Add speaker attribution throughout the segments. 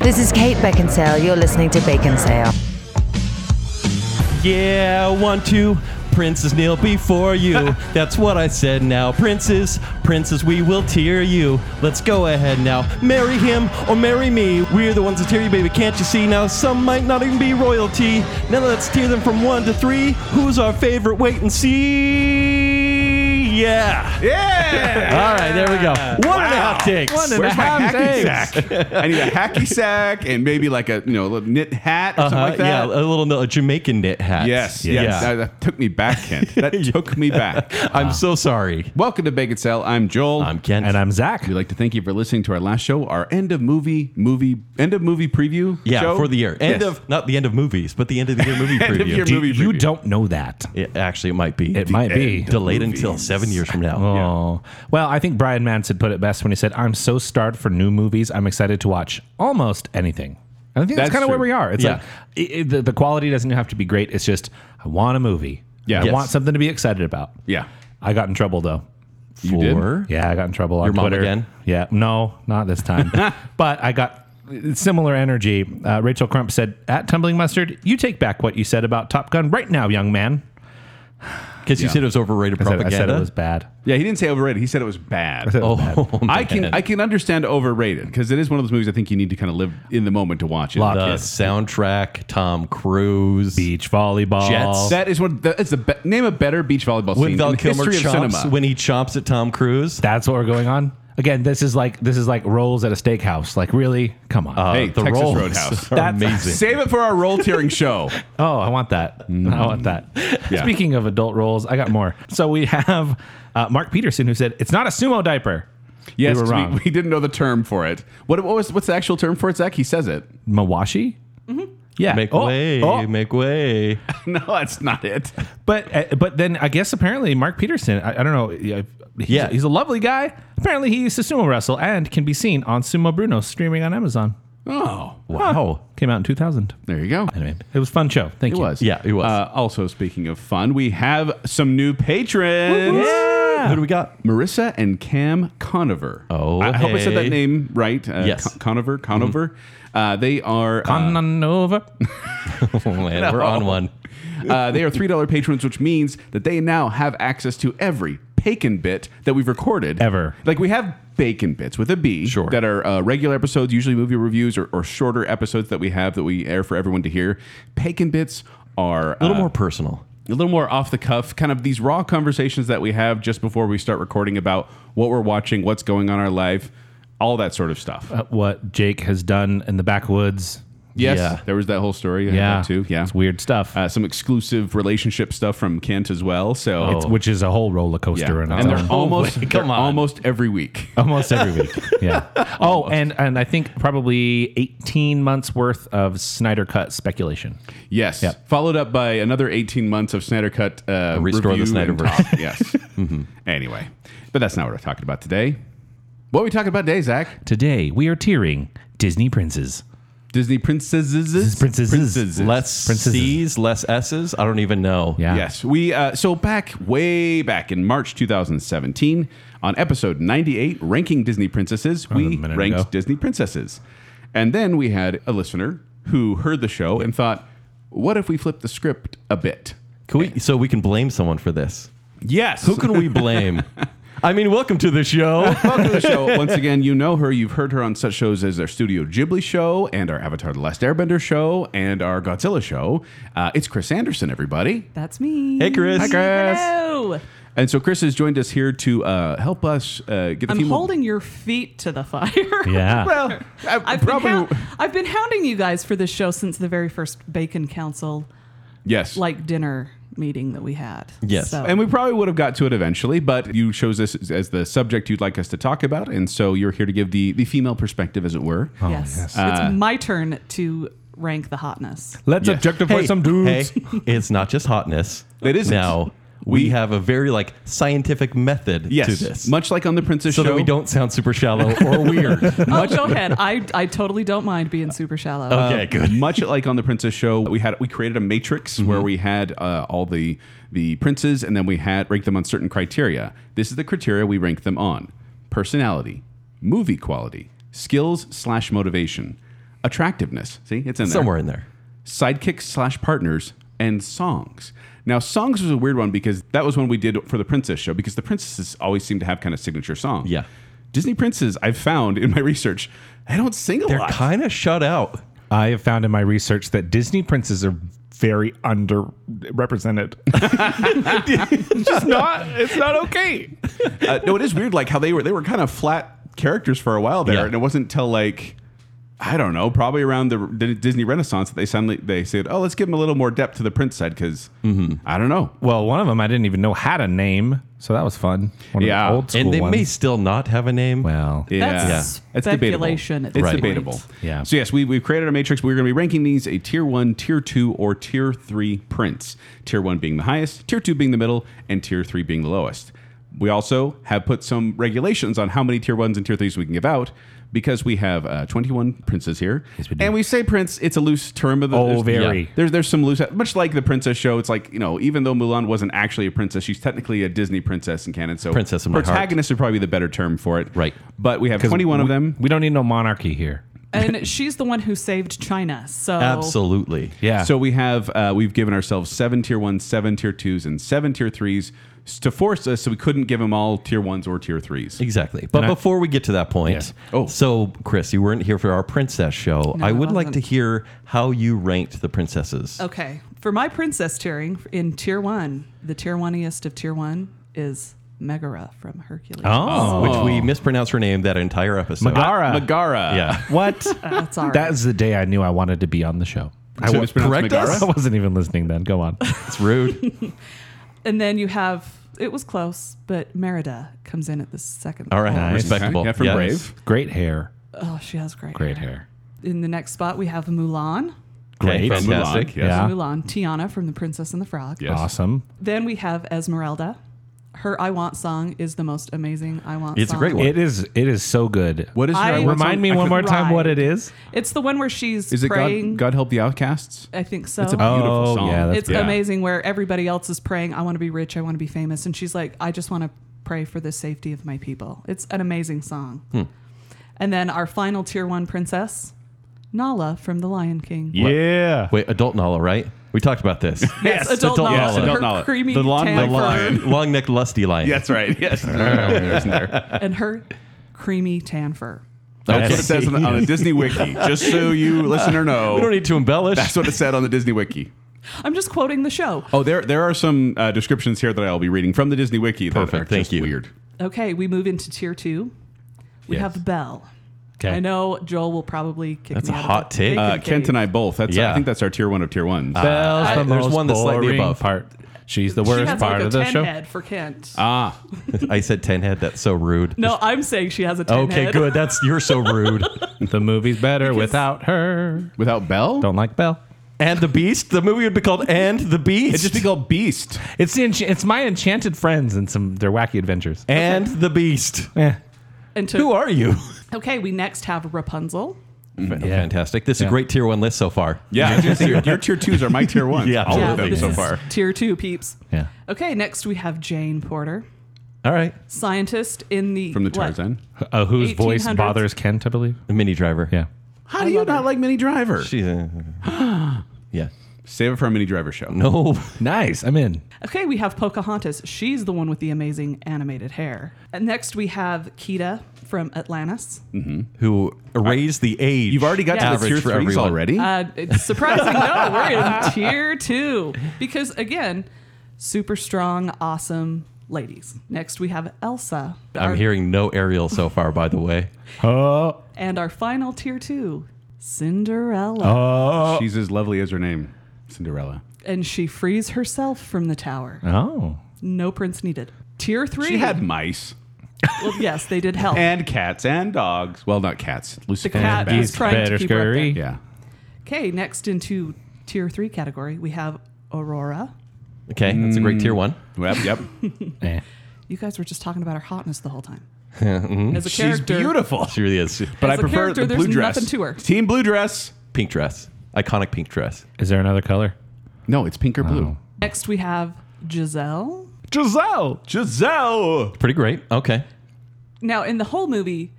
Speaker 1: This is Kate Beckinsale. You're listening to Bacon Sale.
Speaker 2: Yeah, one, two. Princes kneel before you. That's what I said now. Princes, princes, we will tear you. Let's go ahead now. Marry him or marry me. We're the ones that tear you, baby. Can't you see now? Some might not even be royalty. Now let's tear them from one to three. Who's our favorite? Wait and see. Yeah.
Speaker 3: Yeah.
Speaker 2: All right, there we go. One and a
Speaker 3: Wow.
Speaker 2: half takes.
Speaker 4: One and a
Speaker 3: Where's my
Speaker 4: half
Speaker 3: hacky
Speaker 4: takes.
Speaker 3: sack? I need a hacky sack and maybe like a you know a little knit hat or something
Speaker 2: Uh-huh,
Speaker 3: like that.
Speaker 2: Yeah, a little a Jamaican knit hat.
Speaker 3: Yes, yes. That, that took me back, Kent. That took me back.
Speaker 2: I'm so sorry.
Speaker 3: Welcome to Bacon Cell. I'm Joel.
Speaker 2: I'm Kent.
Speaker 4: And I'm Zach.
Speaker 3: We'd like to thank you for listening to our last show, our end of movie movie end of movie preview.
Speaker 2: yeah,
Speaker 3: show.
Speaker 2: for the year. End
Speaker 3: Yes.
Speaker 2: of not the end of movies, but the end of the year movie
Speaker 3: End of
Speaker 2: preview.
Speaker 3: year
Speaker 2: Do-
Speaker 3: movie
Speaker 4: You
Speaker 3: preview.
Speaker 4: don't know that.
Speaker 2: It actually it might be.
Speaker 4: It might be.
Speaker 3: end.
Speaker 2: delayed
Speaker 3: movies.
Speaker 2: until seven years from now.
Speaker 4: Oh. Well, I think Brian Manson put it best when he said, I'm so starved for new movies. I'm excited to watch almost anything. And I think that's,
Speaker 3: That's
Speaker 4: kind of where
Speaker 3: true.
Speaker 4: we are. It's
Speaker 2: Yeah.
Speaker 4: like it, it- the, the quality doesn't have to be great. It's just, I want a movie.
Speaker 3: Yeah.
Speaker 4: I
Speaker 3: Yes.
Speaker 4: want something to be excited about.
Speaker 3: Yeah.
Speaker 4: I got in trouble, though.
Speaker 3: You did?
Speaker 2: For
Speaker 4: Yeah, I got in trouble on
Speaker 2: Your mom
Speaker 4: Twitter.
Speaker 2: again?
Speaker 4: Yeah, no, not this time. but I got similar energy. Uh, Rachel Crump said, "At Tumbling Mustard, you take back what you said about Top Gun right now, young man."
Speaker 2: because you said it was overrated
Speaker 4: I said, I
Speaker 2: propaganda.
Speaker 4: said it was bad.
Speaker 3: Yeah, he didn't say overrated. He said it was bad.
Speaker 2: Oh,
Speaker 3: I can
Speaker 2: man.
Speaker 3: I can understand overrated because it is one of those movies I think you need to kind of live in the moment to watch it.
Speaker 4: Lock
Speaker 2: the
Speaker 4: it.
Speaker 2: soundtrack, Tom Cruise,
Speaker 4: Beach volleyball.
Speaker 2: Jets.
Speaker 3: That is one. That is the be- name a better beach volleyball
Speaker 2: when
Speaker 3: scene
Speaker 2: Val
Speaker 3: in the
Speaker 2: Kilmer
Speaker 3: history of
Speaker 2: chomps,
Speaker 3: cinema.
Speaker 2: when he chomps at Tom Cruise.
Speaker 4: That's what we're going on. Again, this is like this is like rolls at a steakhouse. Like really, come on.
Speaker 3: hey,
Speaker 2: the
Speaker 3: Texas
Speaker 2: rolls
Speaker 3: Roadhouse.
Speaker 2: are
Speaker 4: That's-
Speaker 2: amazing.
Speaker 3: Save it for our roll tearing show.
Speaker 4: Oh, I want that. I want that.
Speaker 3: Yeah.
Speaker 4: Speaking of adult roles, I got more. So we have uh, Mark Peterson who said, "It's not a sumo diaper."
Speaker 3: Yes,
Speaker 4: we
Speaker 3: 'cause
Speaker 4: were
Speaker 3: we,
Speaker 4: wrong.
Speaker 3: we didn't know the term for it. What, what was what's the actual term for it, Zach? He says it.
Speaker 4: Mawashi. Yeah.
Speaker 2: Make
Speaker 4: Oh,
Speaker 2: way,
Speaker 4: oh.
Speaker 2: make way.
Speaker 3: No, that's not it.
Speaker 4: But uh, but then I guess apparently Mark Peterson, I, I don't know. yeah, He's,
Speaker 2: Yeah.
Speaker 4: he's a lovely guy. Apparently he used to sumo wrestle and can be seen on Sumo Bruno streaming on Amazon.
Speaker 3: Oh,
Speaker 4: Wow, came out in 2000.
Speaker 3: there you go.
Speaker 4: Anyway, it was a fun show. Thank
Speaker 3: It
Speaker 4: you.
Speaker 3: was.
Speaker 2: Yeah, it was.
Speaker 3: Uh, also, speaking of fun, we have some new patrons.
Speaker 2: Who do we got?
Speaker 3: Marissa and Cam Conover.
Speaker 2: Oh,
Speaker 3: I hope I said
Speaker 2: hey.
Speaker 3: that name right. Uh,
Speaker 2: Yes. Mm-hmm.
Speaker 3: Con- Conover. Conover. Uh, they are uh,
Speaker 4: On and over.
Speaker 2: Oh man, we're on one.
Speaker 3: uh, they are three dollar patrons, which means that they now have access to every bacon bit that we've recorded
Speaker 4: Ever.
Speaker 3: Like we have bacon bits with a B,
Speaker 2: Sure.
Speaker 3: that are uh, regular episodes, usually movie reviews or, or shorter episodes that we have that we air for everyone to hear. Bacon bits are
Speaker 2: A little
Speaker 3: uh,
Speaker 2: more personal.
Speaker 3: a little more off the cuff, kind of these raw conversations that we have just before we start recording about what we're watching, what's going on in our life, all that sort of stuff.
Speaker 2: Uh,
Speaker 4: what Jake has done in the backwoods.
Speaker 3: yes,
Speaker 2: yeah.
Speaker 3: there was that whole story. uh,
Speaker 4: Yeah.
Speaker 3: that too. Yeah,
Speaker 4: It's weird stuff.
Speaker 3: Uh, some exclusive relationship stuff from Kent as well. So
Speaker 2: Oh.
Speaker 4: It's- which is a whole roller
Speaker 3: oh. yeah.
Speaker 4: coaster in
Speaker 3: and
Speaker 4: its
Speaker 3: they're
Speaker 4: own.
Speaker 3: almost
Speaker 2: Come
Speaker 3: they're
Speaker 2: on.
Speaker 3: almost every week.
Speaker 4: almost every week. Yeah. Oh, and and I think probably 18 months worth of Snyder cut speculation.
Speaker 3: Yes,
Speaker 4: Yep.
Speaker 3: followed up by another eighteen months of Snyder Cut. Uh,
Speaker 2: Restore the
Speaker 3: review and
Speaker 2: Snyderverse.
Speaker 3: talk. Yes. Mm-hmm. Anyway, but that's not what we're talking about today. What are we talking about today, Zach?
Speaker 4: Today we are tearing Disney princes.
Speaker 3: Disney princesses.
Speaker 4: Princesses.
Speaker 2: Less
Speaker 4: Princesses.
Speaker 2: C's, less S's. I don't even know.
Speaker 4: Yeah.
Speaker 3: Yes, we uh, so back way back in March 2017 on episode 98, ranking Disney princesses, we
Speaker 4: Oh, minute
Speaker 3: ranked
Speaker 4: ago.
Speaker 3: Disney princesses, and then we had a listener who heard the show and thought, "What if we flip the script a bit?"
Speaker 2: Can we, so we can blame someone for this.
Speaker 3: Yes,
Speaker 2: Who can we blame? I mean, welcome to the show.
Speaker 3: Welcome to the show. Once again, you know her. You've heard her on such shows as our Studio Ghibli show and our Avatar The Last Airbender show and our Godzilla show. Uh, it's Chris Anderson, everybody.
Speaker 5: That's me.
Speaker 2: Hey, Chris. Hi,
Speaker 3: Chris.
Speaker 5: Hello.
Speaker 3: And so Chris has joined us here to uh, help us uh, get the
Speaker 5: I'm
Speaker 3: female-
Speaker 5: holding your feet to the fire.
Speaker 4: Yeah.
Speaker 3: Well, I
Speaker 5: I've
Speaker 3: probably.
Speaker 5: been hou- I've been hounding you guys for this show since the very first Bacon Council
Speaker 3: Yes.
Speaker 5: like dinner meeting that we had.
Speaker 2: Yes.
Speaker 5: So,
Speaker 3: and we probably would have got to it eventually, but you chose this as- as the subject you'd like us to talk about, and so you're here to give the the female perspective, as it were.
Speaker 2: Um,
Speaker 5: yes.
Speaker 4: yes.
Speaker 3: Uh,
Speaker 5: it's my turn to rank the hotness.
Speaker 4: Let's
Speaker 3: Yes.
Speaker 4: objectify
Speaker 2: Hey,
Speaker 4: some dudes.
Speaker 2: hey, it's not just hotness.
Speaker 3: It isn't.
Speaker 2: Now, we,
Speaker 3: We-
Speaker 2: have a very like scientific method
Speaker 3: Yes,
Speaker 2: to this.
Speaker 3: much like on the Princess
Speaker 2: so
Speaker 3: Show,
Speaker 2: that we don't sound super shallow or weird.
Speaker 5: Oh, go ahead. I, I totally don't mind being super shallow.
Speaker 2: okay, good.
Speaker 3: much like on the Princess Show, we had we created a matrix
Speaker 2: Mm-hmm.
Speaker 3: where we had uh, all the the princes, and then we had ranked them on certain criteria. This is the criteria we rank them on: personality, movie quality, skills slash motivation. attractiveness. See, it's in there.
Speaker 2: Somewhere in there.
Speaker 3: sidekicks slash partners and songs now songs was a weird one because that was one we did for the princess show because the princesses always seem to have kind of signature song
Speaker 2: Yeah.
Speaker 3: disney princes i've found in my research they don't sing a
Speaker 2: They're
Speaker 3: lot
Speaker 2: kind of shut out.
Speaker 4: I have found in my research that Disney princes are very underrepresented. it's just not. It's not okay.
Speaker 3: uh, no it is weird like how they were they were kind of flat characters for a while there
Speaker 2: Yeah.
Speaker 3: and it wasn't till like i don't know probably around the, the disney renaissance that they suddenly they said oh let's give them a little more depth to the prince side because
Speaker 2: Mm-hmm.
Speaker 3: i don't know
Speaker 4: Well, one of them I didn't even know had a name, so that was fun. One of the
Speaker 3: Yeah.
Speaker 4: old school
Speaker 2: and they
Speaker 4: ones.
Speaker 2: may still not have a name.
Speaker 4: well,
Speaker 5: That's
Speaker 3: It's
Speaker 5: speculation
Speaker 3: debatable.
Speaker 5: at this
Speaker 3: it's
Speaker 5: point.
Speaker 3: debatable.
Speaker 4: Yeah.
Speaker 3: So yes, we we've created a matrix. We're going to be ranking these a tier one, tier two, or tier three prints. Tier one being the highest, tier two being the middle, and tier three being the lowest. We also have put some regulations on how many tier ones and tier threes we can give out because we have uh, 21 princes here. Yes,
Speaker 4: we do.
Speaker 3: And we say prince, it's a loose term of the. there's-
Speaker 4: Oh, very.
Speaker 3: There's there's some loose much like the princess show. It's like you know, even though Mulan wasn't actually a princess, she's technically a Disney princess in canon. So
Speaker 2: Princess in my heart.
Speaker 3: protagonist would probably be the better term for it.
Speaker 2: Right.
Speaker 3: But we have 21 of them.
Speaker 4: we don't need no monarchy here.
Speaker 5: And she's the one who saved China. So
Speaker 2: Absolutely.
Speaker 4: Yeah.
Speaker 3: So we have uh, we've given ourselves seven tier ones, seven tier twos, and seven tier threes s- to force us. So we couldn't give them all tier ones or tier threes.
Speaker 2: Exactly. But
Speaker 4: And I-
Speaker 2: before we get to that point,
Speaker 3: Yeah. Oh.
Speaker 2: so Chris, you weren't here for our princess show.
Speaker 5: No,
Speaker 2: I
Speaker 5: I
Speaker 2: would like
Speaker 5: wasn't.
Speaker 2: to hear how you ranked the princesses.
Speaker 5: Okay. For my princess tiering in tier one, the tier oneiest of tier one is Megara from Hercules.
Speaker 4: oh,
Speaker 2: Which we mispronounced her name that entire episode.
Speaker 4: Megara.
Speaker 3: uh, Megara.
Speaker 2: Yeah.
Speaker 4: What?
Speaker 5: That's all right.
Speaker 4: that is the day I knew I wanted to be on the show. I,
Speaker 3: So
Speaker 4: wa-
Speaker 3: it's pronounced
Speaker 2: correct
Speaker 3: Megara?
Speaker 2: us?
Speaker 4: I wasn't even listening then. Go on.
Speaker 2: It's rude.
Speaker 5: and then you have it was close, but Merida comes in at the second.
Speaker 2: All right.
Speaker 5: place.
Speaker 3: Okay.
Speaker 2: Respectable.
Speaker 3: Yeah, for
Speaker 2: Yes.
Speaker 3: brave.
Speaker 4: Great hair.
Speaker 5: Oh, she has great.
Speaker 4: Great hair.
Speaker 5: In the next spot, we have Mulan.
Speaker 2: Okay,
Speaker 4: Great.
Speaker 3: From Mulan,
Speaker 2: fantastic.
Speaker 3: yes.
Speaker 4: Yeah.
Speaker 5: Mulan, Tiana from The Princess and the Frog.
Speaker 3: Yes.
Speaker 4: Awesome.
Speaker 5: Then we have Esmeralda. Her I Want song is the most amazing I Want
Speaker 2: It's a
Speaker 5: song.
Speaker 2: great one.
Speaker 4: It is. It is so good.
Speaker 3: What is her?
Speaker 5: I-
Speaker 3: I want
Speaker 4: Remind
Speaker 3: song?
Speaker 4: me
Speaker 3: I
Speaker 4: one
Speaker 3: could-
Speaker 4: more time what it
Speaker 5: Right.
Speaker 4: is.
Speaker 5: It's the one where she's
Speaker 3: Is it
Speaker 5: praying.
Speaker 3: God, God help the outcasts?
Speaker 5: I think so.
Speaker 3: It's a beautiful
Speaker 4: Oh,
Speaker 3: song.
Speaker 4: yeah, that's
Speaker 5: it's amazing where everybody else is praying, I want to be rich, I want to be famous. And she's like, I just want to pray for the safety of my people. It's an amazing song.
Speaker 2: Hmm.
Speaker 5: And then our final tier one princess, Nala from The Lion King.
Speaker 4: Yeah.
Speaker 2: Wait, adult Nala, right? We talked about this.
Speaker 5: Yes, adult,
Speaker 2: adult
Speaker 5: Nala.
Speaker 2: Nala.
Speaker 5: Her
Speaker 3: Adult Nala.
Speaker 5: creamy
Speaker 3: The long-
Speaker 5: tan
Speaker 3: the
Speaker 5: fur
Speaker 3: lion.
Speaker 2: Long necked lusty lion.
Speaker 3: That's right. Yes.
Speaker 5: and her creamy tan fur.
Speaker 3: That's what it says on, the- on the Disney Wiki. Just so you listener know,
Speaker 2: We don't need to embellish.
Speaker 3: that's what it said on the Disney Wiki.
Speaker 5: I'm just quoting the show.
Speaker 3: Oh, there there are some uh, descriptions here that I'll be reading from the Disney Wiki. that
Speaker 2: Perfect.
Speaker 3: are
Speaker 2: Thank
Speaker 3: just
Speaker 2: you.
Speaker 3: Weird.
Speaker 5: Okay, we move into tier two. We
Speaker 2: Yes.
Speaker 5: have Belle.
Speaker 4: 'Kay.
Speaker 5: I know Joel will probably kick
Speaker 2: That's
Speaker 5: me
Speaker 2: a
Speaker 5: out of
Speaker 2: hot
Speaker 5: the
Speaker 2: take.
Speaker 5: bacon
Speaker 3: Uh,
Speaker 5: cave.
Speaker 3: Kent and I both. That's
Speaker 2: Yeah.
Speaker 3: I think that's our tier one of tier ones.
Speaker 4: Belle's
Speaker 2: Ah, I-
Speaker 4: the
Speaker 2: there's
Speaker 4: most
Speaker 2: one that's slightly
Speaker 4: boring
Speaker 2: above.
Speaker 4: part. She's the
Speaker 5: She
Speaker 4: worst
Speaker 5: has
Speaker 4: part
Speaker 5: like a
Speaker 4: of the
Speaker 5: 10
Speaker 4: show.
Speaker 5: head for Kent.
Speaker 2: Uh,
Speaker 3: ah,
Speaker 2: I said 10 head. That's so rude.
Speaker 5: no, I'm saying she has a 10
Speaker 2: Okay,
Speaker 5: head.
Speaker 2: good. That's you're so rude.
Speaker 4: The movie's better without her.
Speaker 3: without Bell,
Speaker 4: Don't like Belle.
Speaker 2: and the Beast. The movie would be called And the Beast.
Speaker 3: It'd just be called Beast.
Speaker 4: It's the encha- it's my enchanted friends and some their wacky adventures.
Speaker 2: And the Beast.
Speaker 4: Eh.
Speaker 5: And to-
Speaker 2: Who are you?
Speaker 5: Okay, we next have Rapunzel.
Speaker 2: Fantastic. This is a
Speaker 4: Yeah.
Speaker 2: great tier one list so far.
Speaker 3: Yeah, your, your tier twos are my tier ones.
Speaker 2: Yeah,
Speaker 3: all
Speaker 2: Yeah,
Speaker 3: of them
Speaker 5: this
Speaker 3: so
Speaker 5: is
Speaker 3: far.
Speaker 5: Tier two peeps.
Speaker 4: Yeah.
Speaker 5: Okay, next we have Jane Porter,
Speaker 2: All right.
Speaker 5: scientist in the
Speaker 3: From the
Speaker 5: what?
Speaker 3: Tarzan.
Speaker 4: Uh, whose voice
Speaker 5: 1800s.
Speaker 4: bothers Kent, I believe.
Speaker 2: The mini driver.
Speaker 4: Yeah.
Speaker 3: How do you not like Mini Driver?
Speaker 2: She's yeah.
Speaker 3: Save it for a Mini Driver show.
Speaker 2: No.
Speaker 4: Nice. I'm in.
Speaker 5: Okay, we have Pocahontas. She's the one with the amazing animated hair. And next we have Kita from Atlantis.
Speaker 2: Who raised the age.
Speaker 3: You've already got
Speaker 5: Yeah.
Speaker 3: to the
Speaker 2: Average
Speaker 3: tier
Speaker 2: for
Speaker 3: threes
Speaker 2: everyone.
Speaker 3: already.
Speaker 5: Uh, it's surprising. no, we're in tier two because again, super strong, awesome ladies. Next we have Elsa.
Speaker 2: I'm
Speaker 5: Our-
Speaker 2: hearing no Ariel so far, by the way.
Speaker 4: Oh,
Speaker 5: And our final tier two, Cinderella.
Speaker 4: oh,
Speaker 3: She's as lovely as her name, Cinderella.
Speaker 5: and she frees herself from the tower.
Speaker 4: oh.
Speaker 5: No prince needed. Tier three.
Speaker 3: She had mice
Speaker 5: Well, yes, they did help.
Speaker 3: and cats and dogs. Well, not cats. Lucifer.
Speaker 5: cat
Speaker 3: and
Speaker 5: is-
Speaker 3: bats.
Speaker 5: trying to
Speaker 4: better
Speaker 5: keep her up there.
Speaker 4: scary.
Speaker 3: Yeah.
Speaker 5: Okay, next into tier three category, we have Aurora.
Speaker 2: Okay, that's a great tier one.
Speaker 3: Yep. Yep.
Speaker 4: Eh.
Speaker 5: You guys were just talking about her hotness the whole time.
Speaker 4: mm-hmm.
Speaker 5: As a
Speaker 3: She's
Speaker 5: character,
Speaker 3: beautiful.
Speaker 2: She really is.
Speaker 3: But
Speaker 5: As
Speaker 3: I
Speaker 5: a
Speaker 3: prefer
Speaker 5: character,
Speaker 3: the
Speaker 5: there's
Speaker 3: blue dress.
Speaker 5: nothing to her.
Speaker 3: Team blue dress.
Speaker 2: Pink dress. Iconic pink dress.
Speaker 4: Is there another color?
Speaker 3: No, it's pink or blue.
Speaker 5: next we have Giselle.
Speaker 4: Giselle.
Speaker 3: Giselle.
Speaker 2: Pretty great. Okay.
Speaker 5: Now, in the whole movie,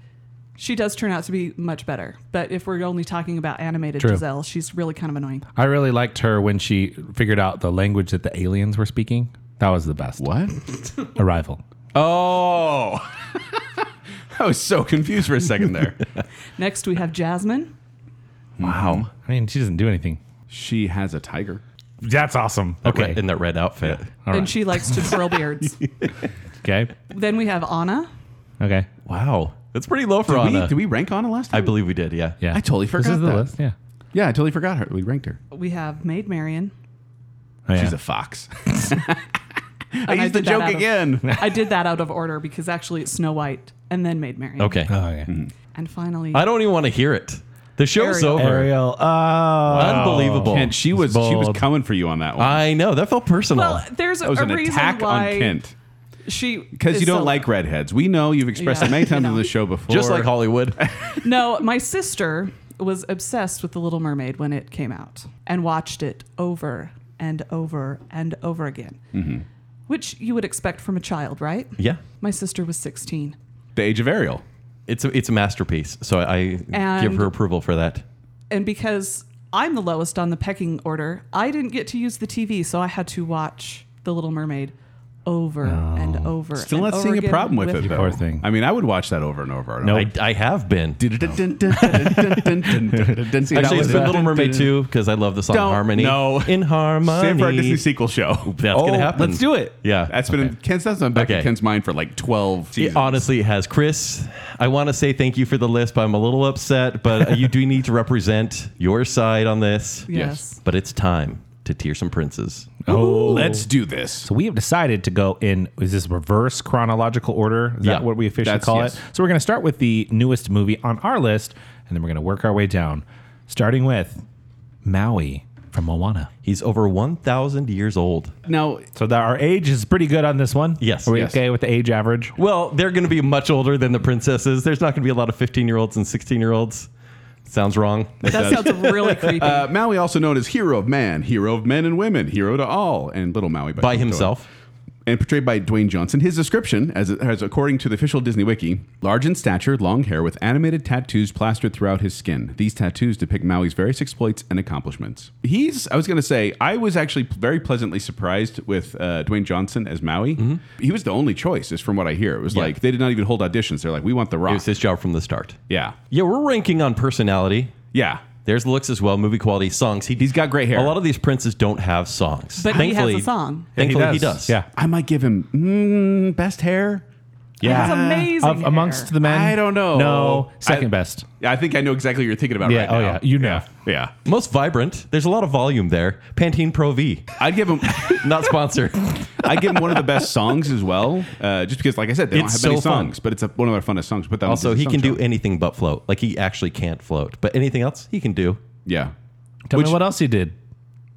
Speaker 5: She does turn out to be much better, but if we're only talking about animated
Speaker 4: True.
Speaker 5: Giselle, she's really kind of annoying.
Speaker 4: I really liked her when she figured out the language that the aliens were speaking. That was the best.
Speaker 3: What?
Speaker 4: Arrival.
Speaker 3: Oh. I was so confused for a second there.
Speaker 5: Next, we have Jasmine.
Speaker 3: wow.
Speaker 4: I mean, she doesn't do anything.
Speaker 3: She has a tiger.
Speaker 4: That's awesome. Okay.
Speaker 2: Red- in that red outfit.
Speaker 4: All
Speaker 5: And
Speaker 4: right.
Speaker 5: she likes to twirl beards.
Speaker 4: Okay.
Speaker 5: Then we have Anna.
Speaker 4: Okay.
Speaker 2: Wow, that's pretty low for
Speaker 3: Did we,
Speaker 2: Anna.
Speaker 3: did we rank Anna last
Speaker 2: I
Speaker 3: time?
Speaker 2: believe we did. Yeah.
Speaker 4: Yeah.
Speaker 3: I totally
Speaker 4: This
Speaker 3: forgot
Speaker 4: is the
Speaker 3: that.
Speaker 4: list. Yeah.
Speaker 3: yeah, I totally forgot her. We ranked her.
Speaker 5: We have Maid Marian.
Speaker 4: Oh, yeah.
Speaker 3: She's a fox. I
Speaker 5: And I
Speaker 3: used the
Speaker 5: did that
Speaker 3: joke
Speaker 5: out of-
Speaker 3: again.
Speaker 5: I did that out of order because actually it's Snow White and then Maid Marian.
Speaker 2: Okay.
Speaker 4: Oh, yeah.
Speaker 5: And finally,
Speaker 2: I don't even want to hear it. The show's
Speaker 5: Ariel.
Speaker 2: over.
Speaker 4: Ariel. Oh.
Speaker 2: Unbelievable.
Speaker 3: Kent, she was she was
Speaker 4: bold.
Speaker 3: coming for you on that one.
Speaker 2: I know that felt personal.
Speaker 5: well, there's
Speaker 3: that was
Speaker 5: a
Speaker 3: an
Speaker 5: reason
Speaker 3: attack
Speaker 5: why
Speaker 3: on Kent
Speaker 5: she
Speaker 3: because
Speaker 5: is
Speaker 3: you don't
Speaker 5: so-
Speaker 3: like redheads. We know you've expressed
Speaker 5: Yeah,
Speaker 3: it many
Speaker 5: you
Speaker 3: times
Speaker 5: know.
Speaker 3: on the show before.
Speaker 2: Just like Hollywood.
Speaker 5: No, my sister was obsessed with The Little Mermaid when it came out and watched it over and over and over again,
Speaker 3: Mm-hmm.
Speaker 5: which you would expect from a child, right?
Speaker 2: yeah.
Speaker 5: My sister was 16.
Speaker 3: the Age of Ariel.
Speaker 2: It's a, it's a masterpiece. So I
Speaker 5: And-
Speaker 2: give her approval for that.
Speaker 5: And because I'm the lowest on the pecking order, I didn't get to use the TV, so I had to watch The Little Mermaid over and over.
Speaker 3: Oh. Still
Speaker 5: and
Speaker 3: not
Speaker 5: over
Speaker 3: seeing a
Speaker 5: again
Speaker 3: problem with, it though.
Speaker 4: Poor thing.
Speaker 3: I mean, I would watch that over and over. and
Speaker 4: No.
Speaker 2: I, I have been.
Speaker 3: over. See, that
Speaker 2: Actually,
Speaker 3: was
Speaker 2: it's been
Speaker 3: it.
Speaker 2: Little Mermaid too because I love the song
Speaker 3: Don't-
Speaker 2: Harmony.
Speaker 3: no.
Speaker 2: In Harmony.
Speaker 3: Save for our Disney sequel show.
Speaker 2: That's
Speaker 3: Oh,
Speaker 2: gonna happen.
Speaker 3: Let's do it.
Speaker 2: Yeah.
Speaker 3: that's been in Ken's. That's been back in
Speaker 2: Okay.
Speaker 3: Ken's mind for like twelve seasons.
Speaker 2: It honestly has. Chris, I want to say thank you for the list, but I'm a little upset. But you do need to represent your side on this.
Speaker 5: Yes.
Speaker 2: But it's time to tear some princes.
Speaker 4: Oh.
Speaker 3: Let's do this.
Speaker 4: So we have decided to go in, is this reverse chronological order? Is
Speaker 2: Yeah.
Speaker 4: that what we officially
Speaker 3: That's-
Speaker 4: call
Speaker 3: yes.
Speaker 4: it? So we're going to start with the newest movie on our list, and then we're going to work our way down, starting with Maui from Moana.
Speaker 2: He's over 1,000 years old.
Speaker 3: Now,
Speaker 4: So that our age is pretty good on this one.
Speaker 2: Yes.
Speaker 4: Are we
Speaker 3: Yes.
Speaker 4: okay with the age average?
Speaker 2: Well, they're going to be much older than the princesses. There's not going to be a lot of 15 year olds and 16 year olds. Sounds wrong.
Speaker 5: That sounds really creepy.
Speaker 3: uh, Maui, also known as Hero of Man, Hero of Men and Women, Hero to All, and Little
Speaker 2: By
Speaker 3: Maui Kent Doyle.
Speaker 2: himself.
Speaker 3: and portrayed by Dwayne Johnson. His description, as, as according to the official Disney Wiki, large in stature, long hair, with animated tattoos plastered throughout his skin. These tattoos depict Maui's various exploits and accomplishments. He's, I was going to say, I was actually very pleasantly surprised with uh, Dwayne Johnson as Maui. He was the only choice, is from what I hear. It was
Speaker 2: Mm-hmm. Yeah.
Speaker 3: like they did not even hold auditions. They're like, we want The
Speaker 2: It
Speaker 3: Rock.
Speaker 2: was his job from the start.
Speaker 3: yeah.
Speaker 2: Yeah, we're ranking on personality.
Speaker 3: Yeah.
Speaker 2: There's looks as well, movie quality, songs. He,
Speaker 3: He's got great hair.
Speaker 2: A lot of these princes don't have songs.
Speaker 5: But he has a song. Yeah,
Speaker 2: Thankfully, he does.
Speaker 4: Yeah.
Speaker 3: I might give him mm, best hair.
Speaker 5: That's amazing.
Speaker 4: Of, amongst
Speaker 5: hair.
Speaker 4: the men,
Speaker 3: I don't know.
Speaker 4: No, second
Speaker 3: I-
Speaker 4: best.
Speaker 3: I think I know exactly what you're thinking about
Speaker 4: Yeah.
Speaker 3: right
Speaker 4: oh
Speaker 3: now.
Speaker 4: yeah. You know.
Speaker 3: Yeah.
Speaker 2: Most vibrant. There's a lot of volume there. Pantene Pro V.
Speaker 3: I'd give him.
Speaker 2: Not sponsored.
Speaker 3: I give him one of the best songs as well, uh, just because, like I said, they
Speaker 2: It's
Speaker 3: don't have
Speaker 2: so
Speaker 3: many
Speaker 2: fun.
Speaker 3: songs, but it's a, one of their funnest songs. But
Speaker 2: also, he can do anything but float. Like, he actually can't float. But anything else, he can do.
Speaker 3: yeah,
Speaker 4: Tell
Speaker 3: Which-
Speaker 4: me what else he did.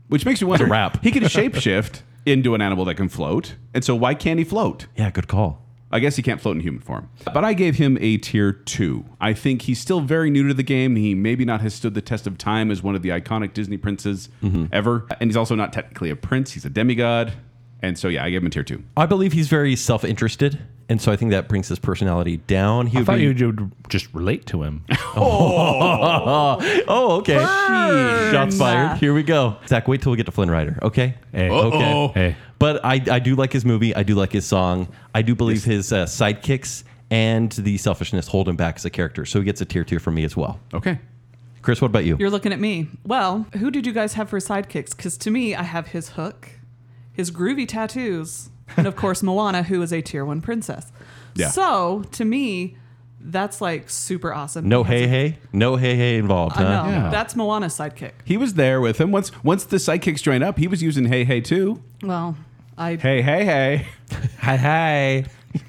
Speaker 3: which makes you wonder.
Speaker 2: rap.
Speaker 3: He can shapeshift into an animal that can float, and so why can't he float?
Speaker 2: Yeah, good call.
Speaker 3: I guess he can't float in human form. But I gave him a tier two. I think he's still very new to the game. He maybe not has stood the test of time as one of the iconic Disney princes
Speaker 2: Mm-hmm.
Speaker 3: ever, and he's also not technically a prince. He's a demigod, and so yeah, I gave him a tier two.
Speaker 2: I believe he's very self interested. And so I think that brings his personality down. He
Speaker 4: I
Speaker 2: would
Speaker 4: thought
Speaker 2: be-
Speaker 4: you would just relate to him.
Speaker 2: Oh, okay. Shots fired.
Speaker 5: Yeah.
Speaker 2: Here we go. Zach, wait till we get to Flynn Rider, okay?
Speaker 4: Hey.
Speaker 3: Oh.
Speaker 2: Okay.
Speaker 4: Hey.
Speaker 2: But I, I do like his movie. I do like his song. I do believe his uh, sidekicks and the selfishness hold him back as a character. So he gets a tier two from me as well.
Speaker 3: Okay.
Speaker 2: Chris, what about you?
Speaker 5: You're looking at me. Well, who did you guys have for sidekicks? Because to me, I have his hook, his groovy tattoos, and of course Moana, who is a tier one princess.
Speaker 3: Yeah.
Speaker 5: So to me, that's like super awesome.
Speaker 2: no
Speaker 5: Because-
Speaker 2: hey hey? No hey hey involved,
Speaker 5: I
Speaker 2: huh?
Speaker 5: know.
Speaker 3: Yeah.
Speaker 5: That's Moana's sidekick.
Speaker 3: He was there with him once. Once the sidekicks joined up, he was using "Hey Hey" too.
Speaker 5: Well, I
Speaker 3: Hey Hey Hey.
Speaker 2: Hi hi.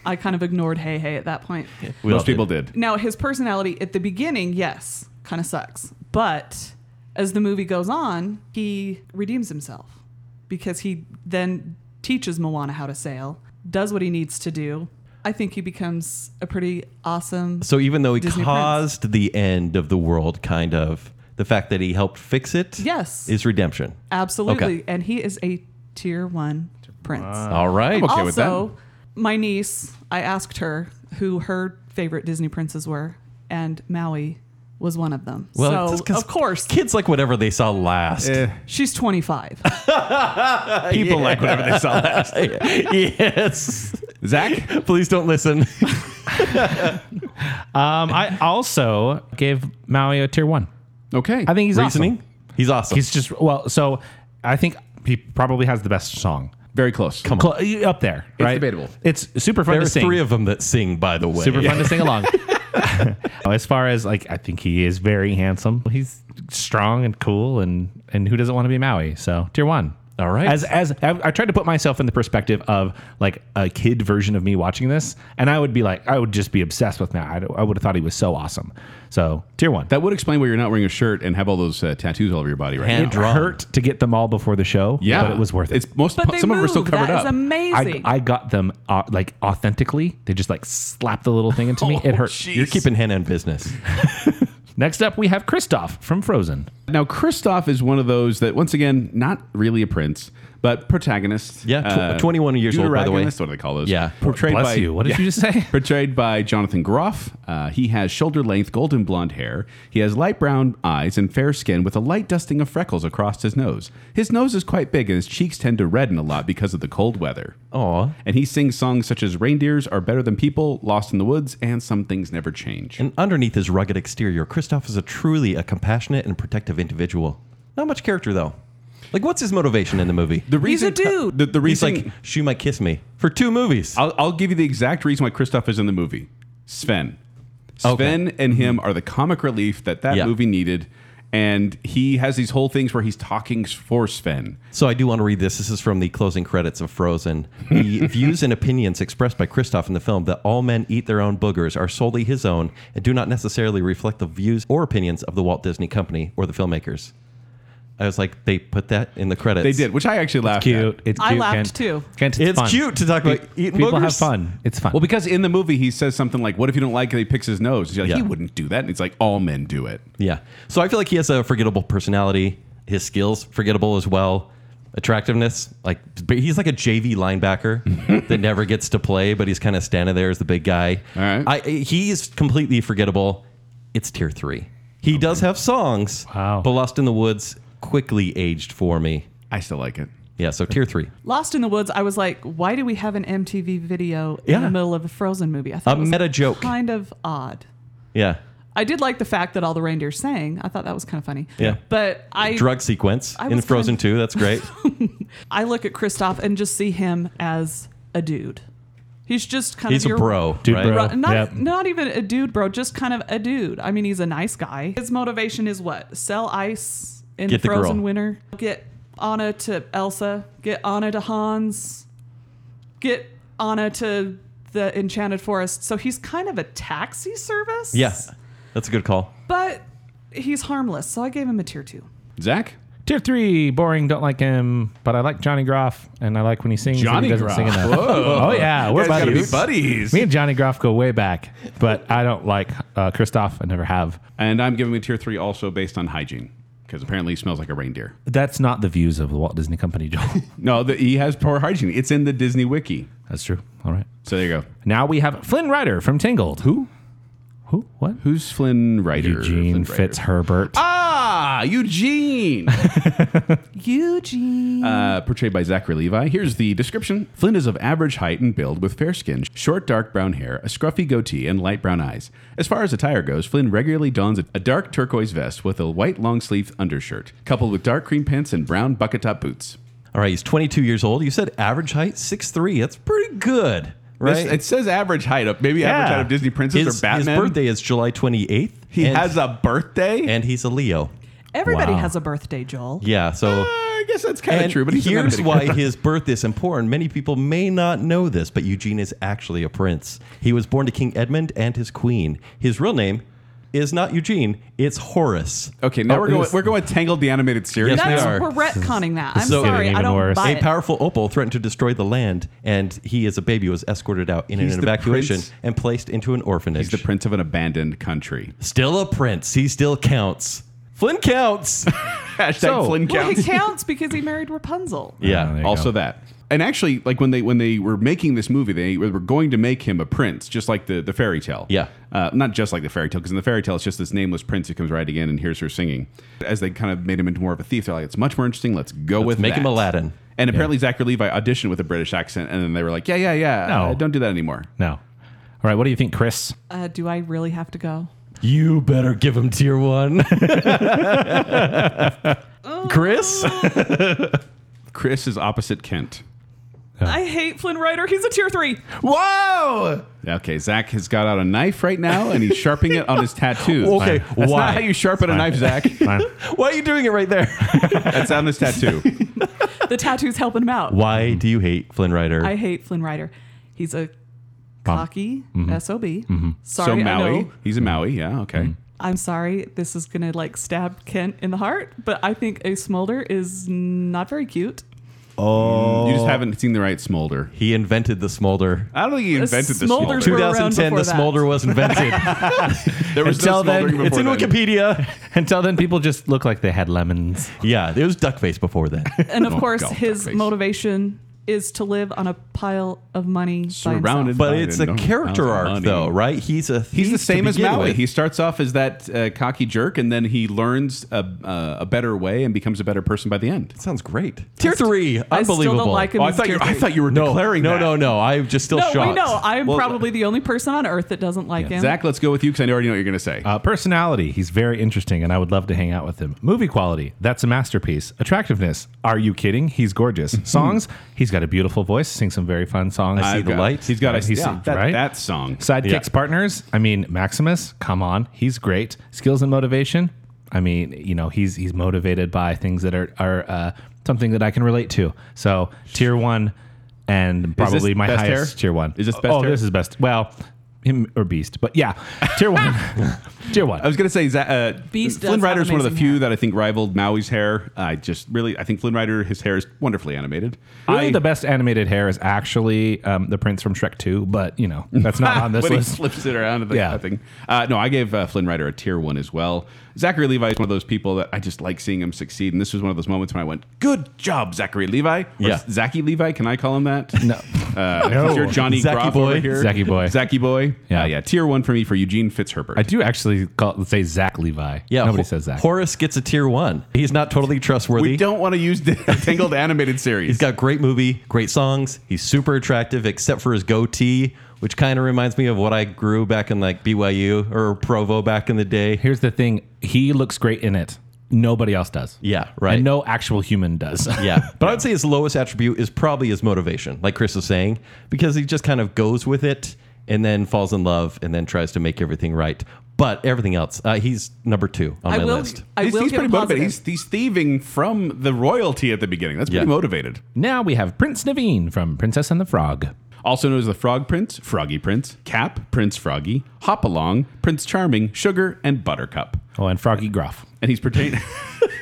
Speaker 5: I kind of ignored hey hey at that point.
Speaker 2: We all
Speaker 3: Most people did.
Speaker 5: Now his personality at the beginning, yes, kind of sucks. But as the movie goes on, he redeems himself because he then teaches Moana how to sail, does what he needs to do. I think he becomes a pretty awesome.
Speaker 2: So even though he
Speaker 5: Disney prince.
Speaker 2: caused the end of the world, kind of, the fact that he helped fix it
Speaker 5: Yes.
Speaker 2: is redemption.
Speaker 5: absolutely, and he is a tier one prince.
Speaker 2: All right.
Speaker 3: okay with
Speaker 5: also, my niece, I asked her who her favorite Disney princes were, and Maui was one of them.
Speaker 2: Well,
Speaker 5: so
Speaker 2: just 'cause
Speaker 5: of course,
Speaker 2: kids like whatever they saw last.
Speaker 3: Uh,
Speaker 5: she's 25.
Speaker 3: People like whatever they saw last.
Speaker 2: yes.
Speaker 3: Zach,
Speaker 2: Please don't listen.
Speaker 4: Um, I also gave Maui a tier one.
Speaker 3: okay.
Speaker 4: I think he's
Speaker 2: Reasoning?
Speaker 4: Awesome.
Speaker 2: He's awesome.
Speaker 4: He's just well. So I think he probably has the best song.
Speaker 3: very close. Come
Speaker 4: Cl- up there, right?
Speaker 3: debatable.
Speaker 4: It's super fun
Speaker 2: there are
Speaker 4: to sing.
Speaker 2: three of them that sing, by the way.
Speaker 4: super fun to sing along. as far as like, I think he is very handsome. He's strong and cool, and and who doesn't want to be Maui? So tier one.
Speaker 2: All right.
Speaker 4: As as I, I tried to put myself in the perspective of like a kid version of me watching this, and I would be like, I would just be obsessed with Maui. I, d- I would have thought he was so awesome. So tier one.
Speaker 3: That would explain why you're not wearing a shirt and have all those uh, tattoos all over your body right
Speaker 2: Hand
Speaker 3: now.
Speaker 2: drawn.
Speaker 4: hurt to get them all before the show.
Speaker 3: Yeah,
Speaker 4: but it was worth it.
Speaker 3: It's most.
Speaker 5: But they
Speaker 3: some of them are still
Speaker 5: move.
Speaker 3: covered
Speaker 5: That is
Speaker 3: up.
Speaker 5: amazing.
Speaker 4: I, I got them uh, like authentically. They just like slapped the little thing into me. It hurt.
Speaker 2: You're keeping Hannah in business.
Speaker 4: Next up, we have Kristoff from Frozen.
Speaker 3: Now, Kristoff is one of those that, once again, not really a prince, but protagonist. Uh,
Speaker 2: Yeah, tw- 21 years old, by the way.
Speaker 3: deuteragonist, what do they call those?
Speaker 2: Yeah.
Speaker 3: Portrayed
Speaker 4: Bless
Speaker 3: by,
Speaker 4: you. What did you just say?
Speaker 3: Portrayed by Jonathan Groff. Uh, he has shoulder length golden blonde hair. He has light brown eyes and fair skin with a light dusting of freckles across his nose. His nose is quite big and his cheeks tend to redden a lot because of the cold weather.
Speaker 2: Aw.
Speaker 3: And he sings songs such as Reindeers Are Better Than People, Lost in the Woods, and Some Things Never Change.
Speaker 2: And underneath his rugged exterior, Kristoff is a truly a compassionate and protective individual. Not much character though. Like, what's his motivation in the movie?
Speaker 3: the
Speaker 5: He's a
Speaker 3: reason,
Speaker 5: dude.
Speaker 3: The, the
Speaker 2: He's
Speaker 3: reason,
Speaker 2: like, she might kiss me for two movies.
Speaker 3: I'll, I'll give you the exact reason why Kristoff is in the movie. Sven. Sven and him are the comic relief that that
Speaker 2: Yeah.
Speaker 3: movie needed. And he has these whole things where he's talking for Sven.
Speaker 2: So I do want to read this. This is from the closing credits of Frozen. The views and opinions expressed by Kristoff in the film that all men eat their own boogers are solely his own and do not necessarily reflect the views or opinions of the Walt Disney Company or the filmmakers. I was like, they put that in the credits.
Speaker 3: They did, which I actually laughed
Speaker 4: Cute.
Speaker 3: at.
Speaker 4: It's
Speaker 5: I
Speaker 4: cute.
Speaker 5: laughed
Speaker 4: Kent.
Speaker 5: too.
Speaker 4: Kent, it's,
Speaker 2: It's
Speaker 4: fun.
Speaker 2: cute to talk about
Speaker 4: Pe-
Speaker 2: eating
Speaker 4: People
Speaker 2: boogers.
Speaker 4: have fun. It's fun.
Speaker 3: Well, because in the movie he says something like, "What if you don't like it?" He picks his nose. He's like,
Speaker 2: Yeah.
Speaker 3: He wouldn't do that. And it's like all men do it.
Speaker 2: Yeah. So I feel like he has a forgettable personality. His skills forgettable as well. Attractiveness, like but he's like a JV linebacker that never gets to play, but he's kind of standing there as the big guy.
Speaker 3: All right.
Speaker 2: I, he's completely forgettable. It's tier three. He does have songs.
Speaker 4: Wow.
Speaker 2: But Lost in the Woods quickly aged for me.
Speaker 3: I still like it.
Speaker 2: Yeah. So tier three.
Speaker 5: Lost in the Woods, I was like, why do we have an MTV video in
Speaker 2: Yeah.
Speaker 5: the middle of a Frozen movie? I thought
Speaker 2: A
Speaker 5: it was
Speaker 2: meta joke.
Speaker 5: Kind of odd.
Speaker 2: Yeah.
Speaker 5: I did like the fact that all the reindeer sang. I thought that was kind of funny.
Speaker 2: Yeah.
Speaker 5: But I
Speaker 2: Drug sequence
Speaker 5: I
Speaker 2: in
Speaker 5: was
Speaker 2: Frozen
Speaker 5: kind of-
Speaker 2: 2. That's great.
Speaker 5: I look at Kristoff and just see him as a dude. He's just kind
Speaker 2: He's a
Speaker 5: of your
Speaker 2: bro.
Speaker 4: Dude
Speaker 2: right?
Speaker 4: bro.
Speaker 5: Ru- Not,
Speaker 4: Yep.
Speaker 5: not even a dude, bro. Just kind of a dude. I mean, he's a nice guy. His motivation is what? Sell ice in
Speaker 2: Get the
Speaker 5: frozen
Speaker 2: girl.
Speaker 5: winter. Get Anna to Elsa. Get Anna to Hans. Get Anna to the Enchanted Forest. So he's kind of a taxi service.
Speaker 2: Yeah. That's a good call.
Speaker 5: But he's harmless. So I gave him a tier two.
Speaker 3: Zach,
Speaker 4: tier three, boring. Don't like him, but I like Johnny Groff, and I like when he sings. and
Speaker 3: Johnny
Speaker 4: he doesn't
Speaker 3: Groff.
Speaker 4: sing enough.
Speaker 3: Whoa.
Speaker 4: Oh yeah, we're
Speaker 3: You guys gotta
Speaker 4: buddies.
Speaker 3: be buddies.
Speaker 4: Me and Johnny Groff go way back, but I don't like uh, Kristoff. I never have.
Speaker 3: And I'm giving it tier three, also based on hygiene, because apparently he smells like a reindeer.
Speaker 4: That's not the views of the Walt Disney Company, Joel.
Speaker 3: No, the, he has poor hygiene. It's in the Disney Wiki.
Speaker 4: That's true. All right.
Speaker 3: So there you go.
Speaker 4: Now we have Flynn Rider from Tangled.
Speaker 3: Who?
Speaker 4: Who? What?
Speaker 3: Who's Flynn Rider?
Speaker 4: Eugene
Speaker 3: Flynn Rider.
Speaker 4: Fitzherbert.
Speaker 3: Ah, Eugene.
Speaker 5: Eugene.
Speaker 3: uh, portrayed by Zachary Levi. Here's the description Flynn is of average height and build with fair skin, short dark brown hair, a scruffy goatee, and light brown eyes. As far as attire goes, Flynn regularly dons a, a dark turquoise vest with a white long sleeve undershirt, coupled with dark cream pants and brown bucket top boots.
Speaker 2: All right. He's 22 years old. You said average height, 6'3. That's pretty good. Right.
Speaker 3: This- it says average height up. Maybe average
Speaker 4: Yeah.
Speaker 3: height of Disney princess
Speaker 2: his,
Speaker 3: or Batman.
Speaker 2: his birthday is July 28th.
Speaker 3: He
Speaker 2: and,
Speaker 3: has a birthday.
Speaker 2: and he's a Leo.
Speaker 5: Everybody
Speaker 4: wow.
Speaker 5: has a birthday, Joel.
Speaker 2: Yeah, so
Speaker 3: Uh, I guess that's kind of
Speaker 2: and
Speaker 3: Ah, true. But he's a
Speaker 2: here's
Speaker 3: little bit-
Speaker 2: why his birth is important. Many people may not know this, but Eugene is actually a prince. He was born to King Edmund and his queen. His real name is not Eugene; it's Horace.
Speaker 3: Okay, now
Speaker 4: Oh,
Speaker 3: we're going.
Speaker 4: this-
Speaker 3: We're going with Tangled the animated series.
Speaker 2: Yes, we
Speaker 5: That's,
Speaker 2: are.
Speaker 5: we're retconning that. I'm
Speaker 2: So-
Speaker 5: sorry. I
Speaker 4: Even
Speaker 5: don't
Speaker 4: worse.
Speaker 5: buy
Speaker 2: A
Speaker 5: it.
Speaker 2: powerful opal threatened to destroy the land, and he, as a baby, was escorted out in
Speaker 3: He's
Speaker 2: an
Speaker 3: the
Speaker 2: evacuation
Speaker 3: prince.
Speaker 2: and placed into an orphanage.
Speaker 3: He's the prince of an abandoned country.
Speaker 2: Still a prince. He still counts. Flynn counts.
Speaker 3: Hashtag
Speaker 4: So-
Speaker 3: Flynn
Speaker 5: Well, he
Speaker 3: counts.
Speaker 5: counts because he married Rapunzel.
Speaker 4: Oh, there
Speaker 2: yeah.
Speaker 4: you
Speaker 3: also
Speaker 4: go.
Speaker 3: that. And actually, like when they when they were making this movie, they were going to make him a prince, just like the the fairy tale.
Speaker 2: Yeah.
Speaker 3: uh, not just like the fairy tale, because in the fairy tale, it's just this nameless prince who comes right again and hears her singing. As they kind of made him into more of a thief, they're like, it's much more interesting. Let's go with
Speaker 2: make him
Speaker 3: that."
Speaker 2: Aladdin.
Speaker 3: And apparently, Zachary Levi auditioned with a British accent, and then they were like, yeah, yeah, yeah,
Speaker 4: No.
Speaker 3: uh, don't do that anymore.
Speaker 4: No. All right. What do you think, Chris?
Speaker 5: Uh, do I really have to go?
Speaker 2: You better give him tier one. Chris?
Speaker 3: Chris is opposite Kent.
Speaker 5: I hate Flynn Rider. He's a tier three.
Speaker 4: Whoa!
Speaker 3: Okay, Zach has got out a knife right now, and he's sharpening it on his tattoos.
Speaker 2: Okay,
Speaker 3: that's
Speaker 4: why?
Speaker 3: not how you sharpen a knife, Zach.
Speaker 4: Fine.
Speaker 2: Why are you doing it right there?
Speaker 3: That's on his tattoo.
Speaker 5: The tattoo's helping him out.
Speaker 2: Why do you hate Flynn Rider?
Speaker 5: I hate Flynn Rider. He's a cocky sob.
Speaker 3: Mm-hmm. so
Speaker 5: Sorry, I
Speaker 3: Maui,
Speaker 5: know.
Speaker 3: he's a Maui. Yeah, okay.
Speaker 5: I'm sorry. This is gonna like stab Kent in the heart, but I think a smolder is not very cute.
Speaker 3: You just haven't seen the right smolder.
Speaker 2: he invented the smolder.
Speaker 3: I don't think he invented the smolder.
Speaker 5: smolder's We're around
Speaker 2: 2010, the
Speaker 5: before that.
Speaker 2: smolder was invented.
Speaker 3: There was
Speaker 4: Until then,
Speaker 3: smoldering
Speaker 2: it's in
Speaker 3: before then.
Speaker 2: Wikipedia.
Speaker 4: Until then, people just look like they had lemons.
Speaker 2: Yeah, there was Duckface before that.
Speaker 5: And of course,
Speaker 3: Oh, God,
Speaker 5: his
Speaker 3: that face.
Speaker 5: motivation is to live on a pile of money. by
Speaker 3: Surrounded
Speaker 5: himself.
Speaker 2: But
Speaker 3: Fine,
Speaker 2: it's
Speaker 3: then
Speaker 2: a
Speaker 3: don't
Speaker 2: character
Speaker 3: count the
Speaker 2: arc,
Speaker 3: money.
Speaker 2: though, right? He's a
Speaker 3: He's
Speaker 2: thief
Speaker 3: the
Speaker 2: to
Speaker 3: same as
Speaker 2: begin
Speaker 3: Maui.
Speaker 2: with.
Speaker 3: He starts off as that uh, cocky jerk, and then he learns a, uh, a better way and becomes a better person by the end.
Speaker 2: sounds great. Tier three,
Speaker 5: I still
Speaker 2: unbelievable.
Speaker 5: don't like him.
Speaker 3: Oh, I
Speaker 5: as
Speaker 3: thought
Speaker 5: tier
Speaker 3: you, I
Speaker 5: three.
Speaker 3: thought you were
Speaker 2: No,
Speaker 3: declaring
Speaker 2: no,
Speaker 3: that.
Speaker 2: no, no. I'm just still
Speaker 5: No,
Speaker 2: shocked.
Speaker 5: we know. I'm
Speaker 3: Well,
Speaker 5: probably the only person on Earth that doesn't like him.
Speaker 3: Zach, let's go with you because I already know what you're going to say.
Speaker 4: Uh, personality, he's very interesting, and I would love to hang out with him. Movie quality, that's a masterpiece. Attractiveness, are you kidding? He's gorgeous. Songs, he's got a beautiful voice, sings some very fun songs.
Speaker 2: I see
Speaker 3: I've
Speaker 2: the
Speaker 3: got-
Speaker 2: light.
Speaker 3: He's got a
Speaker 4: He's-
Speaker 3: yeah, that,
Speaker 4: right?
Speaker 3: that song.
Speaker 4: Sidekicks,
Speaker 2: Yeah.
Speaker 4: partners, I mean Maximus, come on, he's great. Skills and motivation, I mean, you know, he's he's motivated by things that are are uh, something that I can relate to. So tier one, and probably my
Speaker 3: best
Speaker 4: highest
Speaker 3: hair?
Speaker 4: tier one.
Speaker 3: Is this best
Speaker 4: Oh,
Speaker 3: hair?
Speaker 4: this is best. Well, him or Beast, but yeah, tier one, tier one.
Speaker 3: I was gonna say Za- uh,
Speaker 5: Beast does
Speaker 3: Flynn Rider
Speaker 5: have
Speaker 3: is one of the
Speaker 5: amazing
Speaker 3: few
Speaker 5: hair.
Speaker 3: that I think rivaled Maui's hair. I just really, I think Flynn Rider, his hair is wonderfully animated.
Speaker 4: Really,
Speaker 3: I,
Speaker 4: the best animated hair is actually um, the prince from Shrek 2, but you know, that's not on this
Speaker 3: when he
Speaker 4: list.
Speaker 3: flips it around to the
Speaker 4: Yeah.
Speaker 3: thing. Uh, no, I gave uh, Flynn Rider a tier one as well. Zachary Levi is one of those people that I just like seeing him succeed, and this was one of those moments when I went, "Good job, Zachary Levi." Or
Speaker 2: Yeah.
Speaker 3: Zachy Levi. Can I call him that?
Speaker 4: No.
Speaker 3: Uh,
Speaker 4: No.
Speaker 3: You're Johnny
Speaker 2: Zacky
Speaker 3: Groff
Speaker 2: boy.
Speaker 3: over here.
Speaker 4: Zacky boy.
Speaker 3: Zacky boy.
Speaker 4: Yeah.
Speaker 3: Uh, yeah. Tier one for me for Eugene Fitzherbert.
Speaker 4: I do actually call, say Zach Levi.
Speaker 2: Yeah,
Speaker 4: Nobody
Speaker 2: Ho-
Speaker 4: says Zach.
Speaker 2: Horace gets a tier one. He's not totally trustworthy.
Speaker 3: we don't want to use the Tangled animated series.
Speaker 2: He's got great movie, great songs. He's super attractive, except for his goatee, which kind of reminds me of what I grew back in like BYU or Provo back in the day.
Speaker 4: Here's the thing he looks great in it. Nobody else does.
Speaker 2: Yeah, right.
Speaker 4: And no actual human does.
Speaker 2: Yeah, but I would say his lowest attribute is probably his motivation, like Chris was saying, because he just kind of goes with it and then falls in love and then tries to make everything right. But everything else, uh, he's number two on
Speaker 5: I
Speaker 2: my
Speaker 5: will.
Speaker 2: list.
Speaker 5: I
Speaker 3: he's,
Speaker 5: will
Speaker 3: he's
Speaker 5: give
Speaker 3: pretty
Speaker 5: him
Speaker 3: motivated.
Speaker 5: positive.
Speaker 3: He's, he's thieving from the royalty at the beginning. That's pretty
Speaker 2: Yeah.
Speaker 3: motivated.
Speaker 4: now we have Prince Naveen from Princess and the Frog.
Speaker 3: Also known as the Frog Prince, Froggy Prince, Cap, Prince Froggy, Hopalong, Prince Charming, Sugar, and Buttercup.
Speaker 4: Oh, and Froggy Gruff.
Speaker 3: And he's portrayed.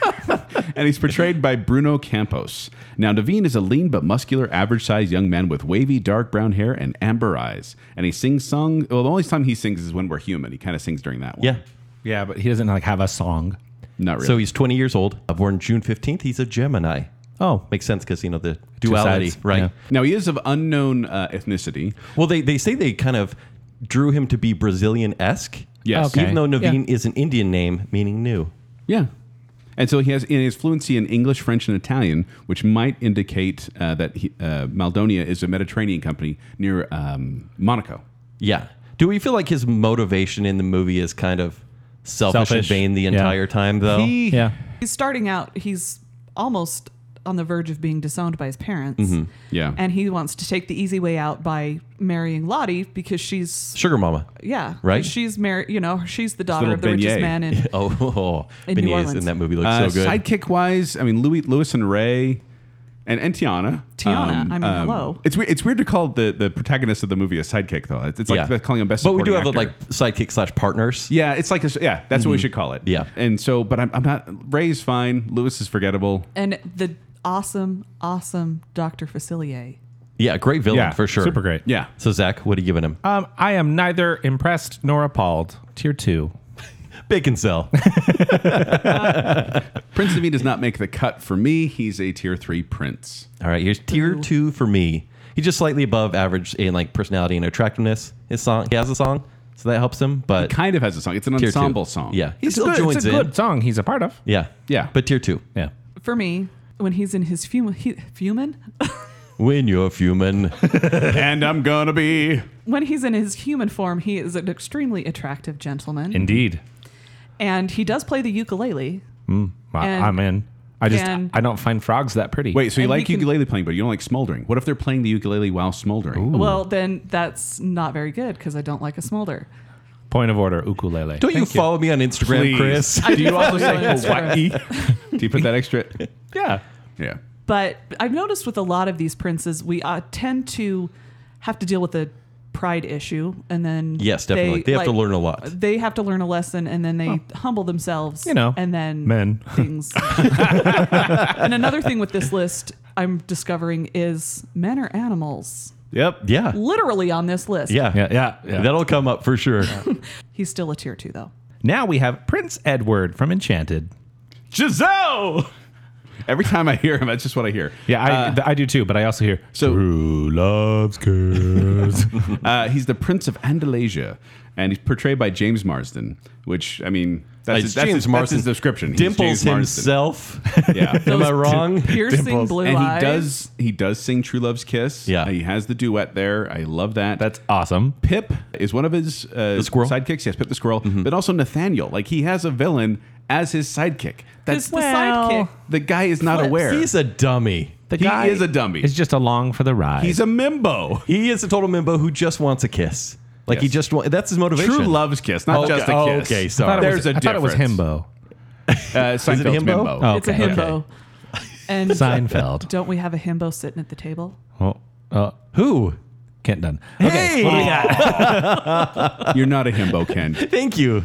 Speaker 3: and he's portrayed by Bruno Campos. Now, Naveen is a lean but muscular, average-sized young man with wavy, dark brown hair and amber eyes. And he sings song. Well, the only time he sings is when we're human. He kind of sings during that one.
Speaker 2: Yeah.
Speaker 4: Yeah, but he doesn't like have a song.
Speaker 3: not really.
Speaker 2: So he's 20 years old, uh, born June 15th. He's a Gemini.
Speaker 4: Oh,
Speaker 2: Makes sense because, you know, the duality,
Speaker 4: sides,
Speaker 2: right?
Speaker 4: yeah.
Speaker 3: now he is of unknown uh, ethnicity.
Speaker 2: Well, they, they say they kind of drew him to be Brazilian esque.
Speaker 3: Yes.
Speaker 4: Okay.
Speaker 2: Even though
Speaker 4: Yeah.
Speaker 2: Naveen is an Indian name meaning new.
Speaker 3: Yeah. And so he has, in his fluency in English, French, and Italian, which might indicate uh, that he, uh, Maldonia is a Mediterranean company near um, Monaco.
Speaker 2: Yeah. Do we feel like his motivation in the movie is kind of selfish,
Speaker 4: Selfish.
Speaker 2: and vain the
Speaker 4: Yeah.
Speaker 2: entire time, though?
Speaker 3: He-
Speaker 4: yeah.
Speaker 5: He's starting out. He's almost on the verge of being disowned by his parents.
Speaker 3: Mm-hmm. Yeah.
Speaker 5: And he wants to take the easy way out by marrying Lottie because she's
Speaker 2: Sugar Mama.
Speaker 5: yeah
Speaker 2: Right.
Speaker 5: She's married. You know, she's the daughter
Speaker 3: little
Speaker 5: of the richest
Speaker 3: beignet.
Speaker 5: man in.
Speaker 2: Oh, oh, oh.
Speaker 5: In New
Speaker 2: Beignets in
Speaker 5: Orleans.
Speaker 2: that movie looks
Speaker 3: Uh,
Speaker 2: so good.
Speaker 3: Sidekick wise, I mean, Louis, Louis and Ray and, and Tiana. Um,
Speaker 5: Tiana, I mean, hello.
Speaker 3: It's, we- it's weird to call the, the protagonist of the movie a sidekick, though. It's, it's like calling him best
Speaker 2: But we do have
Speaker 3: supporting
Speaker 2: like
Speaker 3: actor.
Speaker 2: sidekick slash partners.
Speaker 3: Yeah, it's like, a, yeah, that's what we should call it.
Speaker 2: Yeah.
Speaker 3: And so, but I'm, I'm not, Ray's fine. Louis is forgettable.
Speaker 5: And the awesome, awesome Doctor Facilier.
Speaker 2: Yeah, great villain for sure.
Speaker 4: Super great.
Speaker 3: Yeah.
Speaker 2: So Zach, what are you giving him?
Speaker 4: Um, I am neither impressed nor appalled. Tier two.
Speaker 2: Bacon cell.
Speaker 3: Prince Naveen does not make the cut for me. He's a tier three prince.
Speaker 2: All right, here's tier
Speaker 5: Ooh.
Speaker 2: two for me. He's just slightly above average in like personality and attractiveness. His song, he has a song, so that helps him. But
Speaker 3: Kind of has a song. It's an
Speaker 2: tier two.
Speaker 3: ensemble song.
Speaker 2: Yeah, he
Speaker 4: It's
Speaker 2: still
Speaker 4: good-
Speaker 2: joins
Speaker 4: it's a
Speaker 2: in.
Speaker 4: good song he's a part of.
Speaker 2: Yeah,
Speaker 3: Yeah.
Speaker 2: But tier two.
Speaker 4: Yeah.
Speaker 5: For me, when he's in his fume, he, fumin?
Speaker 2: When you're human,
Speaker 3: and I'm gonna be.
Speaker 5: when he's in his human form, he is an extremely attractive gentleman.
Speaker 4: Indeed.
Speaker 5: and he does play the ukulele.
Speaker 4: I,
Speaker 5: And-
Speaker 4: I'm in. I just
Speaker 5: and-
Speaker 4: I don't find frogs that pretty.
Speaker 3: Wait, so you
Speaker 5: And
Speaker 3: like
Speaker 5: he can-
Speaker 3: ukulele playing, but you don't like smoldering. What if they're playing the ukulele while smoldering?
Speaker 5: Well, then that's not very good because I don't like a smolder.
Speaker 4: point of order, ukulele.
Speaker 2: don't you
Speaker 4: Thank
Speaker 2: follow me on Instagram, Chris?
Speaker 3: Do you also say "Oh,
Speaker 5: That's
Speaker 3: Hawaii? Do you put that extra?
Speaker 4: Yeah.
Speaker 3: Yeah.
Speaker 5: But I've noticed with a lot of these princes, we uh, tend to have to deal with the pride issue, and then
Speaker 2: Yes, definitely. They have to learn a lot.
Speaker 5: They have to learn a lesson, and then they humble themselves.
Speaker 4: You know,
Speaker 5: and then
Speaker 4: men.
Speaker 5: things. and another thing with this list, I'm discovering is men are animals.
Speaker 4: Yep.
Speaker 2: yeah.
Speaker 5: Literally on this list.
Speaker 2: yeah,
Speaker 4: Yeah. Yeah. yeah.
Speaker 2: That'll come up for sure.
Speaker 5: he's still a tier two though.
Speaker 4: now we have Prince Edward from Enchanted.
Speaker 3: Giselle. Every time I hear him, that's just what I hear. Uh,
Speaker 4: Yeah, I, th- I do too, but I also hear
Speaker 3: So-
Speaker 4: True Love's Curse.
Speaker 3: Uh, he's the Prince of Andalusia, and he's portrayed by James Marsden, which, I mean, that's, his,
Speaker 2: Uh, It's
Speaker 3: that's,
Speaker 2: James
Speaker 3: his, that's
Speaker 2: Marsden.
Speaker 3: his description. He's
Speaker 2: Dimples
Speaker 3: James Marsden.
Speaker 2: himself.
Speaker 3: Yeah.
Speaker 2: Am I wrong?
Speaker 5: Piercing
Speaker 4: Dimples.
Speaker 5: blue
Speaker 3: and
Speaker 5: eyes.
Speaker 3: he does he does sing True Love's Kiss.
Speaker 2: Yeah.
Speaker 3: He has the duet there. I love that.
Speaker 4: That's awesome.
Speaker 3: Pip is one of his uh,
Speaker 2: squirrel?
Speaker 3: sidekicks. Yes, Pip the squirrel, but also Nathaniel. Like he has a villain as his sidekick. That's
Speaker 5: Because the sidekick.
Speaker 3: the guy is not
Speaker 5: Flips.
Speaker 3: aware.
Speaker 2: He's a dummy.
Speaker 4: The
Speaker 3: He is a dummy.
Speaker 4: He's just along for the ride.
Speaker 3: He's a mimbo.
Speaker 2: He is a total mimbo who just wants a kiss. Like he
Speaker 3: Yes.
Speaker 2: just wants. That's his motivation.
Speaker 3: True Love's Kiss, not
Speaker 2: Okay.
Speaker 3: just a kiss.
Speaker 2: Oh, okay,
Speaker 4: I thought
Speaker 2: sorry.
Speaker 4: it
Speaker 3: There's
Speaker 4: was,
Speaker 3: a
Speaker 4: I thought it was
Speaker 3: difference.
Speaker 4: Himbo.
Speaker 3: Uh, Seinfeld's
Speaker 2: himbo?
Speaker 3: mimbo.
Speaker 4: Oh.
Speaker 5: It's a
Speaker 4: Okay,
Speaker 5: himbo. And
Speaker 4: Seinfeld.
Speaker 5: don't we have a himbo sitting at the table?
Speaker 4: Oh, uh,
Speaker 2: Who?
Speaker 4: Kent Dunn.
Speaker 2: Hey!
Speaker 4: what do we got?
Speaker 3: You're not a himbo, Ken.
Speaker 2: Thank you.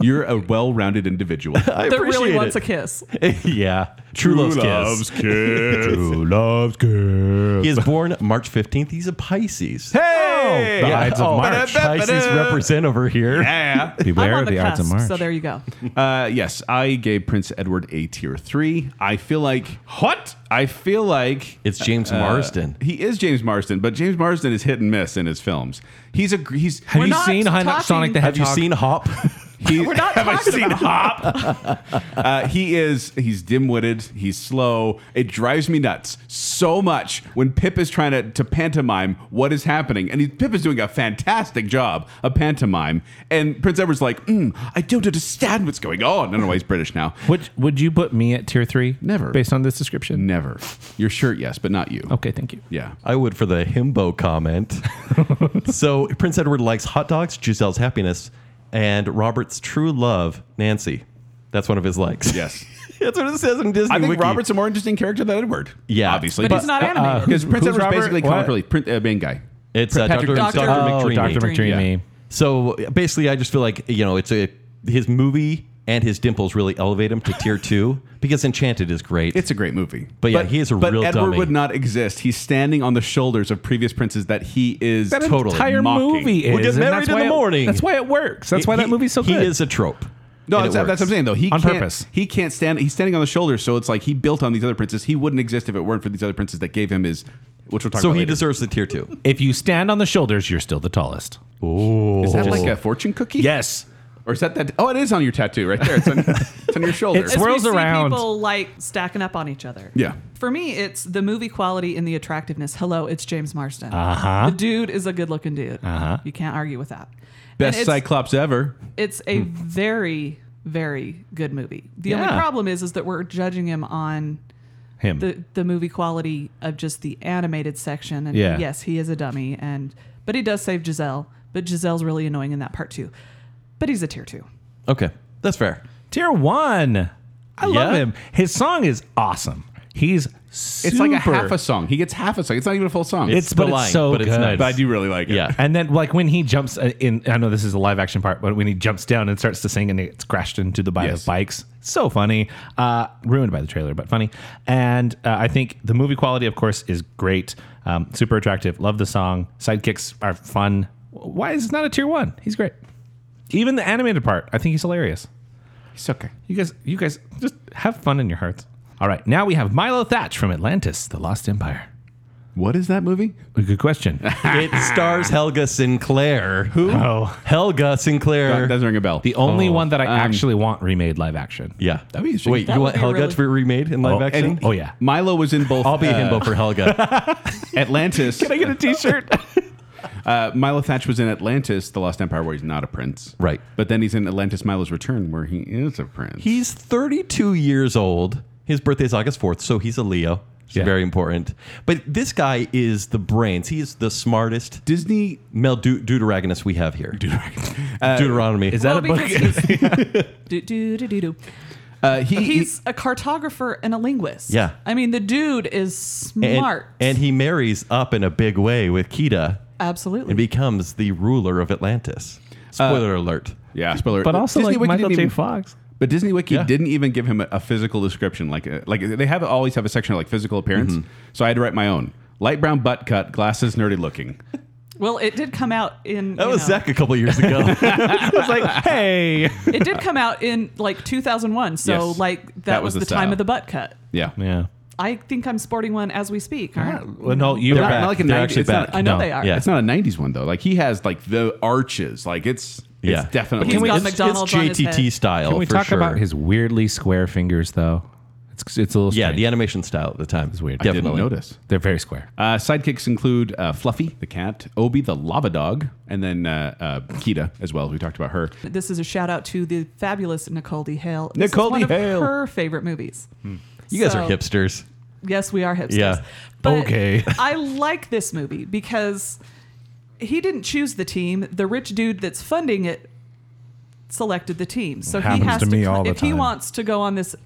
Speaker 3: You're a well-rounded individual.
Speaker 2: I
Speaker 5: That
Speaker 2: appreciate
Speaker 5: really wants
Speaker 2: it.
Speaker 5: a kiss.
Speaker 2: yeah. True, love's, kiss.
Speaker 4: True Love's Curse.
Speaker 2: He is born March 15th. He's a Pisces.
Speaker 3: Hey!
Speaker 4: The Ides of
Speaker 2: Oh,
Speaker 4: March.
Speaker 2: Pisces represent over here.
Speaker 3: Yeah.
Speaker 5: I'm
Speaker 4: Beware
Speaker 5: on
Speaker 4: of
Speaker 5: the,
Speaker 4: the Ides
Speaker 5: cusp,
Speaker 4: of March.
Speaker 5: so there you go.
Speaker 3: Uh, yes, I gave Prince Edward a tier three. I feel like what? I feel like
Speaker 2: It's James
Speaker 3: uh,
Speaker 2: Marsden.
Speaker 3: He is James Marsden, but James Marsden is hit and miss in his films. He's a gr- he's.
Speaker 4: Have
Speaker 5: We're
Speaker 4: you
Speaker 5: not
Speaker 4: seen
Speaker 5: talking-
Speaker 4: Sonic the
Speaker 2: Have you
Speaker 4: Hedgehog?
Speaker 2: seen Hop?
Speaker 3: he-
Speaker 5: We're not
Speaker 3: have I
Speaker 5: talking
Speaker 3: seen Hop? uh, he is. He's dim-witted. He's slow. It drives me nuts so much when Pip is trying to, to pantomime what is happening, and he, Pip is doing a fantastic job of pantomime, and Prince Edward's like, mm, I don't understand what's going on. I don't know why he's British now.
Speaker 4: Would would you put me at tier three?
Speaker 3: Never.
Speaker 4: Based on this description.
Speaker 3: Never. Your shirt, yes, but not you.
Speaker 4: Okay, thank you.
Speaker 3: Yeah.
Speaker 2: I would for the himbo comment. so Prince Edward likes hot dogs, Giselle's happiness, and Robert's true love, Nancy. That's one of his likes.
Speaker 3: Yes.
Speaker 2: That's what it says in Disney.
Speaker 3: I think
Speaker 2: Wiki.
Speaker 3: Robert's a more interesting character than Edward.
Speaker 2: Yeah.
Speaker 3: Obviously.
Speaker 5: But, he's not animated.
Speaker 3: Because Prince
Speaker 4: Who's
Speaker 3: Edward's
Speaker 4: Robert?
Speaker 3: basically
Speaker 4: What?
Speaker 3: comic relief, print, uh, main guy.
Speaker 2: It's uh, Dr.
Speaker 3: Patrick
Speaker 2: Dr.
Speaker 5: Dr.
Speaker 4: Oh,
Speaker 2: McDreamy.
Speaker 4: Dr.
Speaker 5: McDreamy.
Speaker 4: McDreamy.
Speaker 2: So basically, I just feel like you know, it's a his movie and his dimples really elevate him to tier two because Enchanted is great.
Speaker 3: It's a great movie.
Speaker 2: But yeah, he is a
Speaker 3: but
Speaker 2: real
Speaker 3: Edward
Speaker 2: dummy.
Speaker 3: would not exist. He's standing on the shoulders of previous princes that he is
Speaker 4: That
Speaker 2: Totally.
Speaker 4: entire
Speaker 3: mocking.
Speaker 4: movie is.
Speaker 2: We'll get
Speaker 4: and
Speaker 2: married
Speaker 4: that's
Speaker 2: in
Speaker 4: why
Speaker 2: the
Speaker 4: it-
Speaker 2: morning.
Speaker 4: That's why it works. That's why that
Speaker 2: He-
Speaker 4: movie's so
Speaker 2: he
Speaker 4: good.
Speaker 2: is a trope.
Speaker 3: No,
Speaker 2: and
Speaker 3: that's,
Speaker 2: it
Speaker 3: that's what I'm
Speaker 2: works.
Speaker 3: saying though. He
Speaker 4: On
Speaker 3: can't,
Speaker 4: purpose.
Speaker 3: He can't stand. He's standing on the shoulders, so it's like he built on these other princes. He wouldn't exist if it weren't for these other princes that gave him his. Which we'll talk
Speaker 2: So
Speaker 3: about.
Speaker 2: he
Speaker 3: later.
Speaker 2: deserves the tier two.
Speaker 4: if you stand on the shoulders, you're still the tallest.
Speaker 3: Is that like a fortune cookie?
Speaker 4: Yes.
Speaker 3: Or is that that? Oh, it is on your tattoo right there. It's on, it's on your shoulder.
Speaker 4: It's
Speaker 5: As we
Speaker 4: swirls
Speaker 5: see
Speaker 4: around.
Speaker 5: People like stacking up on each other.
Speaker 3: Yeah.
Speaker 5: For me, it's the movie quality and the attractiveness. Hello, it's James Marsden. Uh huh. The dude is a good-looking dude. Uh huh. You can't argue with that.
Speaker 3: Best
Speaker 5: and it's,
Speaker 3: Cyclops ever.
Speaker 5: it's a very, very good movie. The only
Speaker 4: Yeah.
Speaker 5: problem is, is that we're judging him on
Speaker 4: Him.
Speaker 5: the the movie quality of just the animated section. And
Speaker 4: Yeah.
Speaker 5: yes, he is a dummy, and but he does save Giselle. But Giselle's really annoying in that part too. But he's a tier two.
Speaker 2: Okay, that's fair.
Speaker 4: Tier one. I
Speaker 2: Yeah?
Speaker 4: love him. His song is awesome. He's super.
Speaker 3: It's like a half a song. He gets half a song. It's not even a full song.
Speaker 4: It's, but
Speaker 2: the
Speaker 4: it's
Speaker 2: line,
Speaker 4: so
Speaker 2: but
Speaker 4: good.
Speaker 2: it's nice.
Speaker 3: but I do really like it.
Speaker 2: Yeah.
Speaker 4: And then, like when he jumps uh, in, I know this is a live action part, but when he jumps down and starts to sing and it's crashed into the body
Speaker 3: Yes.
Speaker 4: of bikes, so funny. Uh, ruined by the trailer, but funny. And uh, I think the movie quality, of course, is great. Um, super attractive. Love the song. Sidekicks are fun. Why is this not a tier one? He's great. Even the animated part, I think he's hilarious.
Speaker 3: It's okay.
Speaker 4: You guys, you guys, just have fun in your hearts. All right, now we have Milo Thatch from Atlantis: The Lost Empire.
Speaker 3: What is that movie?
Speaker 4: A good question.
Speaker 2: It stars Helga Sinclair. Who?
Speaker 4: Oh.
Speaker 2: Helga Sinclair.
Speaker 3: That Uh, doesn't ring a bell.
Speaker 4: the only
Speaker 2: Oh,
Speaker 4: one that I
Speaker 3: um,
Speaker 4: actually want remade live action.
Speaker 2: yeah.
Speaker 3: That'd be interesting.
Speaker 2: Wait,
Speaker 5: That
Speaker 2: you
Speaker 5: would
Speaker 2: want
Speaker 5: be
Speaker 2: Helga
Speaker 5: really-
Speaker 2: to be remade in live
Speaker 4: Oh,
Speaker 2: action?
Speaker 4: oh yeah.
Speaker 3: Milo was in both. uh,
Speaker 2: I'll be a
Speaker 5: Uh,
Speaker 2: himbo for Helga.
Speaker 3: Atlantis.
Speaker 4: I get a T-shirt?
Speaker 3: Uh, Milo Thatch was in Atlantis, The Lost Empire, where he's not a prince.
Speaker 2: Right.
Speaker 3: But then he's in Atlantis, Milo's Return, where he is a prince.
Speaker 2: he's 32 years old. His birthday is August 4th, so he's a Leo. It's
Speaker 4: Yeah.
Speaker 2: very important. But this guy is the brains. He is the smartest
Speaker 3: Disney.
Speaker 2: male de- deuteragonist we have here. Uh, Deuteronomy.
Speaker 4: Is that
Speaker 5: Well,
Speaker 4: a book?
Speaker 5: because he's- do, do, do, do, do.
Speaker 3: Uh, he,
Speaker 5: He's a cartographer and a linguist.
Speaker 2: Yeah.
Speaker 5: I mean, the dude is
Speaker 2: and,
Speaker 5: smart.
Speaker 2: and he marries up in a big way with Kida
Speaker 5: absolutely.
Speaker 2: and becomes the ruler of Atlantis.
Speaker 4: Uh,
Speaker 2: Spoiler alert.
Speaker 3: he- yeah, spoiler.
Speaker 4: But also
Speaker 3: Disney
Speaker 4: like
Speaker 3: Wiki
Speaker 4: Michael
Speaker 3: didn't
Speaker 4: J.
Speaker 3: even-
Speaker 4: Fox.
Speaker 3: But Disney Wiki
Speaker 2: Yeah.
Speaker 3: didn't even give him a, a physical description. Like, uh, like they have always have a section of like physical appearance.
Speaker 4: Mm-hmm.
Speaker 3: So I had to write my own. Light brown butt cut, glasses, nerdy looking.
Speaker 5: well, it did come out in.
Speaker 2: That
Speaker 5: you
Speaker 2: was
Speaker 5: know,
Speaker 2: Zach a couple years ago.
Speaker 4: I was like, hey.
Speaker 5: It did come out in like 2001. So,
Speaker 3: Yes.
Speaker 5: like, that, was, the,
Speaker 3: style.
Speaker 5: time of the butt cut.
Speaker 3: Yeah.
Speaker 4: Yeah.
Speaker 5: I think I'm sporting one as we speak. aren't I?
Speaker 4: Well, no, you
Speaker 2: They're
Speaker 4: were-
Speaker 2: back.
Speaker 3: not like a
Speaker 2: They're
Speaker 3: 90
Speaker 2: actually
Speaker 3: it's not-
Speaker 2: back.
Speaker 5: I know
Speaker 4: No,
Speaker 5: they are.
Speaker 2: yeah.
Speaker 3: It's not a 90s one, though. Like he has like the arches. Like it's,
Speaker 2: yeah,
Speaker 3: it's definitely.
Speaker 5: But he's
Speaker 2: Can we-
Speaker 5: got
Speaker 2: it's,
Speaker 5: McDonald's on
Speaker 2: it's
Speaker 5: his
Speaker 2: JTT
Speaker 5: head.
Speaker 2: style.
Speaker 4: Can we
Speaker 2: Oh, for
Speaker 4: talk
Speaker 2: sure.
Speaker 4: about his weirdly square fingers, though? It's it's a little
Speaker 2: Yeah,
Speaker 4: strange.
Speaker 2: the animation style at the time is
Speaker 4: weird.
Speaker 3: I
Speaker 2: Definitely.
Speaker 3: didn't notice.
Speaker 4: They're very square.
Speaker 3: Uh, sidekicks include uh, Fluffy the cat, Obi the lava dog, and then uh, uh, Kita as well. We talked about her.
Speaker 5: This is a shout out to the fabulous Nicole D. Hale. This
Speaker 3: Nicole
Speaker 5: is one
Speaker 3: D.
Speaker 5: of
Speaker 3: Hale.
Speaker 5: her favorite movies.
Speaker 2: Hmm. You guys are
Speaker 5: So-
Speaker 2: hipsters.
Speaker 5: Yes, we are hipsters.
Speaker 2: Yeah.
Speaker 5: But
Speaker 4: Okay.
Speaker 5: I like this movie because he didn't choose the team. The rich dude that's funding it selected the team. So he
Speaker 4: happens
Speaker 5: has
Speaker 4: to
Speaker 5: to,
Speaker 4: me
Speaker 5: tr-
Speaker 4: all the
Speaker 5: if he
Speaker 4: time.
Speaker 5: wants to go on this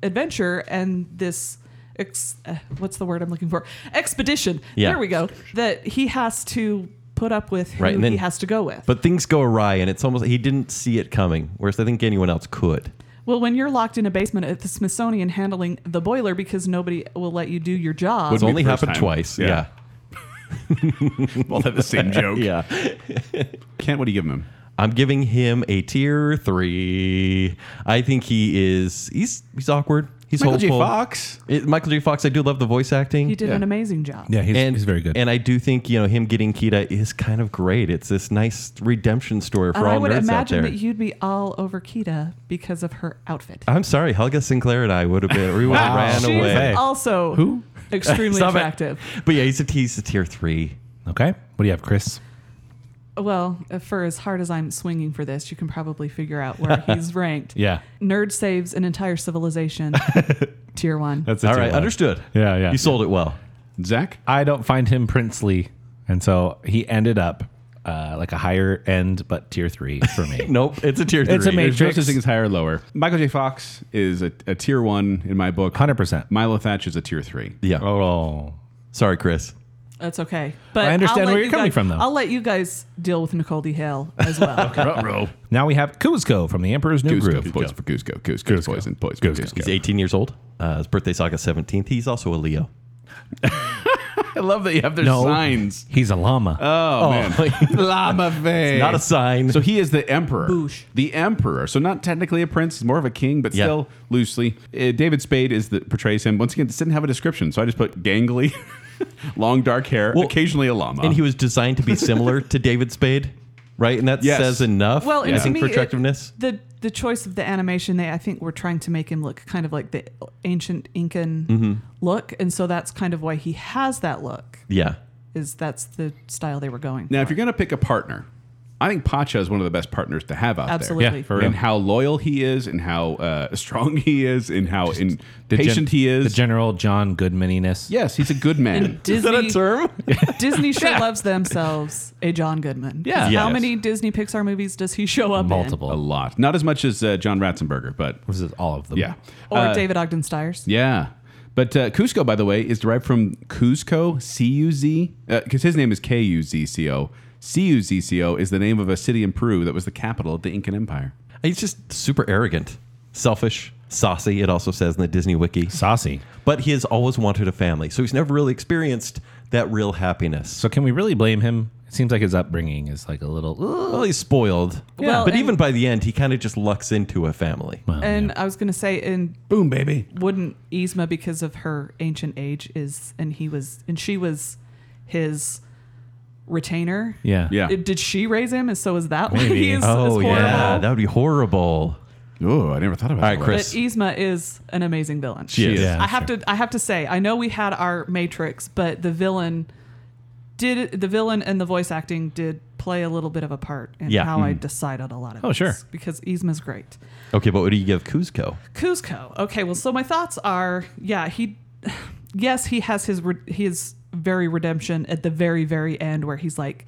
Speaker 5: adventure and this ex- uh, what's the word I'm looking for? Expedition.
Speaker 2: Yeah.
Speaker 5: There we go. That he has to put up with who
Speaker 2: Right, and then-
Speaker 5: he has to go with.
Speaker 2: But things go awry, and it's almost he didn't see it coming. Whereas I think anyone else could.
Speaker 5: Well, when you're locked in a basement at the Smithsonian handling the boiler because nobody will let you do your job,
Speaker 2: It's
Speaker 3: be
Speaker 2: only
Speaker 3: the first
Speaker 2: happened
Speaker 3: time.
Speaker 2: twice.
Speaker 3: Yeah.
Speaker 2: Yeah.
Speaker 3: All have the same joke.
Speaker 2: yeah,
Speaker 3: Kent, what do you give him?
Speaker 2: I'm giving him a tier three. I think he is. He's he's awkward. He's
Speaker 3: Michael J.
Speaker 2: hopeful.
Speaker 3: Fox.
Speaker 2: It- Michael J. Fox. I do love the voice acting.
Speaker 5: he did
Speaker 3: Yeah.
Speaker 5: an amazing job.
Speaker 4: Yeah, he's,
Speaker 2: and
Speaker 4: he's very good.
Speaker 2: And I do think you know him getting Kita is kind of great. It's this nice redemption story for
Speaker 5: And
Speaker 2: all
Speaker 5: I would
Speaker 2: nerds out
Speaker 5: imagine
Speaker 2: there.
Speaker 5: that you'd be all over Kita because of her outfit.
Speaker 2: I'm sorry, Helga Sinclair and I would have been. We would have ran
Speaker 5: She's
Speaker 2: away.
Speaker 5: also Who? extremely
Speaker 2: Stop it.
Speaker 5: attractive.
Speaker 2: But yeah, he's a, he's a tier three.
Speaker 4: okay. What do you have, Chris?
Speaker 5: Well, uh, for as hard as I'm swinging for this, you can probably figure out where he's ranked.
Speaker 4: Yeah.
Speaker 5: Nerd saves an entire civilization. Tier one.
Speaker 4: That's
Speaker 2: All right, understood.
Speaker 4: Yeah, yeah.
Speaker 2: You sold it well.
Speaker 3: Zach?
Speaker 4: I don't find him princely, and so he ended up uh, like a higher end, but tier three for me.
Speaker 2: Nope, it's a tier three.
Speaker 4: It's a
Speaker 3: There's no
Speaker 4: matrix.
Speaker 3: such thing as higher or lower. Michael J. Fox is a, a tier one in my book.
Speaker 4: 100%.
Speaker 3: Milo Thatch is a tier three.
Speaker 2: Yeah.
Speaker 4: Oh,
Speaker 2: Sorry, Chris.
Speaker 5: That's okay. But
Speaker 4: I understand
Speaker 5: I'll let
Speaker 4: where you're
Speaker 5: you
Speaker 4: coming
Speaker 5: guys-
Speaker 4: from, though.
Speaker 5: I'll let you guys deal with Nicole D. Hale as well.
Speaker 4: now we have Kuzco from the Emperor's New
Speaker 3: Goose go,
Speaker 4: Groove.
Speaker 3: poison for goose go, goose go, poison, poison,
Speaker 4: Goose
Speaker 3: goose,
Speaker 4: go.
Speaker 2: He's 18 years old. Uh, his birthday's August 17th. He's also a Leo.
Speaker 3: I love that you have their
Speaker 4: No.
Speaker 3: signs.
Speaker 4: He's a llama.
Speaker 3: Oh, man. Llama face.
Speaker 2: Not a sign.
Speaker 3: So he is the emperor.
Speaker 5: Boosh.
Speaker 3: The emperor. So not technically a prince, he's more of a king, but
Speaker 2: Yeah.
Speaker 3: still loosely. Uh, David Spade is the portrays him. Once again, this didn't have a description, so I just put gangly, long dark hair,
Speaker 2: Well,
Speaker 3: occasionally a llama.
Speaker 2: and he was designed to be similar to David Spade, right? And that
Speaker 3: Yes.
Speaker 2: says enough.
Speaker 5: Well, and
Speaker 2: I
Speaker 5: to
Speaker 2: think
Speaker 5: me,
Speaker 2: for
Speaker 5: it-
Speaker 2: attractiveness.
Speaker 5: the the choice of the animation, they I think were trying to make him look kind of like the ancient Incan look, and so that's kind of why he has that look.
Speaker 2: yeah.
Speaker 5: Is that's the style they were going?
Speaker 3: now, if
Speaker 5: for.
Speaker 3: you're going to pick a partner, I think Pacha is one of the best partners to have out there.
Speaker 5: absolutely,
Speaker 4: Yeah, for-
Speaker 3: And how loyal he is, and how uh, strong he is, and how in,
Speaker 4: The gen-
Speaker 3: patient he is.
Speaker 4: The general John Goodmaniness.
Speaker 3: yes, he's a good man.
Speaker 5: Disney,
Speaker 2: term?
Speaker 5: Disney sure loves themselves a John Goodman.
Speaker 4: Yeah.
Speaker 5: How
Speaker 2: Yes.
Speaker 5: many Disney Pixar movies does he show up
Speaker 4: Multiple.
Speaker 3: a lot. Not as much as uh, John Ratzenberger, but
Speaker 4: This is all of them.
Speaker 3: yeah. Uh,
Speaker 5: in? Or David Ogden Stiers?
Speaker 3: Yeah. But uh, Cusco, by the way, is derived from Cuzco, C U Z, because his name is K U Z C O. C U Z C O is the name of a city in Peru that was the capital of the Incan Empire.
Speaker 2: He's just super arrogant, selfish, saucy, it also says in the Disney Wiki.
Speaker 4: Saucy.
Speaker 2: But he has always wanted a family. So he's never really experienced that real happiness.
Speaker 4: So can we really blame him? It's seems like his upbringing is like a little.
Speaker 2: Well, he's spoiled.
Speaker 5: Well,
Speaker 2: but
Speaker 5: and-
Speaker 2: even by the end, he kind of just lucks into a family.
Speaker 5: and I was gonna say, and
Speaker 3: Boom, baby.
Speaker 5: wouldn't Yzma, because of her ancient age, is and he was and she was his retainer.
Speaker 4: Yeah.
Speaker 3: Yeah.
Speaker 5: Did did she raise him? And so is that why
Speaker 4: Maybe.
Speaker 5: he's
Speaker 2: oh,
Speaker 5: is
Speaker 2: yeah.
Speaker 5: horrible?
Speaker 2: That would be horrible.
Speaker 3: Oh, I never thought about
Speaker 2: All right,
Speaker 3: that.
Speaker 5: But
Speaker 2: Chris.
Speaker 5: Yzma is an amazing villain.
Speaker 2: She is.
Speaker 4: Yeah,
Speaker 5: I have to I have to say, I know we had our Matrix, but the villain did the villain and the voice acting did play a little bit of a part in
Speaker 2: Yeah.
Speaker 5: how I decided a lot of
Speaker 4: Oh,
Speaker 5: this,
Speaker 4: sure.
Speaker 5: because Yzma's great.
Speaker 2: Okay, but what do you give Kuzco?
Speaker 5: Kuzco. Okay, well, so my thoughts are, yeah, he, yes, he has his re- his very redemption at the very very end where he's like,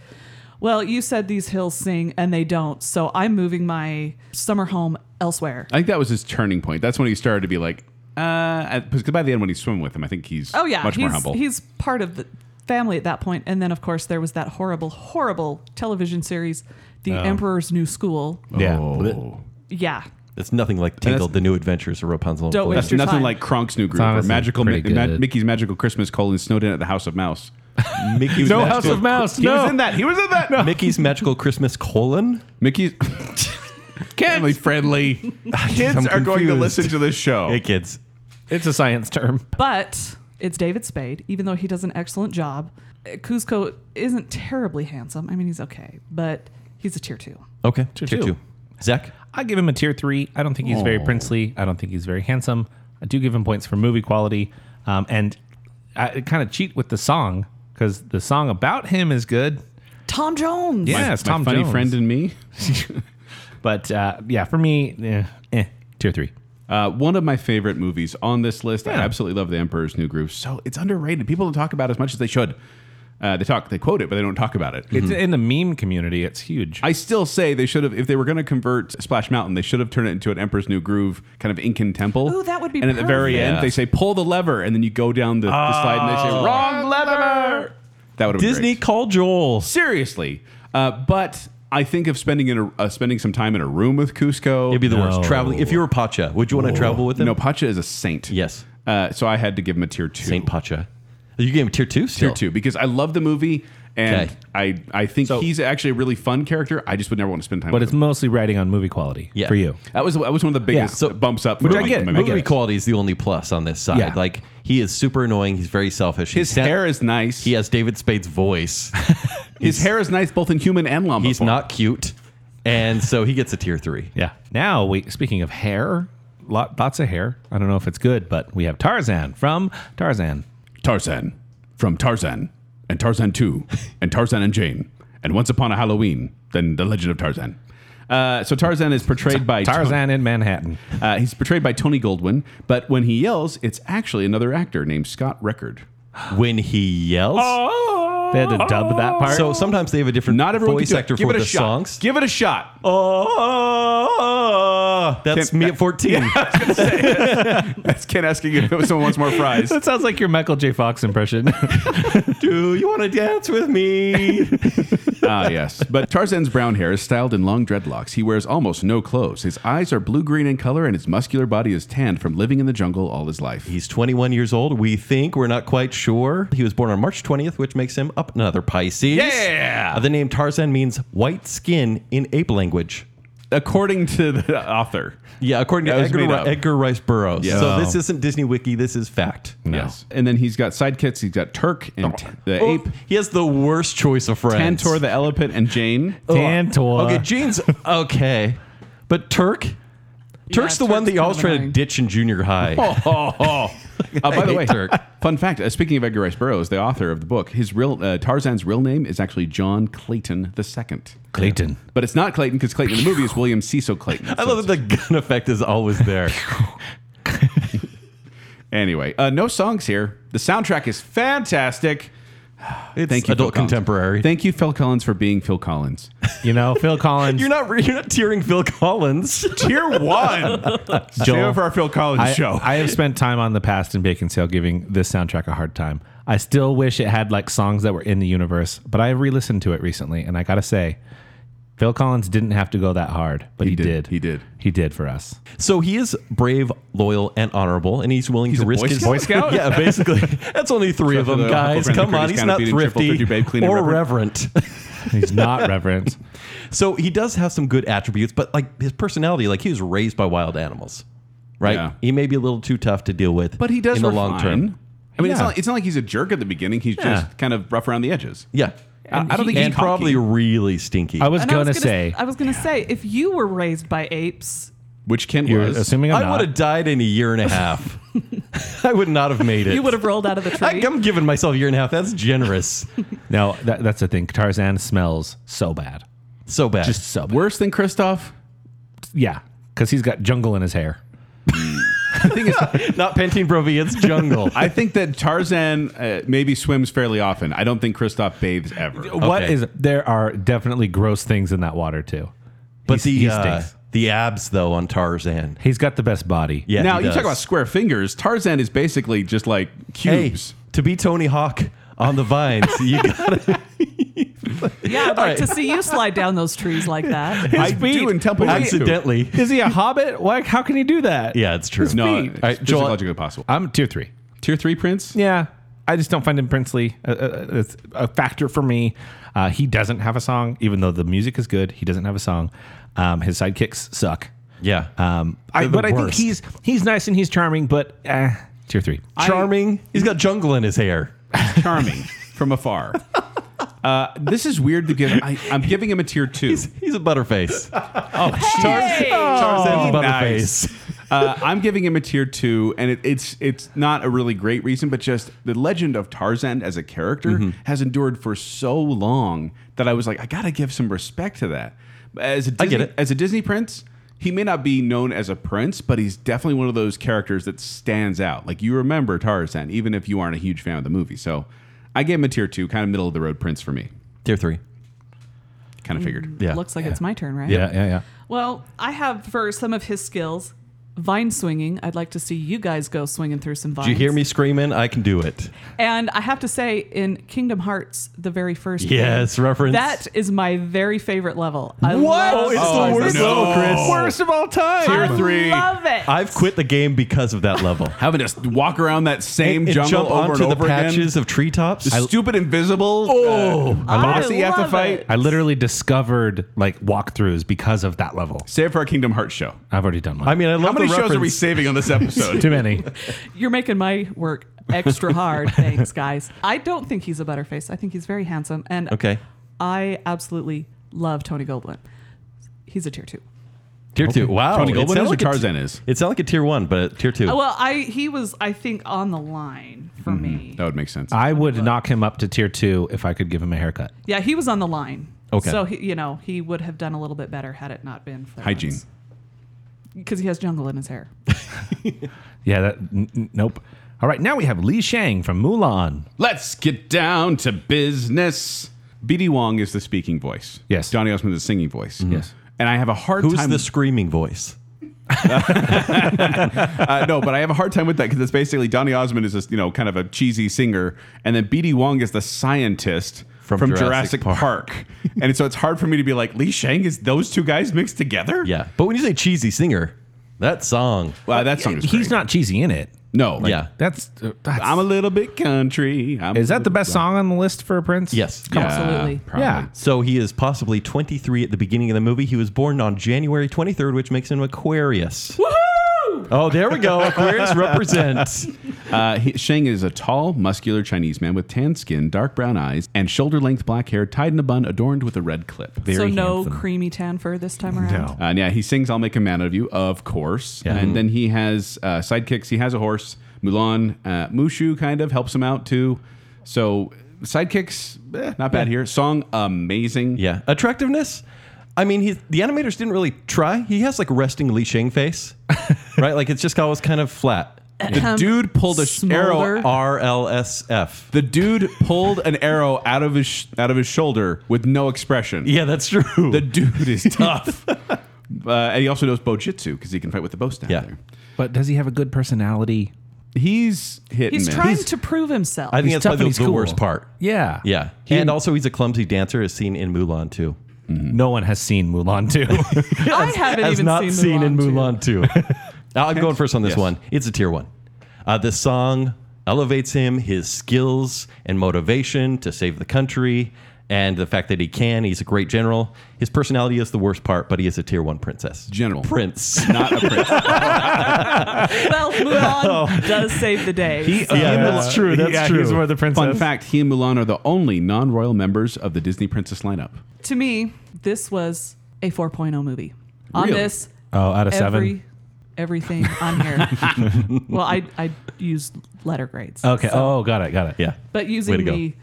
Speaker 5: well, you said these hills sing and they don't, so I'm moving my summer home elsewhere.
Speaker 3: I think that was his turning point. That's when he started to be like, uh, because by the end when he's swimming with him, I think he's
Speaker 5: Oh yeah,
Speaker 3: much
Speaker 5: he's,
Speaker 3: more humble.
Speaker 5: He's part of the family at that point, and then of course there was that horrible, horrible television series, The Emperor's New School.
Speaker 4: Yeah.
Speaker 3: Oh.
Speaker 5: Yeah,
Speaker 2: It's nothing like Tangled, The New Adventures of Rapunzel. and
Speaker 5: Don't
Speaker 2: Felicia.
Speaker 5: waste
Speaker 3: That's
Speaker 5: your
Speaker 3: nothing
Speaker 5: time.
Speaker 3: like Kronk's New Groove or
Speaker 4: honestly
Speaker 3: Magical Mi-
Speaker 4: pretty
Speaker 3: Ma-
Speaker 4: good.
Speaker 3: Mickey's Magical Christmas colon Snowden at the House of Mouse.
Speaker 2: Mickey's
Speaker 4: No
Speaker 2: Magical-
Speaker 4: House of Mouse.
Speaker 3: He was
Speaker 4: No.
Speaker 3: in that. He was in that.
Speaker 2: Mickey's Magical Christmas colon.
Speaker 3: Mickey's family friendly. Kids
Speaker 2: I'm
Speaker 3: are going to
Speaker 2: confused.
Speaker 3: listen to this show.
Speaker 2: Hey, kids.
Speaker 4: It's a science term.
Speaker 5: but it's David Spade, even though he does an excellent job. Uh, Kuzco isn't terribly handsome. I mean, he's okay, but he's a tier two.
Speaker 2: Okay, tier,
Speaker 4: two.
Speaker 2: two. Zach?
Speaker 4: I give him a tier three. I don't think he's very princely. I don't think he's very handsome. I do give him points for movie quality, um, and I kind of cheat with the song because the song about him is good.
Speaker 5: Tom Jones.
Speaker 4: Yeah.
Speaker 3: My-
Speaker 4: it's
Speaker 3: my
Speaker 4: Tom
Speaker 3: funny
Speaker 4: Jones.
Speaker 3: friend and me.
Speaker 4: But uh, yeah, for me, eh, eh, tier three.
Speaker 3: Uh, one of my favorite movies on this list. I
Speaker 4: Yeah.
Speaker 3: absolutely love The Emperor's New Groove. So it's underrated. People don't talk about it as much as they should. Uh, they talk, they quote it, but they don't talk about it.
Speaker 2: Mm-hmm.
Speaker 4: It's in the meme community. It's huge.
Speaker 3: I still say they should have, if they were going to convert Splash Mountain, they should have turned it into an Emperor's New Groove kind of Incan temple.
Speaker 5: Ooh, that would be
Speaker 3: And at the very
Speaker 2: perfect.
Speaker 3: end, they say, pull the lever. And then you go down the, the slide and they say, Oh. wrong lever. That would have been
Speaker 2: Disney,
Speaker 3: great.
Speaker 2: call Joel.
Speaker 3: Seriously. Uh, but I think of spending in a, uh, spending some time in a room with Cusco.
Speaker 2: It'd be the worst.
Speaker 4: No.
Speaker 2: Traveling. If you were Pacha, would you want to travel with him?
Speaker 3: No, Pacha is a saint.
Speaker 2: Yes.
Speaker 3: Uh, so I had to give him a tier two.
Speaker 2: Saint Pacha. You gave him tier two.
Speaker 3: tier
Speaker 2: Still?
Speaker 3: two because I love the movie and
Speaker 2: Okay.
Speaker 3: I I think
Speaker 2: So-
Speaker 3: he's actually a really fun character. I just would never want to spend time.
Speaker 4: but
Speaker 3: with
Speaker 4: it's
Speaker 3: him.
Speaker 4: mostly writing on movie quality
Speaker 2: Yeah.
Speaker 4: for you.
Speaker 3: that was that was one of the biggest
Speaker 2: So-
Speaker 3: bumps up.
Speaker 4: Which I
Speaker 3: me.
Speaker 4: get,
Speaker 3: My
Speaker 4: I
Speaker 3: movie.
Speaker 2: Movie
Speaker 4: it.
Speaker 2: quality is the only plus on this side.
Speaker 4: Yeah.
Speaker 2: Like he is super annoying. He's very selfish.
Speaker 3: His
Speaker 2: He's sad-
Speaker 3: hair is nice.
Speaker 2: He has David Spade's voice.
Speaker 3: His hair is nice, both in human and llama.
Speaker 2: He's
Speaker 3: form.
Speaker 2: not cute, and so he gets a tier three.
Speaker 4: Yeah. Now we speaking of hair, lot, lots of hair. I don't know if it's good, but we have Tarzan from Tarzan.
Speaker 3: Tarzan from Tarzan and Tarzan Two and Tarzan and Jane and Once Upon a Halloween. Then the Legend of Tarzan. Uh, so Tarzan is portrayed by
Speaker 4: Tarzan in Manhattan.
Speaker 3: Uh, he's portrayed by Tony Goldwyn, but when he yells, it's actually another actor named Scott Record.
Speaker 2: When he yells,
Speaker 4: Oh, They had to dub that part.
Speaker 2: so sometimes they have a different
Speaker 3: Not everyone
Speaker 2: voice
Speaker 3: can do it.
Speaker 2: actor
Speaker 3: Give
Speaker 2: for
Speaker 3: it a
Speaker 2: the
Speaker 3: shot.
Speaker 2: songs.
Speaker 3: Give it a shot.
Speaker 2: Oh, that's
Speaker 3: Can't-
Speaker 2: me at fourteen.
Speaker 3: That's Ken asking if someone wants more fries.
Speaker 4: that sounds like your Michael J. Fox impression.
Speaker 2: Do you want to dance with me?
Speaker 3: ah, yes. But Tarzan's brown hair is styled in long dreadlocks. He wears almost no clothes. His eyes are blue green in color, and his muscular body is tanned from living in the jungle all his life.
Speaker 2: He's 21 years old. We think we're not quite sure. He was born on March 20th, which makes him up another Pisces.
Speaker 3: Yeah!
Speaker 2: Uh, The name Tarzan means white skin in ape language.
Speaker 3: According to the author.
Speaker 2: Yeah, according to
Speaker 3: That was
Speaker 2: Edgar,
Speaker 3: made
Speaker 2: Ri-
Speaker 3: up.
Speaker 2: Edgar Rice Burroughs.
Speaker 3: Yeah.
Speaker 2: So
Speaker 3: Oh.
Speaker 2: this isn't Disney Wiki. This is fact.
Speaker 3: Yes. And then he's got sidekicks. He's got Turk and t- the
Speaker 2: Oh,
Speaker 3: ape,
Speaker 2: He has the worst choice of friends.
Speaker 3: Tantor the elephant, and Jane.
Speaker 4: Tantor.
Speaker 2: Oh, Okay, Jean's okay, but Turk. Turk's the one
Speaker 5: Turk's
Speaker 2: that you always
Speaker 5: kind of
Speaker 2: try to
Speaker 5: annoying.
Speaker 2: ditch in junior high.
Speaker 3: Oh, oh. Uh, by the
Speaker 2: hate
Speaker 3: way,
Speaker 2: Turk.
Speaker 3: fun fact: uh, speaking of Edgar Rice Burroughs, the author of the book, his real uh, Tarzan's real name is actually John Clayton II.
Speaker 4: Clayton.
Speaker 3: But it's not Clayton because Clayton in the movie is William Cecil Clayton.
Speaker 2: I
Speaker 3: So
Speaker 2: love
Speaker 3: it's-
Speaker 2: that the gun effect is always there.
Speaker 3: Anyway, uh, no songs here. The soundtrack is fantastic.
Speaker 2: It's
Speaker 3: Thank you,
Speaker 2: adult
Speaker 3: Phil Collins.
Speaker 2: contemporary.
Speaker 3: Thank you, Phil Collins, for being Phil Collins.
Speaker 4: You know, Phil Collins.
Speaker 2: you're not re- you're not tearing Phil Collins.
Speaker 3: Tier one. Stay
Speaker 4: Joel,
Speaker 3: over our Phil Collins
Speaker 4: I,
Speaker 3: show.
Speaker 4: I have spent time on the past in Bacon Sale giving this soundtrack a hard time. I still wish it had like songs that were in the universe, but I re-listened to it recently, and I gotta say, Phil Collins didn't have to go that hard, but
Speaker 3: He
Speaker 4: he,
Speaker 3: did.
Speaker 4: did.
Speaker 3: He did.
Speaker 4: He did for us.
Speaker 2: So he is brave, loyal, and honorable, and he's willing
Speaker 3: He's
Speaker 2: to
Speaker 3: a
Speaker 2: risk
Speaker 3: Boy
Speaker 2: his
Speaker 3: Scout? Boy Scout?
Speaker 2: yeah, basically, that's only three of
Speaker 3: Except for
Speaker 2: them,
Speaker 3: the Uncle
Speaker 2: guys.
Speaker 3: Frank
Speaker 2: Come
Speaker 3: Curtis
Speaker 2: on, he's
Speaker 3: kind of
Speaker 2: not
Speaker 3: beating Triple
Speaker 2: thrifty
Speaker 3: Fifty Babe, clean and
Speaker 2: or reverent.
Speaker 4: He's not reverent.
Speaker 2: So he does have some good attributes, but like his personality, like he was raised by wild animals, right?
Speaker 3: Yeah.
Speaker 2: He may be a little too tough to deal with,
Speaker 3: But he does
Speaker 2: in the long
Speaker 3: refine.
Speaker 2: term.
Speaker 3: I mean, it's,
Speaker 2: Yeah.
Speaker 3: not, it's not like he's a jerk at the beginning. He's
Speaker 2: Yeah.
Speaker 3: just kind of rough around the edges.
Speaker 2: Yeah,
Speaker 3: I- I don't think he's
Speaker 2: and probably
Speaker 3: cocky.
Speaker 2: really stinky.
Speaker 4: I was
Speaker 5: And
Speaker 4: gonna,
Speaker 5: I was
Speaker 4: say
Speaker 5: I was gonna say, if you were raised by apes,
Speaker 3: Which Kent
Speaker 4: you're
Speaker 3: was.
Speaker 4: assuming I'm
Speaker 2: I
Speaker 4: not.
Speaker 2: would have died in a year and a half. I would not have made it.
Speaker 5: you would have rolled out of the
Speaker 2: I,
Speaker 5: tree.
Speaker 2: I'm giving myself a year and a half. That's generous.
Speaker 4: No, that, that's the thing. Tarzan smells so bad,
Speaker 2: So bad.
Speaker 4: just so bad.
Speaker 3: worse than Kristoff.
Speaker 4: Yeah, because he's got jungle in his hair.
Speaker 3: The thing is,
Speaker 2: not Pantene Brovi, it's jungle.
Speaker 3: I think that Tarzan uh, maybe swims fairly often. I don't think Kristoff bathes ever.
Speaker 4: What
Speaker 2: Okay.
Speaker 4: is? There are definitely gross things in that water too.
Speaker 2: but the
Speaker 4: He- he
Speaker 2: uh,
Speaker 4: stinks.
Speaker 2: the abs though on Tarzan.
Speaker 4: He's got the best body.
Speaker 2: Yeah.
Speaker 3: now
Speaker 2: he
Speaker 3: you
Speaker 2: does.
Speaker 3: talk about square fingers. Tarzan is basically just like
Speaker 2: hey,
Speaker 3: cubes.
Speaker 2: to be Tony Hawk on the vines, you gotta
Speaker 5: yeah, I'd like to see you slide down those trees like that.
Speaker 3: I do in Temple Run, too.
Speaker 2: accidentally.
Speaker 4: Is he a hobbit? Like, how can he do that?
Speaker 2: Yeah, it's true.
Speaker 3: No,
Speaker 4: feet.
Speaker 3: it's
Speaker 2: All right, Joel-
Speaker 3: physiologically possible.
Speaker 4: I'm tier three.
Speaker 3: Tier three prince.
Speaker 4: Yeah, I just don't find him princely. Uh, uh, It's a factor for me. Uh, he doesn't have a song, even though the music is good. He doesn't have a song. Um, his sidekicks suck.
Speaker 2: Yeah. Uh,
Speaker 4: Um, I,
Speaker 2: They're the
Speaker 4: but I think
Speaker 2: worst.
Speaker 4: he's he's nice and he's charming, but eh, tier three.
Speaker 2: Charming. He's got jungle in his hair.
Speaker 3: charming from afar. Uh, this is weird to give. I, I'm giving him a tier two.
Speaker 2: He's a butterface.
Speaker 5: Hey!
Speaker 2: Tarzan's
Speaker 3: nice.
Speaker 2: butterface.
Speaker 3: Uh, I'm giving him a tier two, and it, it's it's not a really great reason, but just the legend of Tarzan as a character
Speaker 2: Mm-hmm.
Speaker 3: has endured for so long that I was like, I gotta give some respect to that. As a Disney,
Speaker 2: get it.
Speaker 3: as a Disney prince, he may not be known as a prince, but he's definitely one of those characters that stands out. Like you remember Tarzan, even if you aren't a huge fan of the movie. So I gave him a tier two, kind of middle of the road prince for me.
Speaker 2: Tier three.
Speaker 3: Kind of figured.
Speaker 2: Mm. Yeah.
Speaker 5: Looks like it's my turn, right?
Speaker 4: yeah, yeah.
Speaker 5: Well, I have for some of his skills, vine swinging. I'd like to see you guys go swinging through some vines.
Speaker 2: Do you hear me screaming? I can do it.
Speaker 5: And I have to say, in Kingdom Hearts, the very first
Speaker 2: Yes,
Speaker 5: game,
Speaker 2: reference.
Speaker 5: that is my very favorite level. I Love
Speaker 2: it's
Speaker 4: Oh,
Speaker 5: Tarzan.
Speaker 2: the worst
Speaker 3: no.
Speaker 2: level, Chris.
Speaker 4: Worst of all time.
Speaker 5: I
Speaker 3: Tier three.
Speaker 5: Love it.
Speaker 2: I've quit the game because of that level.
Speaker 3: Having to s- walk around that same
Speaker 2: And
Speaker 3: jungle
Speaker 2: jump
Speaker 3: over
Speaker 2: onto
Speaker 3: and
Speaker 2: the
Speaker 3: over
Speaker 2: patches
Speaker 3: again.
Speaker 2: of treetops.
Speaker 3: The stupid invisible oh,
Speaker 5: I
Speaker 3: boss that you have to
Speaker 5: love
Speaker 3: fight.
Speaker 5: it.
Speaker 4: I literally discovered like walkthroughs because of that level.
Speaker 3: Save for our Kingdom Hearts show.
Speaker 4: I've already done one.
Speaker 2: I mean, I love
Speaker 3: How many
Speaker 2: the
Speaker 3: shows
Speaker 2: reference.
Speaker 3: are we saving on this episode?
Speaker 4: too many.
Speaker 5: You're making my work extra hard. Thanks, guys. I don't think he's a butterface. I think he's very handsome. And
Speaker 2: Okay.
Speaker 5: I absolutely love Tony Goldwyn. He's a tier two.
Speaker 2: Tier two. Wow.
Speaker 3: Tony
Speaker 2: It
Speaker 3: Goldwyn
Speaker 2: sounds
Speaker 3: is or
Speaker 2: like a t-
Speaker 3: Tarzan is?
Speaker 2: It sounds like a tier one, but tier two.
Speaker 5: Uh, Well, I he was I think on the line for me.
Speaker 3: That would make sense.
Speaker 4: I would knock him up to tier two if I could give him a haircut.
Speaker 5: Yeah, he was on the line.
Speaker 2: Okay.
Speaker 5: So he, you know he would have done a little bit better had it not been for
Speaker 3: Hygiene.
Speaker 5: because he has jungle in his hair.
Speaker 4: Yeah, that n- n- nope. All right, now we have Li Shang from Mulan.
Speaker 3: Let's get down to business. BD Wong is the speaking voice.
Speaker 4: Yes.
Speaker 3: Donny Osmond is the singing voice.
Speaker 4: Yes.
Speaker 3: And I have a hard
Speaker 2: Who's
Speaker 3: time.
Speaker 2: the screaming voice?
Speaker 3: uh, no, but I have a hard time with that because it's basically Donny Osmond is this, you know, kind of a cheesy singer, and then BD Wong is the scientist
Speaker 2: From
Speaker 3: from,
Speaker 2: Jurassic
Speaker 3: Jurassic, Park. and so it's hard for me to be like, Lee Shang is those two guys mixed together?
Speaker 2: Yeah. But when you say cheesy singer, that song.
Speaker 3: Wow, that song is
Speaker 4: He's
Speaker 3: great.
Speaker 4: not cheesy in it.
Speaker 3: No. like,
Speaker 2: yeah.
Speaker 4: That's, uh, that's
Speaker 3: I'm a little bit country. I'm
Speaker 4: is
Speaker 3: a
Speaker 4: that the
Speaker 3: little-
Speaker 4: best song on the list for Prince?
Speaker 2: Yes.
Speaker 3: Yeah,
Speaker 5: Absolutely.
Speaker 3: probably.
Speaker 4: Yeah.
Speaker 2: So he is possibly 23 at the beginning of the movie. He was born on January 23rd, which makes him Aquarius.
Speaker 5: Woohoo!
Speaker 2: Oh, there we go. Aquarius represents.
Speaker 3: Uh, he, Shang is a tall, muscular Chinese man with tan skin, dark brown eyes, and shoulder length black hair tied in a bun adorned with a red clip.
Speaker 5: so
Speaker 4: Very
Speaker 5: no
Speaker 4: handsome.
Speaker 5: creamy tan fur this time around.
Speaker 4: No.
Speaker 3: Uh, and yeah, he sings I'll Make a Man Out of You, of course. And then he has uh, sidekicks. He has a horse. Mulan, uh, Mushu kind of helps him out too. So sidekicks, eh, not bad here. Song, amazing.
Speaker 2: Yeah. Attractiveness. I mean, he, the animators didn't really try. He has like resting Li Shang face, right? Like it's just always kind of flat.
Speaker 3: The dude pulled a sh- arrow.
Speaker 5: Smolder.
Speaker 2: R L S F.
Speaker 3: The dude pulled an arrow out of his sh- out of his shoulder with no expression.
Speaker 2: Yeah, that's true.
Speaker 3: The dude is tough. uh, and he also knows bojitsu because he can fight with the bow staff
Speaker 2: Yeah.
Speaker 3: there.
Speaker 4: But does he have a good personality?
Speaker 3: He's hit
Speaker 5: He's
Speaker 3: and miss.
Speaker 5: trying to prove himself.
Speaker 2: I think
Speaker 4: He's
Speaker 2: that's
Speaker 4: tough
Speaker 2: probably
Speaker 4: and
Speaker 2: the,
Speaker 4: he's
Speaker 2: the
Speaker 4: cool.
Speaker 2: worst part.
Speaker 4: Yeah.
Speaker 2: Yeah.
Speaker 4: He-
Speaker 2: and also, he's a clumsy dancer, as seen in Mulan too.
Speaker 4: No one has seen Mulan 2.
Speaker 5: I haven't
Speaker 2: As
Speaker 5: even
Speaker 2: not
Speaker 5: seen,
Speaker 2: seen in
Speaker 5: Mulan two.
Speaker 2: Mulan too. I'm going first on this
Speaker 3: Yes.
Speaker 2: one. It's a tier one. Uh, the song elevates him, his skills and motivation to save the country, and the fact that he can, he's a great general. His personality is the worst part, but he is a tier one princess.
Speaker 3: General.
Speaker 2: Prince.
Speaker 3: Not a prince.
Speaker 5: well, Mulan does save the day. so-
Speaker 4: that's true. That's true. He's where the princess.
Speaker 3: Fun fact he and Mulan are the only non royal members of the Disney princess lineup.
Speaker 5: to me, this was a 4.0 movie. On
Speaker 3: Really?
Speaker 5: this,
Speaker 4: Oh, out of
Speaker 5: every
Speaker 4: seven.
Speaker 5: everything on here. well, I I use letter grades.
Speaker 4: Okay.
Speaker 5: so-
Speaker 4: oh, got it. Got it.
Speaker 2: yeah.
Speaker 5: but
Speaker 2: Way to
Speaker 5: using
Speaker 2: go.
Speaker 5: the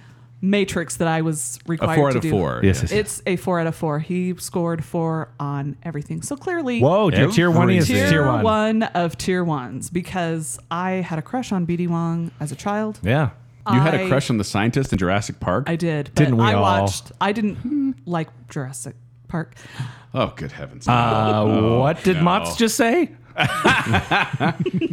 Speaker 5: matrix that I was required
Speaker 3: A four out
Speaker 5: to
Speaker 3: of
Speaker 5: do.
Speaker 3: four.
Speaker 4: Yes. yes, yes.
Speaker 5: It's a four out of four. He scored four on everything. So clearly,
Speaker 4: Whoa. Tier, tier one is
Speaker 5: tier,
Speaker 4: tier, one.
Speaker 5: one of tier ones because I had a crush on BD Wong as a child.
Speaker 4: Yeah.
Speaker 3: You had a
Speaker 5: I-
Speaker 3: crush on the scientist in Jurassic Park?
Speaker 5: I did. But
Speaker 4: Didn't we
Speaker 5: I
Speaker 4: all?
Speaker 5: watched. I didn't like Jurassic Park.
Speaker 3: oh, good heavens.
Speaker 4: Uh, what did
Speaker 3: no.
Speaker 4: Mott's just say?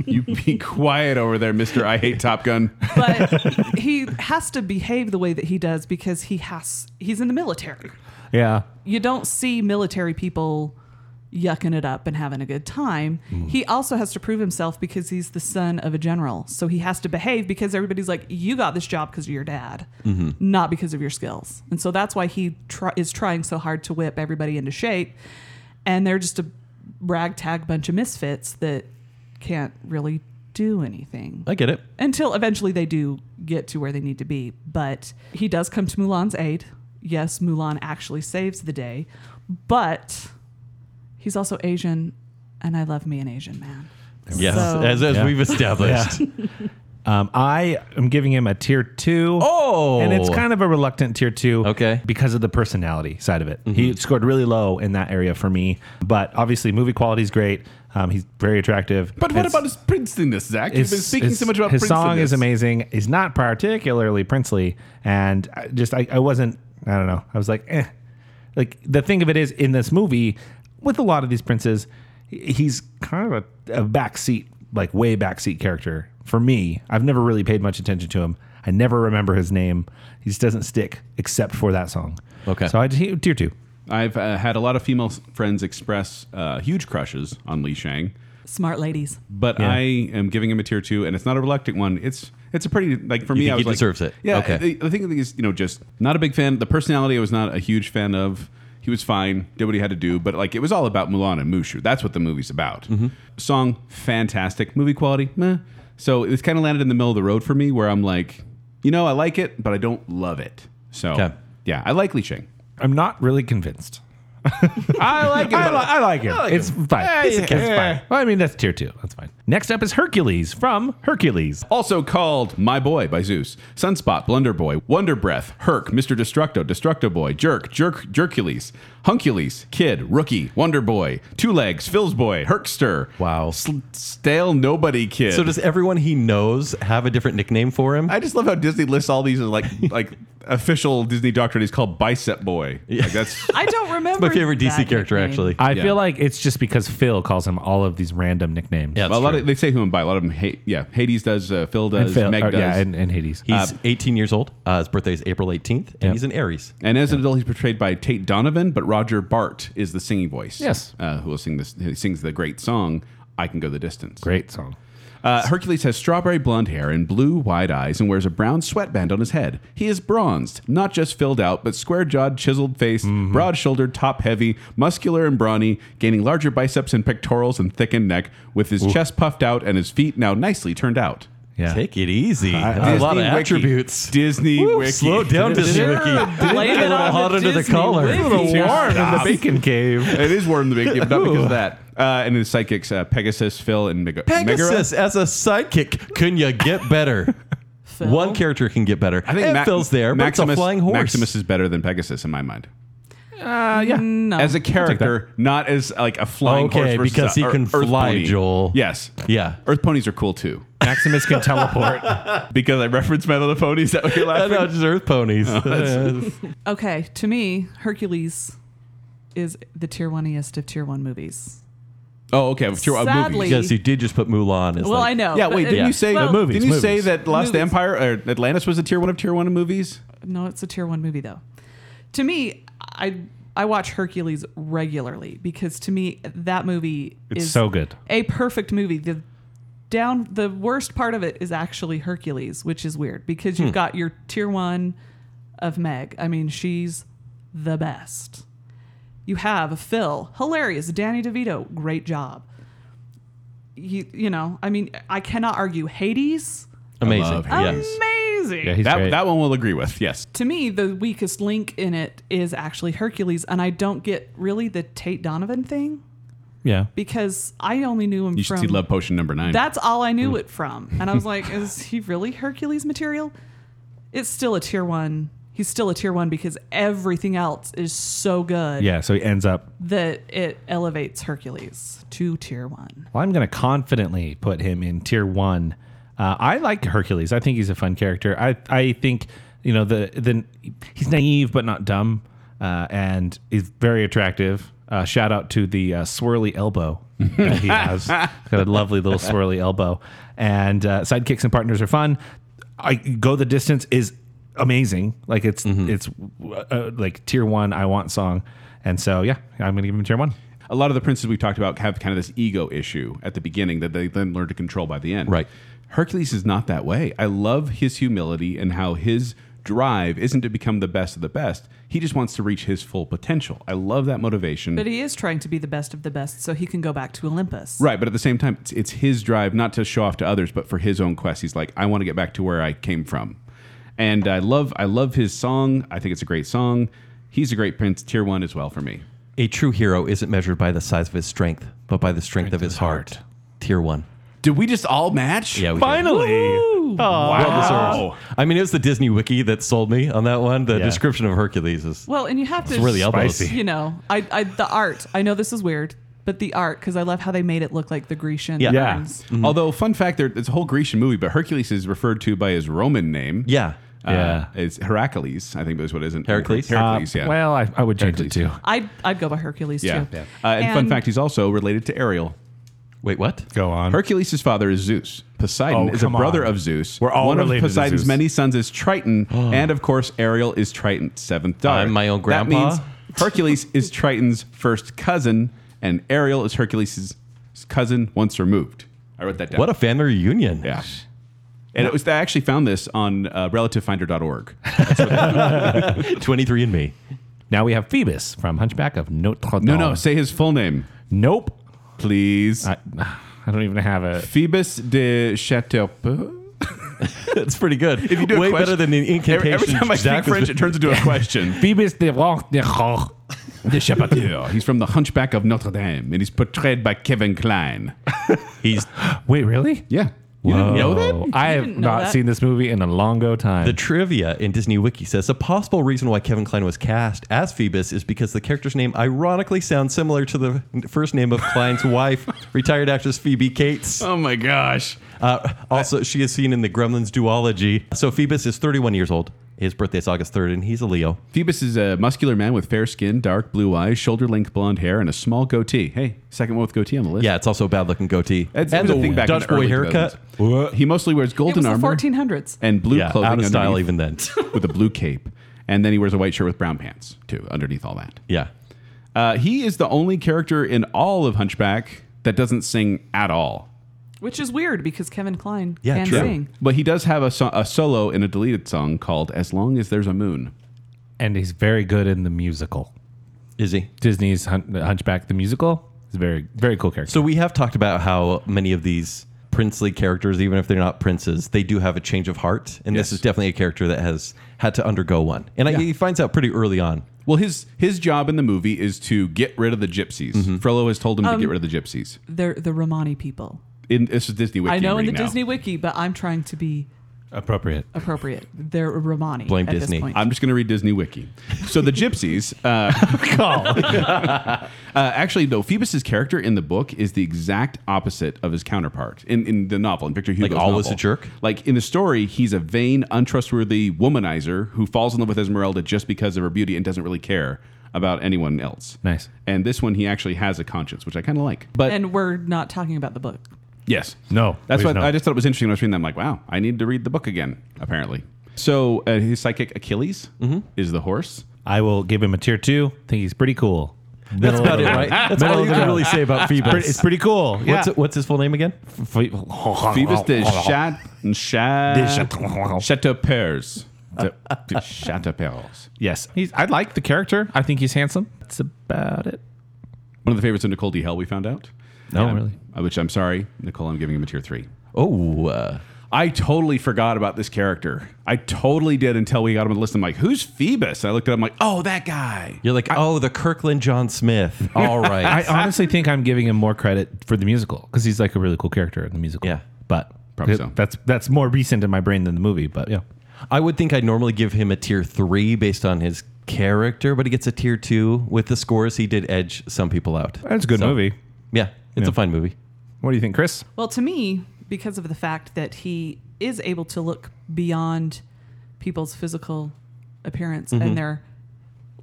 Speaker 3: you be quiet over there, Mr. I Hate Top Gun.
Speaker 5: But he has to behave the way that he does because he has. He's in the military.
Speaker 4: Yeah.
Speaker 5: you don't see military people yucking it up and having a good time. He also has to prove himself because he's the son of a general. So he has to behave because everybody's like, you got this job because of your dad, not because of your skills. And so that's why he try- is trying so hard to whip everybody into shape. And they're just a ragtag bunch of misfits that can't really do anything
Speaker 2: I get it.
Speaker 5: until eventually they do get to where they need to be. But he does come to Mulan's aid. Yes, Mulan actually saves the day, but he's also Asian, and I love me an Asian man.
Speaker 2: Yes.
Speaker 5: So-
Speaker 2: as as
Speaker 4: Yeah.
Speaker 2: we've established.
Speaker 4: Um, I am giving him a tier two.
Speaker 2: Oh.
Speaker 4: And it's kind of a reluctant tier two.
Speaker 2: Okay. Mm-hmm.
Speaker 4: Because of the personality side of it. He scored really low in that area for me. But obviously, movie quality is great. Um, he's very attractive.
Speaker 3: But what
Speaker 4: It's-
Speaker 3: about his princess, Zach? You've been
Speaker 4: it's-
Speaker 3: speaking
Speaker 4: it's-
Speaker 3: so much about
Speaker 4: his
Speaker 3: princess.
Speaker 4: song is amazing. He's not particularly princely, and I just I, I wasn't. I don't know. I was like, eh. Like the thing of it is, in this movie, with a lot of these princes, he- he's kind of a, a backseat, like way backseat character for me. I've never really paid much attention to him. I never remember his name. He just doesn't stick, except for that song.
Speaker 2: Okay.
Speaker 4: So I just he- tier two.
Speaker 3: I've uh, had a lot of female s- friends express uh, huge crushes on Li Shang.
Speaker 5: Smart ladies.
Speaker 3: but
Speaker 4: Yeah.
Speaker 3: I am giving him a tier two, and it's not a reluctant one. It's it's a pretty like for me.
Speaker 2: think
Speaker 3: I
Speaker 2: he
Speaker 3: was like-
Speaker 2: deserves it?
Speaker 3: Yeah.
Speaker 2: Okay.
Speaker 3: The, the thing the thing is, you know, just not a big fan. The personality, I was not a huge fan of. He was fine, did what he had to do, but like it was all about Mulan and Mushu. That's what the movie's about.
Speaker 2: Mm-hmm.
Speaker 3: Song, fantastic. Movie quality, meh. So it's kind of landed in the middle of the road for me, where I'm like, you know, I like it, but I don't love it. So
Speaker 2: Okay.
Speaker 3: yeah, I like Li Ching.
Speaker 4: I'm not really convinced.
Speaker 3: I like it.
Speaker 4: I, li- I like him.
Speaker 3: like
Speaker 4: it's fine.
Speaker 3: Yeah,
Speaker 4: it's,
Speaker 3: yeah,
Speaker 4: okay. It's
Speaker 3: yeah.
Speaker 4: fine. Well, I mean, that's tier two. That's fine. Next up is Hercules from Hercules.
Speaker 3: Also called My Boy by Zeus, Sunspot, Blunder Boy, Wonder Breath, Herc, Mr. Destructo, Destructo Boy, Jerk, Jerk, Jercules, Huncules, Kid, Rookie, Wonder Boy, Two Legs, Phil's Boy, Herkster.
Speaker 2: Wow.
Speaker 3: Sl- stale Nobody Kid.
Speaker 2: So does everyone he knows have a different nickname for him?
Speaker 3: I just love how Disney lists all these as like like official Disney doctrine. He's called Bicep Boy. Yeah, like that's
Speaker 5: I don't remember.
Speaker 2: my favorite DC
Speaker 5: that
Speaker 2: character,
Speaker 5: nickname.
Speaker 2: actually.
Speaker 4: I
Speaker 3: Yeah.
Speaker 4: feel like it's just because Phil calls him all of these random nicknames.
Speaker 2: Yeah,
Speaker 3: a lot
Speaker 2: true.
Speaker 3: of they say who him by a lot of them. Hate, yeah, Hades does, uh, Phil
Speaker 4: and
Speaker 3: does,
Speaker 4: Phil,
Speaker 3: Meg
Speaker 4: or,
Speaker 3: does.
Speaker 4: yeah, and,
Speaker 3: and,
Speaker 4: and Hades. Ah,
Speaker 2: He's 18 years old. Uh, his birthday is April 18th, and
Speaker 4: Yep.
Speaker 2: he's an Aries.
Speaker 3: as an adult, he's portrayed by Tate Donovan, but Roger Bart is the singing voice.
Speaker 4: Yes.
Speaker 3: uh, who will sing this? Who sings the great song "I Can Go the Distance."
Speaker 4: Great song.
Speaker 3: Uh, Hercules has strawberry blonde hair and blue, wide eyes, and wears a brown sweatband on his head. He is bronzed, not just filled out, but square jawed, chiseled face,
Speaker 2: Mm-hmm.
Speaker 3: broad shouldered, top heavy, muscular and brawny, gaining larger biceps and pectorals and thickened neck, with his chest puffed out and his feet now nicely turned out.
Speaker 4: Yeah.
Speaker 2: Take it easy. a
Speaker 3: Disney
Speaker 2: lot of
Speaker 3: Wiki.
Speaker 2: attributes.
Speaker 3: Disney Wiki.
Speaker 2: Slow down, Disney Wiki.
Speaker 5: Blame it on the Disney Wiki.
Speaker 4: warm in the bacon cave.
Speaker 3: It is warm in the big but not because of that. Uh, and his psychics, uh, Pegasus, Phil, and Meg- Megara.
Speaker 2: Pegasus as a sidekick. Couldn't you get better?
Speaker 5: Phil.
Speaker 2: One character can get better. I think and
Speaker 3: Ma-
Speaker 2: Phil's there, but it's a flying horse.
Speaker 3: Maximus is better than Pegasus in my mind.
Speaker 5: Uh, No.
Speaker 3: Oh. as a character, not as like a flying
Speaker 2: Okay,
Speaker 3: horse. versus
Speaker 2: because
Speaker 3: a
Speaker 2: he
Speaker 3: ear-
Speaker 2: can
Speaker 3: earth
Speaker 2: fly,
Speaker 3: pony.
Speaker 2: Joel.
Speaker 3: Yes,
Speaker 2: Yeah.
Speaker 3: Earth ponies are cool too.
Speaker 4: Maximus can teleport.
Speaker 3: Because I referenced My Little Pony. Is that what you're
Speaker 2: I
Speaker 3: laughing?
Speaker 2: know, just earth ponies.
Speaker 5: okay, to me, Hercules is the tier one E iest of tier one movies.
Speaker 3: oh, okay. With your uh,
Speaker 5: Sadly-
Speaker 3: movies.
Speaker 2: yes, you did just put Mulan as
Speaker 5: Well,
Speaker 2: like-
Speaker 5: I know.
Speaker 3: Yeah,
Speaker 5: but
Speaker 3: wait.
Speaker 5: it-
Speaker 3: Didn't you say
Speaker 5: well,
Speaker 4: movies,
Speaker 3: Didn't you say
Speaker 4: movies.
Speaker 3: that Lost
Speaker 5: Movies.
Speaker 3: Empire or Atlantis was a tier one of tier one of movies?
Speaker 5: No, it's a tier one movie though. To me, I I watch Hercules regularly because to me that movie
Speaker 4: It's
Speaker 5: is
Speaker 4: so good.
Speaker 5: a perfect movie. The down the
Speaker 4: Hmm.
Speaker 5: worst part of it is actually Hercules, which is weird because you've got your tier one of Meg. I mean, she's the best. You have Phil, hilarious. Danny DeVito, great job. You, you know, I mean, I cannot argue Hades,
Speaker 2: Amazing.
Speaker 3: love
Speaker 2: yeah.
Speaker 3: Hades.
Speaker 5: amazing.
Speaker 4: Yeah, he's
Speaker 3: that,
Speaker 4: great.
Speaker 3: that one we'll agree with. Yes.
Speaker 5: to me, the weakest link in it is actually Hercules, and I don't get really the Tate Donovan thing
Speaker 4: yeah.
Speaker 5: because I only knew him
Speaker 3: You should
Speaker 5: from
Speaker 3: see Love Mm. Potion number nine.
Speaker 5: That's all I knew it from. And I was like, is he really Hercules material? It's still a tier one. He's still a tier one because everything else is so good
Speaker 4: Yeah. So he ends up.
Speaker 5: that it elevates Hercules to tier one.
Speaker 4: Well, I'm going to confidently put him in tier one. Uh, I like Hercules. I think he's a fun character. I I think you know the the he's naive but not dumb, uh, and he's very attractive. Uh, shout out to the uh, swirly elbow that he has. He's got a lovely little swirly elbow, and uh, sidekicks and partners are fun. I go the distance is amazing. Like it's it's uh, like tier one. I want song, and so yeah, I'm going to give him tier one.
Speaker 3: a lot of the princes we've talked about have kind of this ego issue at the beginning that they then learn to control by the end.
Speaker 2: Right.
Speaker 3: Hercules is not that way. I love his humility and how his drive isn't to become the best of the best. He just wants to reach his full potential. I love that motivation.
Speaker 5: But he is trying to be the best of the best so he can go back to Olympus.
Speaker 3: right, but at the same time, it's, it's his drive not to show off to others, but for his own quest. He's like, I want to get back to where I came from. And I love I love his song. I think it's a great song. He's a great prince, tier one as well for me.
Speaker 2: A true hero isn't measured by the size of his strength, but by the strength, of his heart. Tier one.
Speaker 3: Did we just all match?
Speaker 2: Yeah, we did.
Speaker 4: Finally.
Speaker 2: Well deserved. I mean, it was the Disney wiki that sold me on that one. The
Speaker 4: Yeah.
Speaker 2: description of Hercules is
Speaker 5: Well, and you have to.
Speaker 2: it's really elbows.
Speaker 4: Spicy.
Speaker 5: You know, I, I the art. I know this is weird, but the art, because I love how they made it look like the Grecian.
Speaker 2: Yeah.
Speaker 4: Yeah.
Speaker 5: arms.
Speaker 3: Mm-hmm. Although, fun fact, there, it's a whole Grecian movie, but Hercules is referred to by his Roman name.
Speaker 2: Yeah.
Speaker 3: Uh,
Speaker 4: Yeah.
Speaker 3: It's Heracles, I think that's what it is. in-
Speaker 2: Heracles?
Speaker 3: Heracles,
Speaker 4: Uh,
Speaker 3: yeah.
Speaker 4: Well, I, I would change
Speaker 3: Hercules.
Speaker 4: it too.
Speaker 5: I'd, I'd go by Hercules
Speaker 3: yeah.
Speaker 5: too.
Speaker 3: Uh, and, fun
Speaker 5: And-
Speaker 3: fact, he's also related to Ariel.
Speaker 2: Wait, what?
Speaker 4: Go on.
Speaker 3: Hercules' father is Zeus. Poseidon
Speaker 4: Oh,
Speaker 3: is a
Speaker 4: come
Speaker 3: brother
Speaker 4: on.
Speaker 3: of Zeus.
Speaker 4: We're all
Speaker 3: One of
Speaker 4: related to
Speaker 3: Poseidon's
Speaker 4: Zeus.
Speaker 3: many sons is Triton. and of course, Ariel is Triton's seventh daughter.
Speaker 2: Oh. I'm my own
Speaker 3: That
Speaker 2: grandpa?
Speaker 3: means Hercules is Triton's first cousin, and Ariel is Hercules' cousin once removed. I wrote that down.
Speaker 2: What a family reunion.
Speaker 3: Yeah. And it was I actually found this on uh, relativefinder.org.
Speaker 2: 23 and me.
Speaker 4: now we have Phoebus from Hunchback of Notre Dame.
Speaker 3: No,
Speaker 2: Oh.
Speaker 3: no, say his full name,
Speaker 4: nope.
Speaker 3: please.
Speaker 4: I, I don't even have it.
Speaker 3: Phoebus de Chateaupeau.
Speaker 2: That's pretty good. If
Speaker 3: you do a
Speaker 2: Way
Speaker 3: question-
Speaker 2: better than the
Speaker 3: Every,
Speaker 2: incantation.
Speaker 3: every time I
Speaker 2: Zach
Speaker 3: speak
Speaker 2: was-
Speaker 3: French, it turns into a question.
Speaker 4: Phoebus de Rock de Roch de Chapateur.
Speaker 3: Yeah, he's from The Hunchback of Notre Dame, and he's portrayed by Kevin Klein.
Speaker 2: he's
Speaker 4: Wait, really?
Speaker 3: Yeah. You didn't know that?
Speaker 4: I have
Speaker 5: didn't know
Speaker 4: not
Speaker 5: that.
Speaker 4: seen this movie in a long go time.
Speaker 2: Oh. The trivia in Disney Wiki says a possible reason why Kevin Klein was cast as Phoebus is because the character's name ironically sounds similar to the first name of Klein's wife, retired actress Phoebe Cates.
Speaker 3: Oh my gosh.
Speaker 2: Uh, also, she is seen in the Gremlins duology. So Phoebus is 31 years old. His birthday is August 3rd, and he's a Leo.
Speaker 3: Phoebus is a muscular man with fair skin, dark blue eyes, shoulder length blonde hair, and a small goatee. Hey, second one with goatee on the list.
Speaker 2: Yeah, it's also a bad looking goatee.
Speaker 3: That's and
Speaker 2: and
Speaker 3: a thing back in
Speaker 2: Dutch boy
Speaker 3: early
Speaker 2: haircut.
Speaker 3: 2000s. He mostly wears
Speaker 5: It was
Speaker 3: golden
Speaker 5: the
Speaker 3: armor
Speaker 5: 1400s.
Speaker 3: and blue
Speaker 2: Yeah,
Speaker 3: clothing
Speaker 2: out of style
Speaker 3: underneath
Speaker 2: even then.
Speaker 3: with a blue cape. And then he wears a white shirt with brown pants, too, underneath all that.
Speaker 2: Yeah.
Speaker 3: Uh, he is the only character in all of Hunchback that doesn't sing at all.
Speaker 5: Which is weird because Kevin Klein
Speaker 2: Yeah,
Speaker 5: can
Speaker 2: true.
Speaker 5: sing.
Speaker 3: But he does have a, so- a solo in a deleted song called As Long as There's a Moon.
Speaker 4: and he's very good in the musical.
Speaker 2: Is he?
Speaker 4: Disney's Hun- uh, Hunchback the musical is very very cool character.
Speaker 2: So we have talked about how many of these princely characters, even if they're not princes, they do have a change of heart, and
Speaker 3: Yes.
Speaker 2: this is definitely a character that has had to undergo one. And I, he finds out pretty early on.
Speaker 3: Well, his his job in the movie is to get rid of the gypsies.
Speaker 2: Mm-hmm.
Speaker 3: Frollo has told him
Speaker 5: Um,
Speaker 3: to get rid of the gypsies.
Speaker 5: They're the Romani people.
Speaker 3: In, this is Disney Wiki.
Speaker 5: I know
Speaker 3: I'm
Speaker 5: in the
Speaker 3: reading now.
Speaker 5: Disney Wiki, but I'm trying to be
Speaker 4: appropriate.
Speaker 5: appropriate. They're Romani.
Speaker 2: Blame
Speaker 5: at
Speaker 2: Disney.
Speaker 5: This point.
Speaker 3: I'm just going to read Disney Wiki. So the gypsies. Uh, uh, actually, no. Phoebus's character in the book is the exact opposite of his counterpart in, in the novel. In Victor Hugo's
Speaker 2: always
Speaker 3: novel.
Speaker 2: a jerk?
Speaker 3: Like in the story, he's a vain, untrustworthy womanizer who falls in love with Esmeralda just because of her beauty and doesn't really care about anyone else.
Speaker 4: Nice.
Speaker 3: And this one, he actually has a conscience, which I kind of like. But
Speaker 5: and we're not talking about the book.
Speaker 3: Yes.
Speaker 4: No,
Speaker 3: That's
Speaker 4: please
Speaker 3: what
Speaker 4: no.
Speaker 3: I just thought it was interesting when I was reading that. I'm like, wow, I need to read the book again, apparently. So uh, his psychic Achilles is the horse.
Speaker 4: I will give him a tier two. Think he's pretty cool.
Speaker 2: That's about it, right? That's all you can really say about
Speaker 4: Pretty-
Speaker 2: Phoebus.
Speaker 4: It's pretty cool. Yeah.
Speaker 2: What's, what's his full name again?
Speaker 4: Phoebus
Speaker 3: Phoebus de Chat and
Speaker 4: De
Speaker 3: Chat
Speaker 4: Chateau-
Speaker 3: Chateau Pers. The- the Chattapels.
Speaker 4: Yes, he's, I like the character. I think he's handsome. That's about it.
Speaker 3: One of the favorites of Nicole D. Hell, we found out.
Speaker 4: No,
Speaker 3: Um,
Speaker 4: really.
Speaker 3: uh, Which I'm sorry, Nicole, I'm giving him a tier three.
Speaker 2: Oh, uh,
Speaker 3: I totally forgot about this character. I totally did until we got him on the list. I'm like, who's Phoebus? I looked at him like, oh, that guy.
Speaker 2: you're like, oh, the Kirkland John Smith. All
Speaker 4: I
Speaker 2: right.
Speaker 4: honestly think I'm giving him more credit for the musical because he's like a really cool character in the musical.
Speaker 2: Yeah.
Speaker 4: but
Speaker 3: Probably so.
Speaker 4: that's that's more recent in my brain than the movie. But yeah,
Speaker 2: I would think I'd normally give him a tier three based on his character, but he gets a tier two with the scores. He did edge some people out.
Speaker 4: that's a good
Speaker 2: So,
Speaker 4: movie.
Speaker 2: Yeah, it's a fine movie.
Speaker 4: What do you think, Chris?
Speaker 5: Well, to me, because of the fact that he is able to look beyond people's physical appearance
Speaker 3: Mm-hmm.
Speaker 5: and their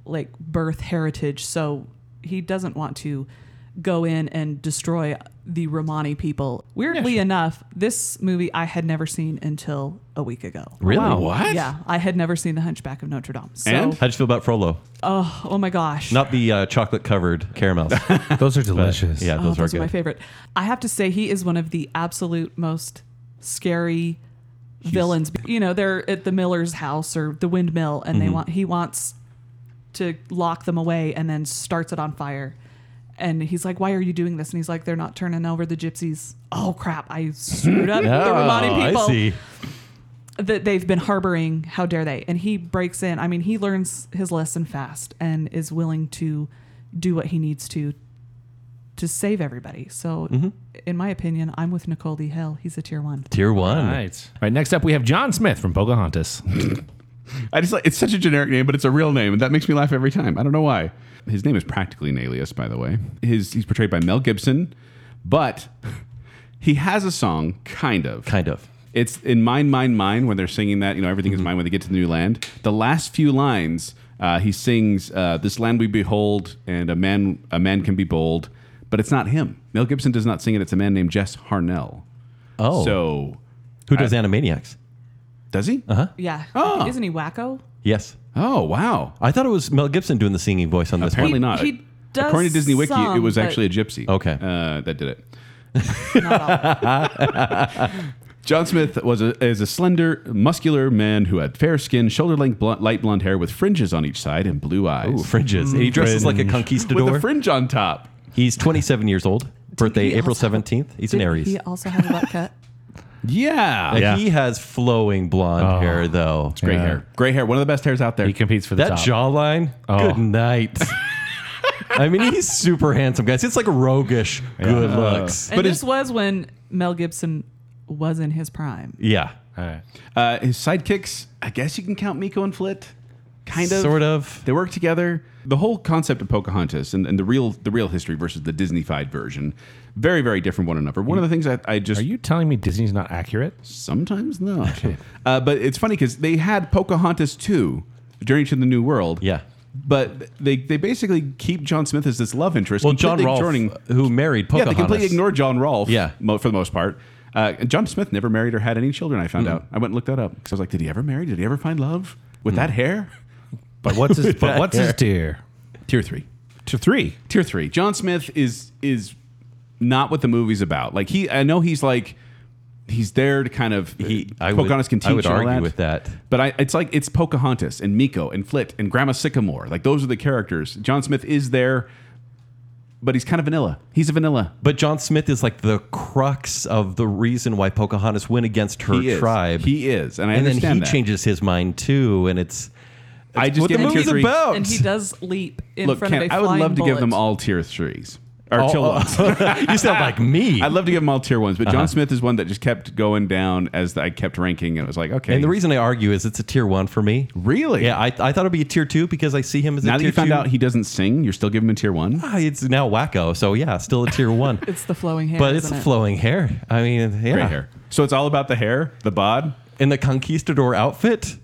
Speaker 5: like birth heritage, so he doesn't want to go in and destroy the Romani people. Weirdly enough, this movie I had never seen until a week ago.
Speaker 2: Really?
Speaker 3: What?
Speaker 5: Yeah, I had never seen The Hunchback of Notre Dame. So,
Speaker 3: And?
Speaker 2: How'd you feel about Frollo?
Speaker 5: oh my gosh.
Speaker 2: Not the uh, chocolate covered caramels.
Speaker 4: Those are delicious.
Speaker 2: yeah,
Speaker 5: Oh,
Speaker 2: those, are
Speaker 5: my
Speaker 2: good.
Speaker 5: favorite. I have to say, he is one of the absolute most scary villains. You know, they're at the Miller's house or the windmill, and
Speaker 2: Mm-hmm.
Speaker 5: they want he wants to lock them away, and then starts it on fire. And he's like, "Why are you doing this?" And he's like, "They're not turning over the gypsies." Oh crap! I screwed up the Romani people
Speaker 2: Oh, I see.
Speaker 5: that they've been harboring. How dare they? And he breaks in. I mean, he learns his lesson fast and is willing to do what he needs to to save everybody. So,
Speaker 3: Mm-hmm.
Speaker 5: in my opinion, I'm with Nicole D. Hill. He's a tier one.
Speaker 2: Tier one.
Speaker 4: All right. All right. Next up, we have John Smith from Pocahontas.
Speaker 3: I just like it's such a generic name, but it's a real name, and that makes me laugh every time. I don't know why. His name is practically an alias, by the way. His he's portrayed by Mel Gibson, but he has a song, kind of.
Speaker 2: Kind of.
Speaker 3: It's in Mine, Mine, Mine when they're singing that, you know, everything is mine when they get to the new land. The last few lines, uh, he sings, uh, This land we behold, and a man a man can be bold, but it's not him. Mel Gibson does not sing it, it's a man named Jess Harnell.
Speaker 2: Oh.
Speaker 3: So
Speaker 2: Who does Animaniacs?
Speaker 3: does he? Uh-huh.
Speaker 5: Yeah.
Speaker 3: Oh.
Speaker 5: Isn't he wacko?
Speaker 2: Yes.
Speaker 3: Oh wow.
Speaker 2: I thought it was Mel Gibson doing the singing voice on this
Speaker 3: Apparently
Speaker 5: He-
Speaker 2: one.
Speaker 3: not.
Speaker 5: he does
Speaker 3: According to Disney Wiki, it
Speaker 5: some,
Speaker 3: was
Speaker 5: but-
Speaker 3: actually a gypsy.
Speaker 2: Okay.
Speaker 3: uh, that did it.
Speaker 5: Not all.
Speaker 3: John Smith was a, is a slender, muscular man who had fair skin, shoulder-length, bl- light blonde hair with fringes on each side and blue eyes.
Speaker 2: Ooh, fringes. And he dresses like a
Speaker 3: with
Speaker 2: conquistador.
Speaker 3: a fringe on top.
Speaker 2: He's 27 years old. Birthday
Speaker 5: he
Speaker 2: April
Speaker 5: also-
Speaker 2: 17th. He's an
Speaker 5: Did
Speaker 2: Aries.
Speaker 5: He also had a butt cut.
Speaker 3: Yeah,
Speaker 2: Uh,
Speaker 4: Yeah.
Speaker 2: He has flowing blonde hair, though.
Speaker 3: great
Speaker 4: Yeah.
Speaker 3: hair. Great hair. One of the best hairs out there.
Speaker 4: He competes for the
Speaker 2: That
Speaker 4: top.
Speaker 2: jawline.
Speaker 4: Oh.
Speaker 2: Good night. I mean, he's super handsome, guys. It's like roguish good
Speaker 3: Uh.
Speaker 2: looks.
Speaker 5: And
Speaker 3: But
Speaker 5: this
Speaker 3: it's-
Speaker 5: was when Mel Gibson was in his prime.
Speaker 2: Yeah.
Speaker 4: All right.
Speaker 3: Uh, his sidekicks, I guess you can count Miko and Flit, kind of,
Speaker 2: Sort of.
Speaker 3: They work together. The whole concept of Pocahontas and, and the real the real history versus the Disneyfied version, very very different one another. One of the things I, I just
Speaker 4: Are you telling me Disney's not accurate?
Speaker 3: Sometimes not. uh, but it's funny because they had Pocahontas 2, Journey to the New World.
Speaker 2: Yeah.
Speaker 3: But they, they basically keep John Smith as this love interest.
Speaker 2: Well, John
Speaker 3: completely
Speaker 2: Rolfe,
Speaker 4: uh,
Speaker 3: ignoring-
Speaker 2: who married
Speaker 3: yeah,
Speaker 2: Pocahontas.
Speaker 3: they completely ignored John Rolfe
Speaker 2: Yeah.
Speaker 3: mo- for the most part. Uh, and John Smith never married or had any children, I found
Speaker 4: Mm.
Speaker 3: out. I went and looked that up. 'Cause I was like, did he ever marry? Did he ever find love? With
Speaker 4: Mm.
Speaker 3: that hair?
Speaker 4: But what's his? but what's his
Speaker 2: hair.
Speaker 4: tier?
Speaker 3: Tier three.
Speaker 4: To three.
Speaker 3: Tier three. John Smith is is not what the movie's about. Like he I know he's like he's there to kind of
Speaker 2: He, I would,
Speaker 3: Pocahontas can teach
Speaker 2: I would
Speaker 3: and all
Speaker 2: argue
Speaker 3: that.
Speaker 2: with that.
Speaker 3: But I, it's like it's Pocahontas and Miko and Flit and Grandma Sycamore. Like those are the characters. John Smith is there, but he's kind of vanilla. He's a vanilla.
Speaker 2: But John Smith is like the crux of the reason why Pocahontas went against her
Speaker 3: he is.
Speaker 2: tribe.
Speaker 3: He is, and I
Speaker 2: and then
Speaker 3: understand
Speaker 2: he
Speaker 3: that.
Speaker 2: changes his mind too, and it's
Speaker 3: I just
Speaker 2: what
Speaker 3: give
Speaker 2: the
Speaker 3: him tier
Speaker 2: movie's
Speaker 3: three.
Speaker 2: about.
Speaker 5: And he does leap in
Speaker 3: Look,
Speaker 5: front
Speaker 3: Ken,
Speaker 5: of a
Speaker 3: I would
Speaker 5: flying
Speaker 3: love to give them
Speaker 5: bullet.
Speaker 3: all tier threes or
Speaker 2: Oh,
Speaker 3: tier
Speaker 2: oh,
Speaker 3: ones.
Speaker 2: you sound like me.
Speaker 3: I'd love to give them all tier ones, but
Speaker 2: Uh-huh.
Speaker 3: John Smith is one that just kept going down as I kept ranking, and it was like, okay,
Speaker 2: and the reason I argue is it's a tier one for me.
Speaker 3: really,
Speaker 2: Yeah, I, I thought it'd be a tier two because I see him as a
Speaker 3: now that
Speaker 2: tier
Speaker 3: you found
Speaker 2: two.
Speaker 3: out he doesn't sing, you're still giving him a tier one.
Speaker 2: Ah, it's now wacko, so yeah, still a tier one.
Speaker 5: It's the flowing hair.
Speaker 2: but it's
Speaker 5: isn't
Speaker 2: the
Speaker 5: it?
Speaker 2: flowing hair. I mean, yeah,
Speaker 3: Great hair. Ah. So it's all about the hair, the bod.
Speaker 2: in the conquistador outfit.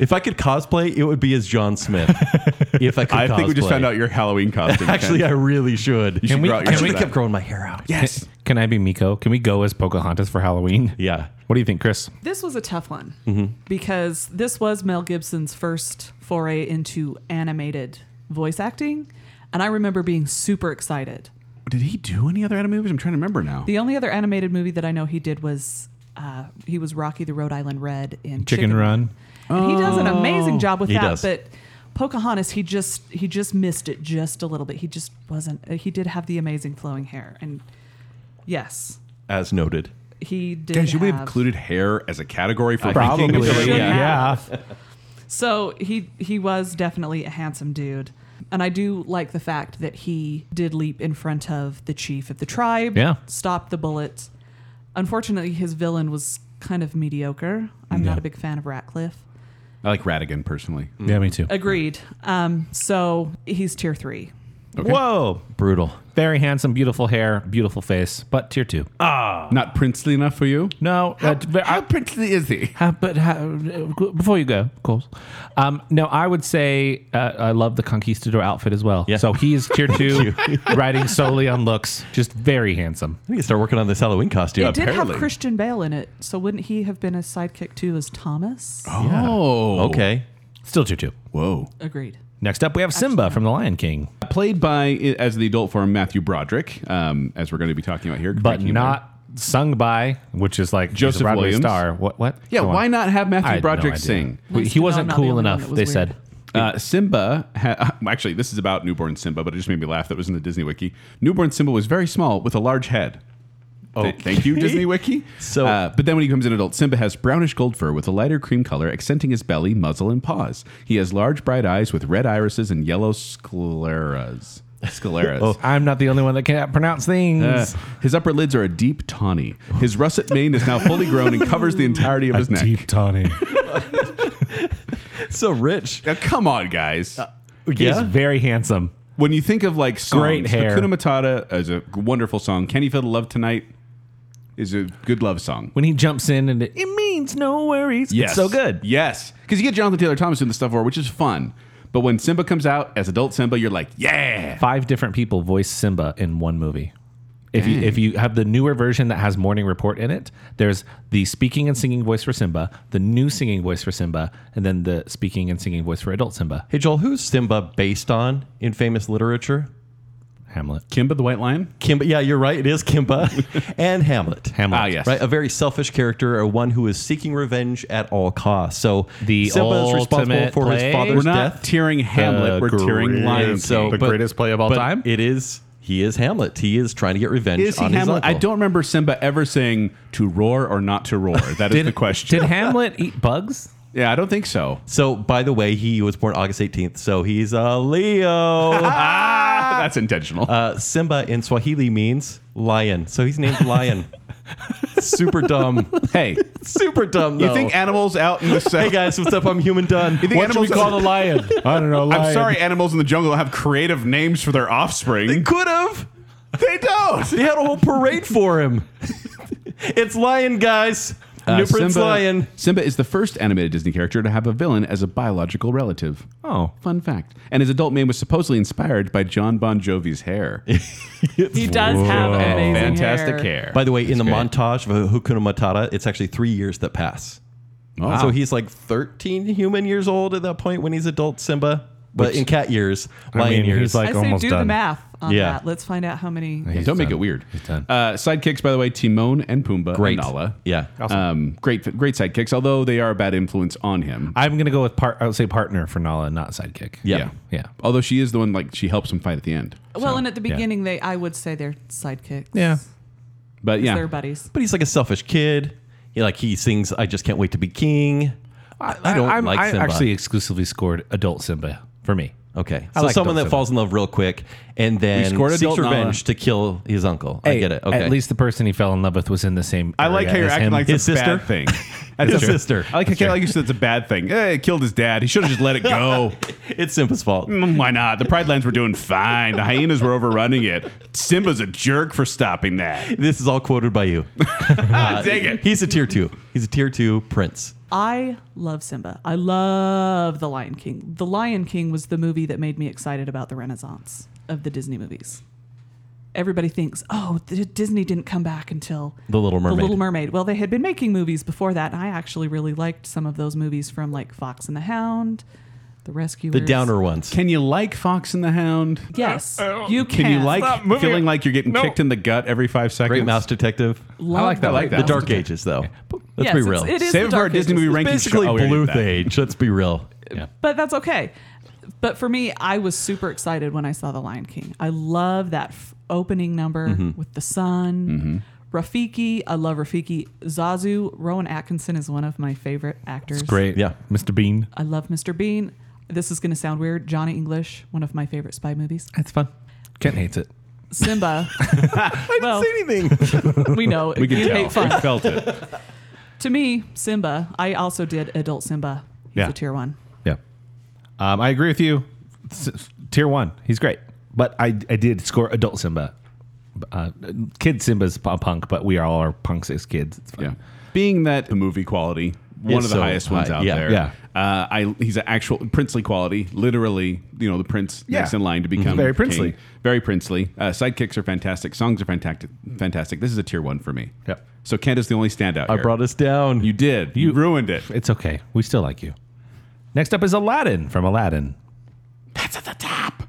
Speaker 2: if I could cosplay, it would be as John Smith. if I could,
Speaker 3: I think we just
Speaker 2: cosplay.
Speaker 3: found out your Halloween costume. Ken.
Speaker 2: Actually, I really should.
Speaker 3: you should
Speaker 4: we-
Speaker 3: grow out
Speaker 2: I
Speaker 3: your
Speaker 2: should
Speaker 3: beard.
Speaker 2: have kept growing my hair out.
Speaker 3: Yes.
Speaker 4: Can I be Miko? Can we go as Pocahontas for Halloween?
Speaker 2: Yeah.
Speaker 4: What do you think, Chris?
Speaker 5: This was a tough one because this was Mel Gibson's first foray into animated voice acting. And I remember being super excited.
Speaker 3: Did he do any other anime movies? I'm trying to remember now.
Speaker 5: The only other animated movie that I know he did was uh, he was Rocky the Rhode Island Red in
Speaker 4: Chicken Run.
Speaker 5: And he does an amazing job with
Speaker 2: He
Speaker 5: that.
Speaker 2: does.
Speaker 5: But Pocahontas, he just he just missed it just a little bit. He just wasn't. uh, He did have the amazing flowing hair, and yes,
Speaker 2: as noted.
Speaker 5: he did.
Speaker 3: Guys, should we have
Speaker 5: have-
Speaker 3: included hair as a category for
Speaker 4: Probably.
Speaker 3: ranking?
Speaker 5: should
Speaker 4: Yeah.
Speaker 5: have. So he he was definitely a handsome dude. And I do like the fact that he did leap in front of the chief of the tribe.
Speaker 4: Yeah.
Speaker 5: Stop the bullet. Unfortunately, his villain was kind of mediocre. I'm not a big fan of Ratcliffe.
Speaker 3: I like Radigan personally.
Speaker 2: Mm.
Speaker 4: Yeah, me too.
Speaker 5: Agreed. Um, so he's tier three.
Speaker 4: Whoa. Brutal. Very handsome, beautiful hair, beautiful face, but tier two.
Speaker 3: Not princely enough for you?
Speaker 4: No, uh, t- I-
Speaker 3: princely is he?
Speaker 4: Ha- but ha- before you go, of course. Um, no, I would say uh, I love the conquistador outfit as well.
Speaker 2: Yeah.
Speaker 4: So he is tier two, riding solely on looks. Just very handsome.
Speaker 2: I need to start working on this Halloween costume.
Speaker 5: it did have Christian Bale in it, so wouldn't he have been a sidekick too as Thomas?
Speaker 3: Oh.
Speaker 2: Okay.
Speaker 4: Still tier two.
Speaker 3: Whoa.
Speaker 5: Agreed.
Speaker 4: Next up, we have Simba from The Lion King,
Speaker 3: Played by, as the adult form, Matthew Broderick, um, as we're going to be talking about here.
Speaker 4: but
Speaker 3: Breaking Bad.
Speaker 4: not sung by, which is like he's a
Speaker 3: Joseph
Speaker 4: Broadway
Speaker 3: Williams.
Speaker 4: star. What? What?
Speaker 3: Yeah,
Speaker 4: Go on.
Speaker 3: why not have
Speaker 4: I
Speaker 3: Matthew
Speaker 4: had no
Speaker 3: Broderick
Speaker 4: idea.
Speaker 3: sing?
Speaker 4: We-
Speaker 5: Nice
Speaker 4: he
Speaker 5: to know
Speaker 4: wasn't
Speaker 5: I'm not the
Speaker 4: cool
Speaker 5: only one
Speaker 4: enough.
Speaker 5: that
Speaker 4: They
Speaker 5: was weird.
Speaker 4: said.
Speaker 3: Uh, Simba, ha- actually, this is about newborn Simba, but it just made me laugh. That was in the Disney Wiki. Newborn Simba was very small with a large head. Oh, thank you, Disney Wiki.
Speaker 2: So-
Speaker 3: uh, but then when he becomes an adult, Simba has brownish gold fur with a lighter cream color, accenting his belly, muzzle, and paws. He has large, bright eyes with red irises and yellow scleras. Scleras.
Speaker 4: I'm not the only one that can't pronounce things.
Speaker 3: Oh. Uh, his upper lids are a deep tawny. His russet mane is now fully grown and covers the entirety of his neck.
Speaker 4: tawny.
Speaker 2: So rich.
Speaker 3: Now, come on, guys.
Speaker 4: He's very handsome.
Speaker 3: when you think of like songs,
Speaker 4: Great hair.
Speaker 3: Hakuna Matata is a wonderful song. Can you feel the love tonight? Is a good love song.
Speaker 4: When he jumps in and it, it means no worries. It's so good.
Speaker 3: Yes, because you get Jonathan Taylor Thomas doing the stuff for, which is fun. But when Simba comes out as adult Simba, you're like, yeah.
Speaker 4: five different people voice Simba in one movie. If you if you have the newer version that has Morning Report in it, there's the speaking and singing voice for Simba, the new singing voice for Simba, and then the speaking and singing voice for adult Simba.
Speaker 2: Hey, Joel, who's Simba based on in famous literature?
Speaker 4: Hamlet.
Speaker 3: Kimba the White Lion.
Speaker 2: Kimba. Yeah, you're right. It is Kimba and Hamlet.
Speaker 4: Hamlet.
Speaker 3: Ah, yes.
Speaker 2: Right, a very selfish character, or one who is seeking revenge at all costs. So
Speaker 4: The
Speaker 2: Simba is responsible
Speaker 4: ultimate
Speaker 2: for
Speaker 4: play.
Speaker 2: his father's
Speaker 3: We're not
Speaker 2: death.
Speaker 3: tearing Hamlet.
Speaker 4: The
Speaker 3: we're tearing
Speaker 4: great-
Speaker 3: Lion.
Speaker 2: And so,
Speaker 4: The
Speaker 3: King.
Speaker 2: but-
Speaker 4: greatest play of all
Speaker 2: but
Speaker 4: time?
Speaker 2: It is. He is Hamlet. He is trying to get revenge.
Speaker 3: is he
Speaker 2: on his
Speaker 3: Hamlet? I
Speaker 2: uncle.
Speaker 3: don't remember Simba ever saying to roar or not to roar. That is the question.
Speaker 4: Did Hamlet eat bugs?
Speaker 3: yeah, I don't think so.
Speaker 2: So, by the way, he was born August 18th, so he's a Leo.
Speaker 3: Ah, that's intentional.
Speaker 2: uh, Simba in Swahili means lion, so he's named Lion. Super dumb.
Speaker 3: hey,
Speaker 2: Super dumb. Though.
Speaker 3: you think animals out in the
Speaker 2: hey guys, what's up? I'm human done.
Speaker 3: You think
Speaker 2: What should we
Speaker 3: animals-
Speaker 2: call the lion?
Speaker 4: I don't know.
Speaker 3: I'm sorry, animals in the jungle have creative names for their offspring.
Speaker 2: Could have.
Speaker 3: they don't.
Speaker 2: They had a whole parade for him. it's Lion, guys. New Prince Lion.
Speaker 3: Uh, Simba is the first animated Disney character to have a villain as a biological relative.
Speaker 4: Oh.
Speaker 3: Fun fact. And his adult name was supposedly inspired by John Bon Jovi's hair.
Speaker 5: He does have amazing
Speaker 3: Fantastic
Speaker 5: hair.
Speaker 3: hair.
Speaker 2: By the way, in the
Speaker 3: great.
Speaker 2: montage of Hakuna Matata, it's actually three years that pass.
Speaker 3: Wow.
Speaker 2: So he's like 13 human years old at that point when he's adult Simba, but in cat years, lion
Speaker 4: mean, he's
Speaker 2: years.
Speaker 4: like-
Speaker 5: I say
Speaker 4: almost
Speaker 5: do the
Speaker 4: done.
Speaker 5: math on
Speaker 2: Yeah.
Speaker 5: that. Let's find out how many.
Speaker 3: Yeah, don't make it
Speaker 4: done.
Speaker 3: weird.
Speaker 4: He's done.
Speaker 3: Uh, sidekicks, by the way, Timon and Pumbaa
Speaker 2: Great.
Speaker 3: and Nala.
Speaker 2: Yeah. Awesome.
Speaker 3: Um, great, great sidekicks, although they are a bad influence on him.
Speaker 4: I'm gonna go with part. I would say partner for Nala, not sidekick.
Speaker 2: Yeah.
Speaker 4: Yeah.
Speaker 3: Although she is the one, like, she helps him fight at the end.
Speaker 5: Well, and at the beginning, they I would say they're sidekicks.
Speaker 4: Yeah.
Speaker 3: But yeah.
Speaker 5: They're buddies.
Speaker 2: But he's like a selfish kid. He like he sings, "I just can't wait to be king." I, I don't
Speaker 4: I'm-
Speaker 2: like
Speaker 4: I
Speaker 2: Simba.
Speaker 4: actually exclusively scored adult Simba for me.
Speaker 2: okay,
Speaker 4: I
Speaker 2: so
Speaker 4: like
Speaker 2: someone
Speaker 4: Adult
Speaker 2: that
Speaker 4: Simba.
Speaker 2: falls in love real quick and then
Speaker 3: scored
Speaker 2: seeks
Speaker 3: Adult Nala.
Speaker 2: revenge to kill his uncle. I
Speaker 4: Hey,
Speaker 2: get it. Okay,
Speaker 4: At least the person he fell in love with was in the same.
Speaker 3: I like
Speaker 4: area
Speaker 3: how you're
Speaker 4: as
Speaker 3: acting
Speaker 4: him.
Speaker 3: like
Speaker 2: His
Speaker 3: it's a
Speaker 2: sister?
Speaker 3: bad thing. That's
Speaker 2: His
Speaker 3: a-
Speaker 2: sister.
Speaker 3: I like how like you said it's a bad thing. Eh, it killed his dad. He should have just let it go.
Speaker 2: it's Simba's fault.
Speaker 3: Mm, Why not? The Pride Lands were doing fine. The hyenas were overrunning it. Simba's a jerk for stopping that.
Speaker 2: This is all quoted by you.
Speaker 3: Ah, dang it.
Speaker 2: He's a tier two. He's a tier two prince.
Speaker 5: I love Simba. I love The Lion King. The Lion King was the movie that made me excited about the renaissance of the Disney movies. Everybody thinks, oh, the Disney didn't come back until
Speaker 2: The Little Mermaid.
Speaker 5: The Little Mermaid. Well, they had been making movies before that, and I actually really liked some of those movies from like Fox and the Hound, The rescuers.
Speaker 2: The downer ones.
Speaker 3: Can you like Fox and the Hound?
Speaker 5: Yes,
Speaker 4: Oh.
Speaker 5: you
Speaker 3: Can
Speaker 5: can.
Speaker 3: you like
Speaker 6: Stop moving
Speaker 3: feeling
Speaker 6: it.
Speaker 3: like you're getting
Speaker 6: No.
Speaker 3: kicked in the gut every five seconds?
Speaker 2: Great Mouse Detective.
Speaker 5: Love
Speaker 4: like that. I like
Speaker 5: Mouse
Speaker 2: The
Speaker 3: that.
Speaker 2: Dark
Speaker 5: Detective.
Speaker 2: Ages, though. Let's
Speaker 5: Yes,
Speaker 2: be
Speaker 5: it's-
Speaker 2: real.
Speaker 5: it is
Speaker 3: Save
Speaker 5: the
Speaker 3: it for our
Speaker 5: Dark
Speaker 3: Disney
Speaker 5: Ages.
Speaker 3: movie
Speaker 5: It's
Speaker 3: ranking.
Speaker 2: Basically,
Speaker 3: show. Oh, we already
Speaker 2: Blue
Speaker 3: did that.
Speaker 2: Age. Let's be real.
Speaker 4: Yeah.
Speaker 5: But that's okay. But for me, I was super excited when I saw The Lion King. I love that f- opening number with the sun. Rafiki, I love Rafiki. Zazu, Rowan Atkinson is one of my favorite actors.
Speaker 4: It's great.
Speaker 2: Yeah.
Speaker 4: Mr. Bean.
Speaker 5: I love Mr. Bean. This is going to sound weird. Johnny English, one of my favorite spy movies.
Speaker 4: It's fun. Kent hates it.
Speaker 5: Simba. well,
Speaker 2: anything.
Speaker 5: we know
Speaker 3: We can
Speaker 5: you
Speaker 3: tell.
Speaker 5: hate fun.
Speaker 3: We felt it.
Speaker 5: To me, Simba. I also did adult Simba. He's
Speaker 4: Yeah.
Speaker 5: a tier one.
Speaker 4: Yeah. Um, I agree with you. S- s- tier one, he's great. But I, I did score adult Simba. Uh, kid Simba's a punk, but we all are punks as kids. It's fine.
Speaker 3: Yeah. Being that the movie quality, one
Speaker 2: Is
Speaker 3: of the
Speaker 2: so
Speaker 3: highest ones
Speaker 2: high.
Speaker 3: out
Speaker 2: Yeah.
Speaker 3: there.
Speaker 4: Yeah.
Speaker 3: Uh, I he's an actual princely quality, literally, you know, the prince
Speaker 4: Yeah.
Speaker 3: next in line to
Speaker 2: Mhm.
Speaker 3: become
Speaker 4: Very
Speaker 3: king.
Speaker 4: princely.
Speaker 3: Very princely. Uh, sidekicks are fantastic. Songs are fantastic. Fantastic. This is a tier one for me.
Speaker 4: Yep.
Speaker 3: So Kent is the only standout.
Speaker 2: I
Speaker 3: here.
Speaker 2: brought us down.
Speaker 3: You did. You, ruined it.
Speaker 4: It's okay. We still like you. Next up is Aladdin from Aladdin. That's at the top.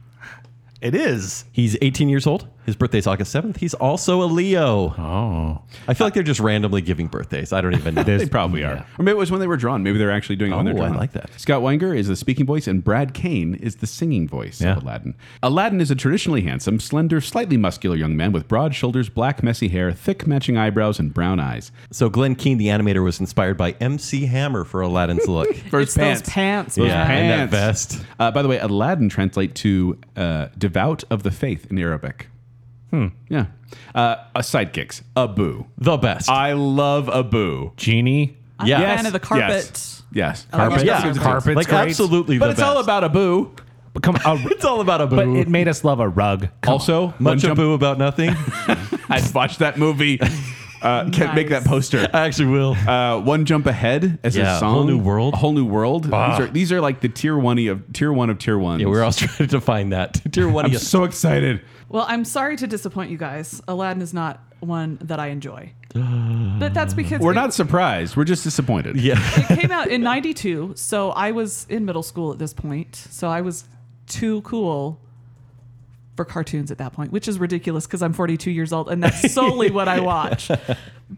Speaker 4: It is.
Speaker 2: He's 18 years old. His birthday's August 7th. He's also a Leo.
Speaker 4: Oh.
Speaker 2: I feel like they're just randomly giving birthdays. I don't even know.
Speaker 3: They probably are. Or maybe it was when they were drawn. Maybe they're actually doing it when
Speaker 2: Oh,
Speaker 3: they're
Speaker 2: I
Speaker 3: drawn.
Speaker 2: like that.
Speaker 3: Scott Wenger is the speaking voice, and Brad Kane is the singing voice
Speaker 4: Yeah.
Speaker 3: of Aladdin. Aladdin is a traditionally handsome, slender, slightly muscular young man with broad shoulders, black, messy hair, thick, matching eyebrows, and brown eyes.
Speaker 2: so Glenn Keane, the animator, was inspired by MC Hammer for Aladdin's look.
Speaker 5: it's those pants.
Speaker 3: Those
Speaker 5: man.
Speaker 2: Yeah. and that
Speaker 3: pants.
Speaker 2: vest.
Speaker 3: Uh, by the way, Aladdin translate to uh, devout of the faith in Arabic. Hmm. Yeah. Uh, uh, sidekicks. Abu.
Speaker 2: the best.
Speaker 3: I love Abu.
Speaker 4: Genie.
Speaker 5: I'm
Speaker 2: Yes.
Speaker 5: a fan of the carpet.
Speaker 3: Yes. Yes.
Speaker 5: I like
Speaker 3: Carpet.
Speaker 5: it.
Speaker 2: yeah,
Speaker 5: Carpet's
Speaker 4: great.
Speaker 2: like absolutely.
Speaker 3: But
Speaker 2: the
Speaker 3: it's
Speaker 2: best.
Speaker 3: all about Abu.
Speaker 4: But come on.
Speaker 2: It's all about a boo.
Speaker 4: but it made us love a rug. Come on.
Speaker 3: Also, one
Speaker 2: much
Speaker 3: jump-
Speaker 2: ado about nothing.
Speaker 3: I'd watch that movie. Uh, Can't make that
Speaker 5: Nice.
Speaker 3: poster.
Speaker 2: I actually will.
Speaker 3: Uh, one jump ahead as
Speaker 2: Yeah,
Speaker 3: a song.
Speaker 2: Whole New World.
Speaker 3: A whole new world. These are these are like the tier one of tier one of tier ones.
Speaker 2: yeah, we're all trying to find that tier one.
Speaker 3: I'm
Speaker 2: yes.
Speaker 3: so excited.
Speaker 5: Well, I'm sorry to disappoint you guys. Aladdin is not one that I enjoy. but that's because
Speaker 3: We're
Speaker 5: it-
Speaker 3: not surprised. We're just disappointed.
Speaker 2: yeah,
Speaker 5: it came out in 92, so I was in middle school at this point. So I was too cool for cartoons at that point, which is ridiculous because I'm 42 years old and that's solely what I watch.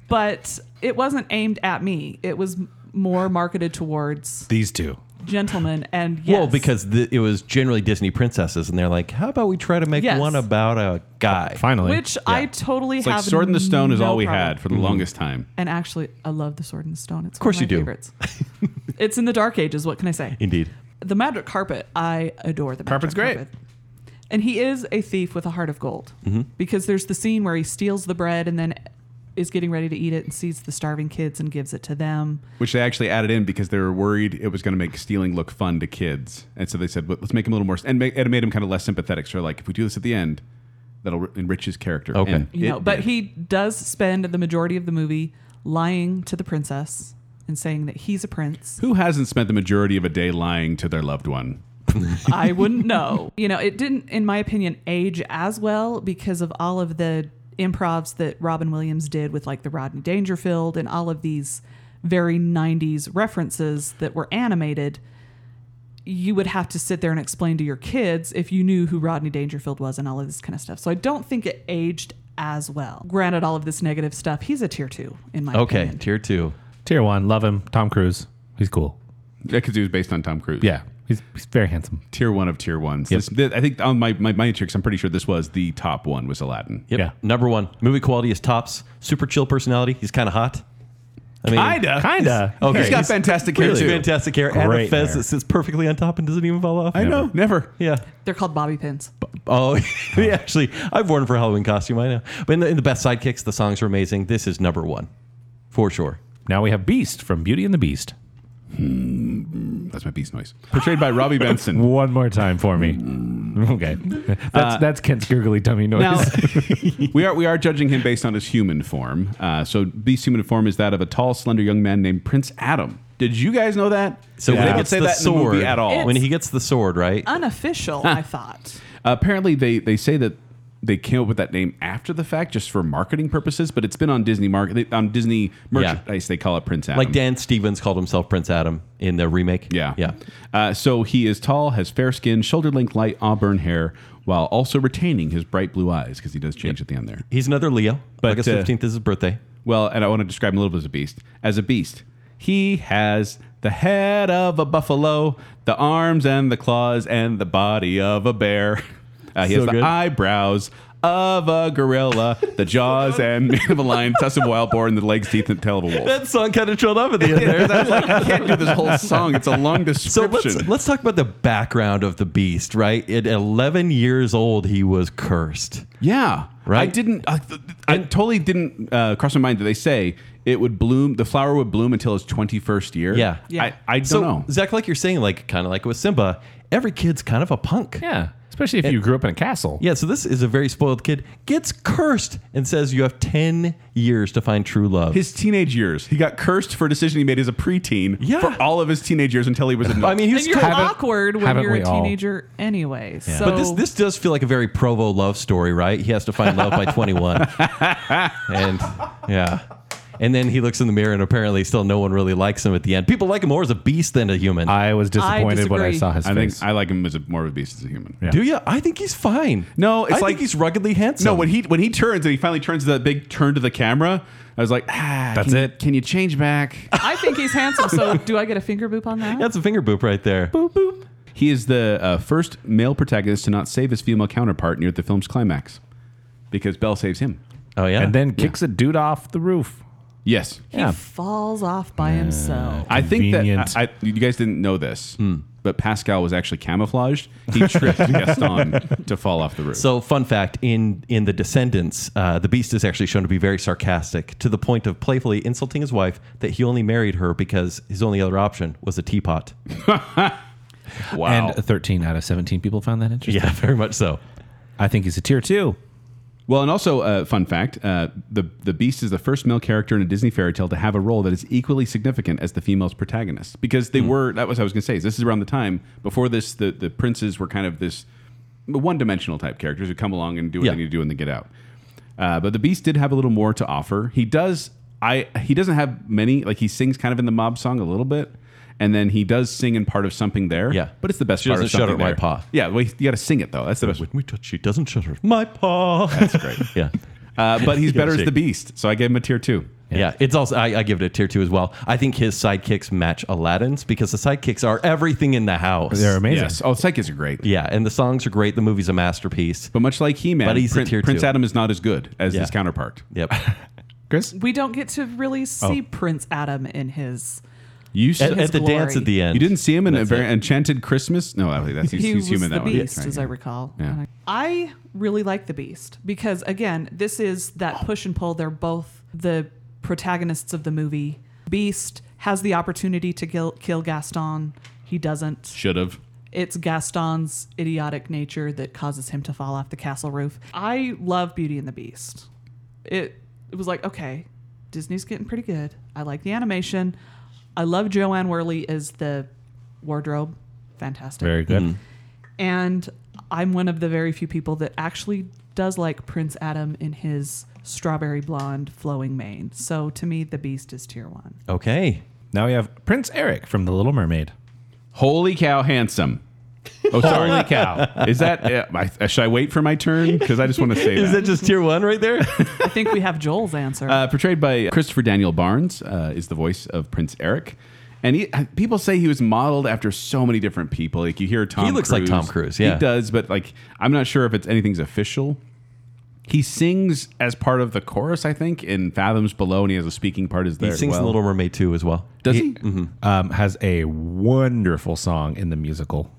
Speaker 5: But it wasn't aimed at me. It was m- more marketed towards
Speaker 4: these two.
Speaker 5: gentlemen and yes.
Speaker 2: well, because the, it was generally Disney princesses, and they're like, "How about we try to make
Speaker 5: Yes.
Speaker 2: one about a guy?"
Speaker 4: Finally.
Speaker 5: which I totally
Speaker 3: It's
Speaker 5: have
Speaker 3: like Sword in the Stone is
Speaker 5: no
Speaker 3: all we
Speaker 5: problem.
Speaker 3: had for
Speaker 2: Mm-hmm.
Speaker 3: the longest time.
Speaker 5: And actually, I love the Sword and the Stone. It's of
Speaker 2: course
Speaker 5: one of
Speaker 2: you
Speaker 5: my
Speaker 2: do.
Speaker 5: Favorites. it's in the Dark Ages. What can I say?
Speaker 2: Indeed.
Speaker 5: The Magic Carpet. I adore the Magic
Speaker 4: Carpet's great.
Speaker 5: Carpet. And he is a thief with a heart of gold because there's the scene where he steals the bread and then is getting ready to eat it and sees the starving kids and gives it to them.
Speaker 3: Which they actually added in because they were worried it was going to make stealing look fun to kids, and so they said, "Let's make him a little more." And ma- and it made him kind of less sympathetic. So like, if we do this at the end, that'll re- enrich his character.
Speaker 2: Okay.
Speaker 3: And
Speaker 5: You
Speaker 3: it
Speaker 5: know, but
Speaker 3: did.
Speaker 5: he does spend the majority of the movie lying to the princess and saying that he's a prince.
Speaker 3: who hasn't spent the majority of a day lying to their loved one.
Speaker 5: I wouldn't know. You know, it didn't, in my opinion, age as well because of all of the improvs that Robin Williams did with like the Rodney Dangerfield and all of these very 90s references that were animated. You would have to sit there and explain to your kids if you knew who Rodney Dangerfield was and all of this kind of stuff. So I don't think it aged as well. Granted, all of this negative stuff, he's a tier two in my
Speaker 2: Okay,
Speaker 5: opinion.
Speaker 2: tier two.
Speaker 4: tier one. Love him. Tom Cruise. He's cool.
Speaker 3: Yeah, because he was based on Tom Cruise.
Speaker 4: Yeah. He's, he's very handsome.
Speaker 3: tier one of tier ones. This, th- I think on my, my matrix, I'm pretty sure this was the top one was Aladdin.
Speaker 2: Yep.
Speaker 4: Yeah.
Speaker 2: Number one, movie quality is tops. Super chill personality. He's kind of hot. I mean,
Speaker 3: Kinda.
Speaker 4: Kinda.
Speaker 2: Okay.
Speaker 3: He's got fantastic hair
Speaker 2: Really
Speaker 3: too.
Speaker 2: fantastic hair and a
Speaker 4: Great
Speaker 2: fez
Speaker 4: hair.
Speaker 2: that sits perfectly on top and doesn't even fall off.
Speaker 3: I know. Never.
Speaker 2: Yeah.
Speaker 5: They're called bobby pins.
Speaker 2: Oh, yeah, actually, I've worn for a Halloween costume. I know. But in the, in the best sidekicks, the songs are amazing. This is number one, for sure.
Speaker 4: Now we have Beast from Beauty and the Beast.
Speaker 3: That's my beast noise. Portrayed by Robbie Benson.
Speaker 4: One more time for me. okay. That's that's Kent's gurgly tummy noise.
Speaker 3: Now, we are we are judging him based on his human form. Uh, so Beast's human form is that of a tall, slender young man named Prince Adam. Did you guys know that?
Speaker 2: So
Speaker 3: they
Speaker 2: when he
Speaker 3: don't
Speaker 2: gets
Speaker 3: say
Speaker 2: the
Speaker 3: that in the
Speaker 2: sword
Speaker 3: movie at all. Um,
Speaker 5: It's-
Speaker 2: When he gets the sword, right?
Speaker 5: Unofficial, I thought.
Speaker 3: Apparently, they they say that they came up with that name after the fact just for marketing purposes, but it's been on Disney market on Disney merchandise. They call it Prince Adam.
Speaker 2: Like Dan Stevens called himself Prince Adam in the remake.
Speaker 3: Yeah.
Speaker 2: Yeah.
Speaker 3: Uh, so he is tall, has fair skin, shoulder length, light auburn hair, while also retaining his bright blue eyes because he does change at the end there.
Speaker 2: He's another Leo.
Speaker 3: But,
Speaker 2: August
Speaker 3: uh,
Speaker 2: 15th is his birthday.
Speaker 3: Well, and I want to describe him a little bit as a beast. As a beast, he has the head of a buffalo, the arms and the claws, and the body of a bear. Uh, he
Speaker 2: So
Speaker 3: has
Speaker 2: good.
Speaker 3: the eyebrows of a gorilla, the jaws and mane of a lion, tusks of a wild boar, and the legs, teeth, and tail of a wolf.
Speaker 2: That song kind of trailed off at the end there.
Speaker 3: I was like, I can't do this whole song. It's a long
Speaker 2: So
Speaker 3: description.
Speaker 2: let's let's talk about the background of the beast, right? At 11 years old, he was cursed.
Speaker 3: Yeah. I
Speaker 2: Right?
Speaker 3: didn't. I, th- I totally didn't uh, cross my mind that they say it would bloom. The flower would bloom until its twenty first year.
Speaker 2: Yeah.
Speaker 5: Yeah.
Speaker 3: I, I don't
Speaker 2: so
Speaker 3: know.
Speaker 2: Zach, like you're saying, like kind of like with Simba, every kid's kind of a punk.
Speaker 4: Yeah. Especially if you grew up in a castle.
Speaker 2: Yeah, so this is a very spoiled kid gets cursed and says you have 10 years to find true love.
Speaker 3: His teenage years, he got cursed for a decision he made as a preteen.
Speaker 2: Yeah.
Speaker 3: For all of his teenage years until he was an adult.
Speaker 2: I mean,
Speaker 5: And
Speaker 2: he's
Speaker 5: you're
Speaker 2: cu-
Speaker 4: Haven't-
Speaker 5: awkward when
Speaker 4: haven't
Speaker 5: you're a
Speaker 4: we all?
Speaker 5: teenager anyway. So
Speaker 2: but this this does feel like a very Provo love story, right? He has to find love by 21. and yeah. And then he looks in the mirror and apparently still no one really likes him at the end. People like him more as a beast than a human.
Speaker 4: I was disappointed when I
Speaker 5: disagree.
Speaker 4: saw his
Speaker 3: I
Speaker 4: face.
Speaker 3: think I like him as a, more of a beast as a human.
Speaker 4: Yeah.
Speaker 2: Do you? I think he's fine.
Speaker 3: No, it's
Speaker 2: I
Speaker 3: like-
Speaker 2: think he's ruggedly handsome.
Speaker 3: No, when he when he turns and he finally turns that big turn to the camera, I was like, ah,
Speaker 4: That's
Speaker 3: can you-
Speaker 4: it.
Speaker 3: can you change back?
Speaker 5: I think he's handsome. So do I get a finger boop on that?
Speaker 2: that's a finger boop right there.
Speaker 3: He is the uh, first male protagonist to not save his female counterpart near the film's climax, because Belle saves him.
Speaker 2: Oh yeah,
Speaker 4: and then kicks a dude off the roof.
Speaker 3: Yes.
Speaker 5: he falls off by himself.
Speaker 3: I think
Speaker 4: Convenient. Hmm.
Speaker 3: that I, I, you guys didn't know this, but Pascal was actually camouflaged. He tripped Gaston to fall off the roof.
Speaker 2: So, fun fact: in in the Descendants, uh, the Beast is actually shown to be very sarcastic to the point of playfully insulting his wife that he only married her because his only other option was a teapot.
Speaker 3: wow.
Speaker 4: And 13 out of 17 people found that interesting.
Speaker 2: Yeah, very much so.
Speaker 4: I think he's a tier two.
Speaker 3: well, and also, uh, fun fact: uh, the the Beast is the first male character in a Disney fairy tale to have a role that is equally significant as the female's protagonist, because
Speaker 2: Hmm.
Speaker 3: they were. That was what I was going to say. Is this is around the time before this, the the princes were kind of this one dimensional type characters who come along and do what
Speaker 2: Yeah.
Speaker 3: they need to do and then get out. Uh, but the Beast did have a little more to offer. He does. I he doesn't have many. Like he sings kind of in the mob song a little bit, and then he does sing in part of something there.
Speaker 2: Yeah.
Speaker 3: but it's the best
Speaker 2: She
Speaker 3: part. of
Speaker 2: doesn't shudder
Speaker 3: Something
Speaker 2: at my
Speaker 3: There.
Speaker 2: paw.
Speaker 3: Yeah, well, you got to sing it though. That's the best.
Speaker 2: When we touch, she doesn't shudder. My paw. That's great. yeah.
Speaker 3: Uh, but he's better as
Speaker 2: shake.
Speaker 3: the Beast, so I gave him a tier two.
Speaker 2: Yeah. it's also I, I give it a tier two as well. I think his sidekicks match Aladdin's because the sidekicks are everything in the house.
Speaker 4: They're amazing.
Speaker 3: Yes. Oh, psychics are great.
Speaker 2: yeah, and the songs are great. The movie's a masterpiece.
Speaker 3: But much like He-Man,
Speaker 2: But he's a
Speaker 3: Prin-
Speaker 2: tier
Speaker 3: Prince
Speaker 2: two.
Speaker 3: Adam is not as good as
Speaker 2: Yeah.
Speaker 3: his counterpart.
Speaker 2: Yep.
Speaker 4: Chris?
Speaker 5: we don't get to really see Prince Adam in his.
Speaker 3: You s-
Speaker 2: at,
Speaker 5: His
Speaker 2: at the dance
Speaker 5: glory.
Speaker 2: at the end.
Speaker 3: you didn't see him in a
Speaker 2: That's
Speaker 3: very
Speaker 2: it.
Speaker 3: Enchanted Christmas. No, I think that's he's,
Speaker 5: he
Speaker 3: he's
Speaker 5: was
Speaker 3: human
Speaker 5: the
Speaker 3: that
Speaker 5: beast,
Speaker 3: one.
Speaker 5: as I recall.
Speaker 3: Yeah.
Speaker 5: And I- I really like the beast because again, this is that push and pull. They're both the protagonists of the movie. Beast has the opportunity to kill, kill Gaston. He doesn't.
Speaker 3: Should have.
Speaker 5: It's Gaston's idiotic nature that causes him to fall off the castle roof. I love Beauty and the Beast. It it was like, okay, Disney's getting pretty good. I like the animation. I love Joanne Worley as the wardrobe. Fantastic
Speaker 4: Very
Speaker 2: Hmm.
Speaker 4: good.
Speaker 5: and I'm one of the very few people that actually does like Prince Adam in his strawberry blonde flowing mane. So to me, the Beast is tier one.
Speaker 2: Okay.
Speaker 4: Now we have Prince Eric from The Little Mermaid.
Speaker 3: Holy cow, handsome. Oh, sorry.
Speaker 4: Holy cow.
Speaker 3: Is that uh, I, should I wait for my turn? Because I just want to say
Speaker 2: Is
Speaker 3: that.
Speaker 2: that just tier one right there?
Speaker 5: I think we have Joel's answer.
Speaker 3: uh, portrayed by Christopher Daniel Barnes uh, is the voice of Prince Eric, and he, people say he was modeled after so many different people. Like you hear Tom,
Speaker 2: He looks like Tom Cruise, yeah.
Speaker 3: he does, but like I'm not sure if it's anything's official. He sings as part of the chorus, I think, in Fathoms Below, and he has a speaking part as there.
Speaker 2: He
Speaker 3: as
Speaker 2: sings
Speaker 3: well.
Speaker 2: The Little Mermaid too as well.
Speaker 3: Does he?
Speaker 4: Um, has a wonderful song in the musical.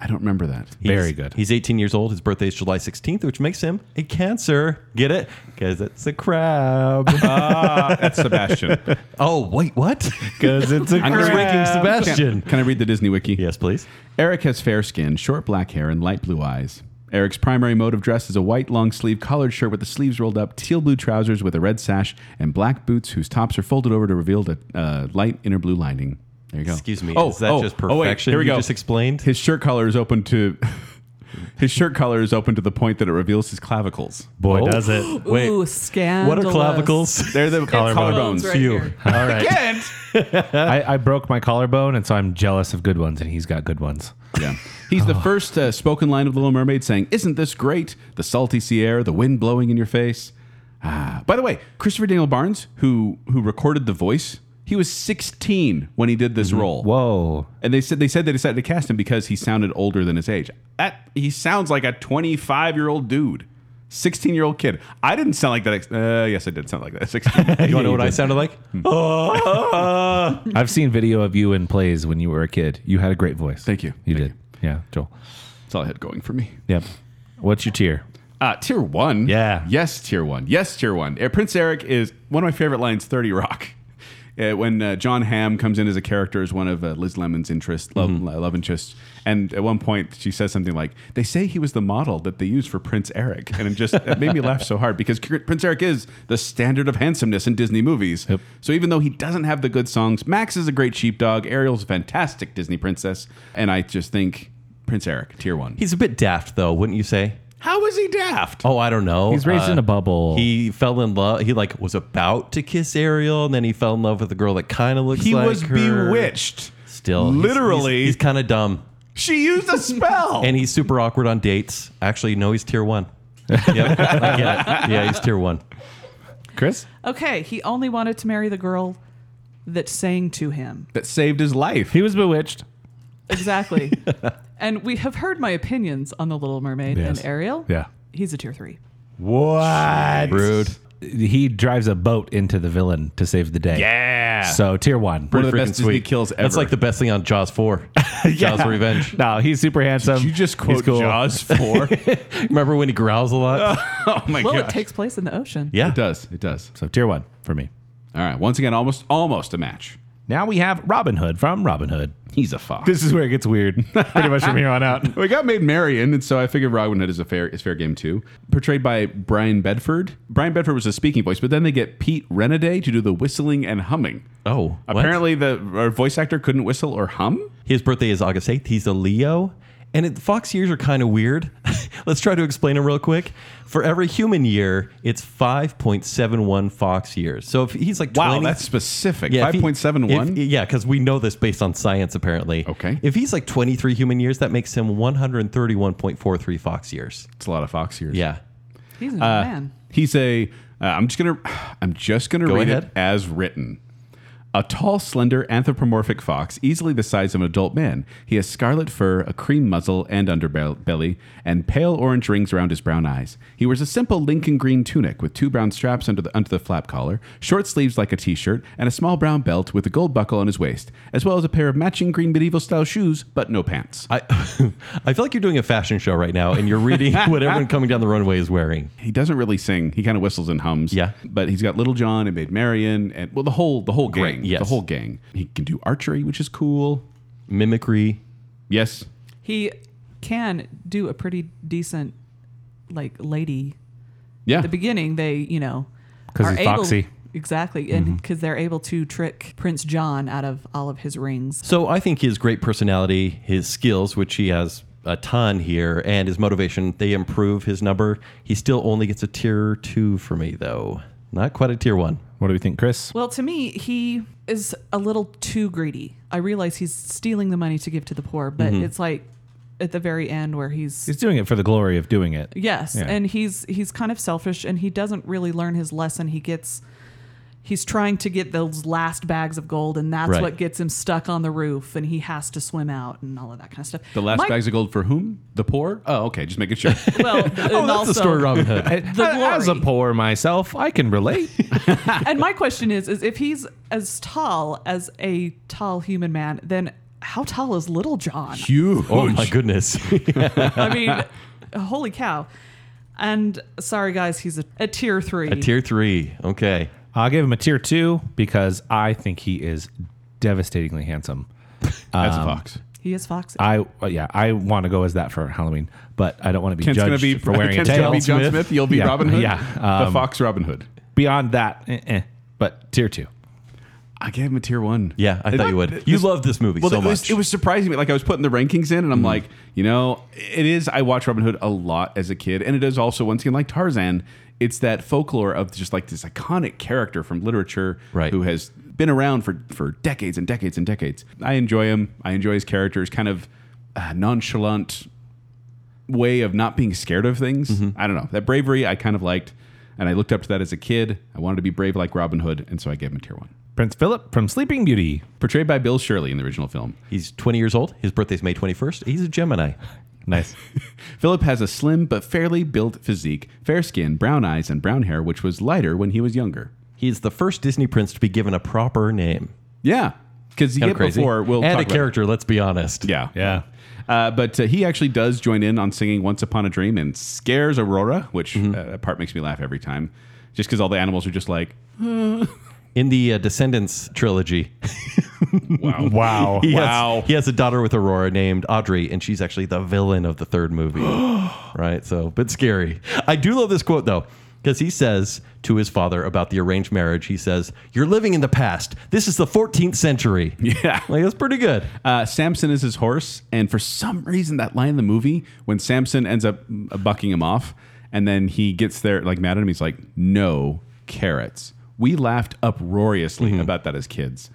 Speaker 3: I don't remember that.
Speaker 4: Very
Speaker 2: He's-
Speaker 4: good.
Speaker 2: He's 18 years old. His birthday is July 16th, which makes him a Cancer. Get it? Because it's a crab.
Speaker 3: That's Sebastian.
Speaker 2: oh, wait, what?
Speaker 4: Because it's a
Speaker 2: I'm just ranking Sebastian.
Speaker 3: Can, can I read the Disney wiki?
Speaker 2: Yes, please.
Speaker 3: Eric has fair skin, short black hair, and light blue eyes. Eric's primary mode of dress is a white long sleeve collared shirt with the sleeves rolled up, teal blue trousers with a red sash, and black boots whose tops are folded over to reveal the uh, light inner blue lining. There you go. Oh,
Speaker 2: Excuse me, is that just
Speaker 3: wait,
Speaker 2: perfection you just explained?
Speaker 3: His shirt collar is open to His shirt collar is open to the point that it reveals his clavicles.
Speaker 4: Boy,
Speaker 2: Oh.
Speaker 4: does it.
Speaker 2: Wait,
Speaker 5: Ooh,
Speaker 2: what
Speaker 5: scandalous.
Speaker 2: are clavicles?
Speaker 3: They're the
Speaker 5: Collarbones
Speaker 3: collarbones.
Speaker 5: right
Speaker 2: Phew.
Speaker 5: here.
Speaker 4: All right.
Speaker 3: Again?
Speaker 4: I, I broke my collarbone, and so I'm jealous of good ones, and he's got good ones.
Speaker 3: Yeah. He's the first uh, spoken line of Little Mermaid saying, Isn't this great? The salty sea air, the wind blowing in your face. Ah. By the way, Christopher Daniel Barnes, who who recorded the voice, he was 16 when he did this role.
Speaker 4: Whoa.
Speaker 3: And they said they said they decided to cast him because he sounded older than his age. That he sounds like a 25 year old dude, 16 year old kid. I didn't sound like that. Ex- uh, yes, I did sound like that. 16.
Speaker 2: You want to know what I sounded like? Oh, Ah.
Speaker 4: I've seen video of you in plays when you were a kid. You had a great voice.
Speaker 3: Thank you.
Speaker 4: You
Speaker 3: Thank
Speaker 4: did. Yeah, Joel.
Speaker 3: That's all I had going for me.
Speaker 4: Yep. What's your tier?
Speaker 3: Uh, tier one.
Speaker 4: Yeah.
Speaker 3: Yes, tier one. Yes, tier one. Uh, Prince Eric is one of my favorite lines. Thirty Rock. Uh, when uh, John Hamm comes in as a character as one of uh, Liz Lemon's interest, love,
Speaker 4: Mm-hmm.
Speaker 3: uh, love interests, and at one point she says something like, "They say he was the model that they used for Prince Eric," and it just it made me laugh so hard because Cr- Prince Eric is the standard of handsomeness in Disney movies.
Speaker 4: Yep.
Speaker 3: So even though he doesn't have the good songs, Max is a great sheepdog. Ariel's a fantastic Disney princess, and I just think Prince Eric, tier one.
Speaker 2: He's a bit daft, though, wouldn't you say?
Speaker 3: How is he daft?
Speaker 2: Oh, I don't know.
Speaker 4: He's raised in a bubble.
Speaker 2: He fell in love. He like was about to kiss Ariel, and then he fell in love with a girl that kind of looks
Speaker 3: He
Speaker 2: like
Speaker 3: was
Speaker 2: her.
Speaker 3: bewitched.
Speaker 2: Still, he's-
Speaker 3: literally,
Speaker 2: he's, kind of dumb,
Speaker 3: she used a spell.
Speaker 2: and he's super awkward on dates. Actually, no, he's tier one. Yep, I get it. Yeah, he's tier one.
Speaker 4: Chris?
Speaker 5: Okay, he only wanted to marry the girl that sang to him.
Speaker 3: that saved his life.
Speaker 4: He was bewitched.
Speaker 5: Exactly. and we have heard my opinions on The Little Mermaid
Speaker 4: Yes.
Speaker 5: and Ariel.
Speaker 4: Yeah.
Speaker 5: He's a tier three.
Speaker 4: What?
Speaker 2: Rude.
Speaker 4: He drives a boat into the villain to save the day.
Speaker 3: yeah.
Speaker 4: So tier one.
Speaker 3: One of the
Speaker 2: Freaking
Speaker 3: best Disney
Speaker 2: sweet.
Speaker 3: kills
Speaker 2: That's
Speaker 3: ever.
Speaker 2: like the best thing on Jaws four. Jaws Revenge.
Speaker 4: No, he's super handsome.
Speaker 3: Did you just
Speaker 4: He's
Speaker 3: quote
Speaker 4: cool.
Speaker 3: Jaws 4?
Speaker 2: Remember when he growls a lot?
Speaker 3: oh my
Speaker 5: Well, it
Speaker 3: god.
Speaker 5: takes place in the ocean.
Speaker 2: yeah,
Speaker 3: It does. It does.
Speaker 4: So tier one for me.
Speaker 3: All right. Once again, almost almost a match.
Speaker 4: Now we have Robin Hood from Robin Hood.
Speaker 3: He's a fox.
Speaker 4: This is where it gets weird. Pretty much from here on out.
Speaker 3: we got made Marion, and so I figured Robin Hood is a fair is fair game too. Portrayed by Brian Bedford. Brian Bedford was a speaking voice, but then they get Pete Renaday to do the whistling and humming.
Speaker 2: Oh, what?
Speaker 3: apparently the our voice actor couldn't whistle or hum.
Speaker 2: His birthday is August 8th. He's a Leo. And it, Fox years are kind of weird. Let's try to explain it real quick. For every human year, it's 5.71 Fox years. So if he's like 20,
Speaker 3: that's specific.
Speaker 2: Yeah, if he-
Speaker 3: Five point seven one.
Speaker 2: if- Yeah, because we know this based on science, apparently.
Speaker 3: Okay.
Speaker 2: If he's like 23 human years, that makes him 131.43 Fox years.
Speaker 3: It's a lot of fox ears.
Speaker 2: Yeah.
Speaker 5: He's
Speaker 4: Uh,
Speaker 5: a man.
Speaker 3: He's a. Uh, I'm just gonna. I'm just gonna
Speaker 2: Go
Speaker 3: read
Speaker 2: ahead.
Speaker 3: it as written. A tall, slender, anthropomorphic fox, easily the size of an adult man. He has scarlet fur, a cream muzzle and underbelly, and pale orange rings around his brown eyes. He wears a simple Lincoln green tunic with two brown straps under the under the flap collar, short sleeves like a t-shirt, and a small brown belt with a gold buckle on his waist, as well as a pair of matching green medieval style shoes, but no pants.
Speaker 2: I, I feel like you're doing a fashion show right now and you're reading what everyone coming down the runway is wearing.
Speaker 3: He doesn't really sing. He kind of whistles and hums.
Speaker 2: Yeah.
Speaker 3: But he's got Little John and Maid Marian and well the whole the whole gang.
Speaker 2: Great, yes.
Speaker 3: The whole gang. He can do archery, which is cool.
Speaker 2: Mimicry.
Speaker 3: Yes.
Speaker 5: He can do a pretty decent, like, lady.
Speaker 3: Yeah.
Speaker 5: At the beginning, they, you know,
Speaker 4: 'Cause
Speaker 5: are
Speaker 4: he's
Speaker 5: able-
Speaker 4: foxy. Mm-hmm.
Speaker 5: Exactly. And because they're able to trick Prince John out of all of his rings.
Speaker 2: So I think his great personality, his skills, which he has a ton here, and his motivation, they improve his number. He still only gets a tier two for me, though. Not quite a tier one.
Speaker 4: What do we think, Chris?
Speaker 5: Well, to me, he is a little too greedy. I realize he's stealing the money to give to the poor, but it's like at the very end where he's,
Speaker 4: He's doing it for the glory of doing it.
Speaker 5: yes,
Speaker 4: Yeah.
Speaker 5: and he's he's kind of selfish and he doesn't really learn his lesson. He gets he's trying to get those last bags of gold and that's
Speaker 2: Right.
Speaker 5: what gets him stuck on the roof and he has to swim out and all of that kind of stuff.
Speaker 3: the last
Speaker 5: My-
Speaker 3: bags of gold for whom? The poor? Oh, okay. Just making sure.
Speaker 5: well, and
Speaker 2: Oh, that's
Speaker 5: also,
Speaker 2: the story, Robin Hood.
Speaker 4: As a
Speaker 5: glory.
Speaker 4: poor myself, I can relate.
Speaker 5: and my question is is if he's as tall as a tall human man, then how tall is little John?
Speaker 3: Huge.
Speaker 2: Oh my goodness.
Speaker 5: I mean, holy cow. And sorry, guys, he's a, a tier three.
Speaker 2: a tier three. Okay.
Speaker 4: I'll give him a tier two because I think he is devastatingly handsome.
Speaker 3: That's a fox.
Speaker 5: he is foxy.
Speaker 4: I uh, yeah, I want to go as that for Halloween, but I don't want to be
Speaker 3: Ken's
Speaker 4: judged
Speaker 3: gonna be
Speaker 4: for wearing
Speaker 3: Ken's
Speaker 4: a
Speaker 3: gonna
Speaker 4: tail.
Speaker 3: be John Smith. You'll be
Speaker 4: Yeah,
Speaker 3: Robin Hood.
Speaker 4: yeah,
Speaker 3: the
Speaker 4: um,
Speaker 3: fox Robin Hood.
Speaker 4: Beyond that, eh, eh. but tier two.
Speaker 3: I gave him a tier one.
Speaker 2: Yeah, I
Speaker 3: It-
Speaker 2: thought you would. You love this movie
Speaker 3: Well,
Speaker 2: so
Speaker 3: it was,
Speaker 2: much. Mm-hmm.
Speaker 3: It was surprising me. Like I was putting the rankings in, and I'm like, you know, it is. I watched Robin Hood a lot as a kid, and it is also once again like Tarzan. It's that folklore of just like this iconic character from literature,
Speaker 2: Right.
Speaker 3: Who has been around for for decades and decades and decades. I enjoy him. I enjoy his characters. Kind of uh, nonchalant way of not being scared of things.
Speaker 2: Mm-hmm.
Speaker 3: I don't know that bravery. I kind of liked, and I looked up to that as a kid. I wanted to be brave like Robin Hood, and so I gave him a tier one.
Speaker 4: Prince Philip from Sleeping Beauty.
Speaker 3: Portrayed by Bill Shirley in the original film.
Speaker 2: He's 20 years old. His birthday's May 21st. He's a Gemini.
Speaker 4: Nice.
Speaker 3: Philip has a slim but fairly built physique, fair skin, brown eyes, and brown hair, which was lighter when he was younger.
Speaker 2: He's the first Disney prince to be given a proper name.
Speaker 3: Yeah, because you
Speaker 2: Kind of
Speaker 3: get
Speaker 2: crazy.
Speaker 3: before we'll
Speaker 2: and
Speaker 3: talk
Speaker 2: a
Speaker 3: about-
Speaker 2: character, let's be honest.
Speaker 3: Yeah,
Speaker 4: Yeah.
Speaker 3: Uh, but uh, he actually does join in on singing "Once Upon a Dream" and scares Aurora, which
Speaker 2: Mm-hmm.
Speaker 3: uh, that part makes me laugh every time, just because all the animals are just like,
Speaker 2: In the uh, Descendants trilogy,
Speaker 3: "Wow,
Speaker 4: Wow.
Speaker 2: he,
Speaker 3: Wow.
Speaker 2: has, he has a daughter with Aurora named Audrey, and she's actually the villain of the third movie. right? So, but scary. I do love this quote, though, because he says to his father about the arranged marriage, he says, You're living in the past. This is the 14th century.
Speaker 3: yeah."
Speaker 2: Like, that's pretty good.
Speaker 3: Uh, Samson is his horse, and for some reason, that line in the movie when Samson ends up uh, bucking him off, and then he gets there like mad at him, he's like, "No carrots." We laughed uproariously about that as kids.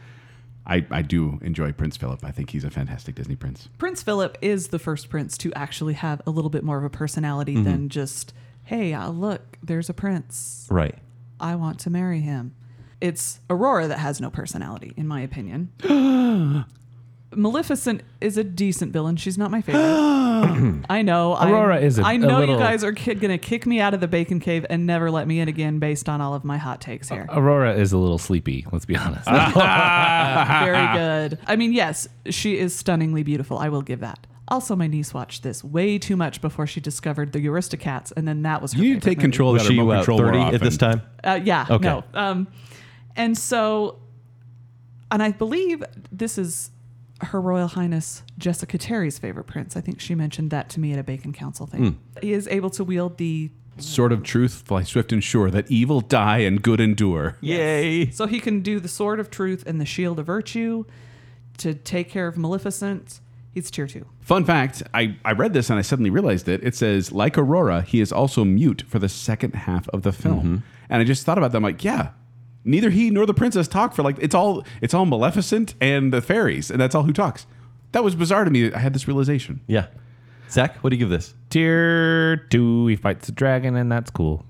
Speaker 3: I, I do enjoy Prince Philip. I think he's a fantastic Disney prince.
Speaker 5: Prince Philip is the first prince to actually have a little bit more of a personality
Speaker 4: Mm-hmm.
Speaker 5: than just, hey, uh, look, there's a prince.
Speaker 2: Right.
Speaker 5: I want to marry him. It's Aurora that has no personality, in my opinion. Maleficent is a decent villain. She's not my favorite. I know. I'm-
Speaker 4: Aurora is a-
Speaker 5: I
Speaker 4: a
Speaker 5: know
Speaker 4: little-
Speaker 5: you guys are kid gonna kick me out of the bacon cave and never let me in again, based on all of my hot takes here.
Speaker 4: Aurora is a little sleepy, let's be honest.
Speaker 5: Very good. I mean, yes, she is stunningly beautiful. I will give that. Also, my niece watched this way too much before she discovered the Euristocats, and then that was her
Speaker 3: You need to
Speaker 5: favorite
Speaker 3: take
Speaker 5: movie.
Speaker 3: control of
Speaker 2: Was
Speaker 3: that
Speaker 2: she
Speaker 3: remote
Speaker 2: uh,
Speaker 3: control more
Speaker 2: 30 at this
Speaker 3: often.
Speaker 2: time?
Speaker 5: Uh, yeah.
Speaker 2: Okay.
Speaker 5: No. Um, and so, and I believe this is Her Royal Highness Jessica Terry's favorite prince. I think she mentioned that to me at a Bacon Council thing.
Speaker 3: Hmm.
Speaker 5: He is able to wield the.
Speaker 3: Sword of truth, fly swift and sure, that evil die and good endure.
Speaker 2: Yay.
Speaker 5: So he can do the sword of truth and the shield of virtue to take care of Maleficent. He's tier two.
Speaker 3: Fun fact I, I read this and I suddenly realized it. It says, like Aurora, he is also mute for the second half of the film.
Speaker 4: Mm-hmm.
Speaker 3: And I just thought about that. I'm like, yeah. Neither he nor the princess talk for like it's all it's all Maleficent and the fairies, and that's all who talks. That was bizarre to me. I had this realization.
Speaker 2: Yeah. Zach, what do you give this?
Speaker 4: Tier two, he fights a dragon, and that's cool.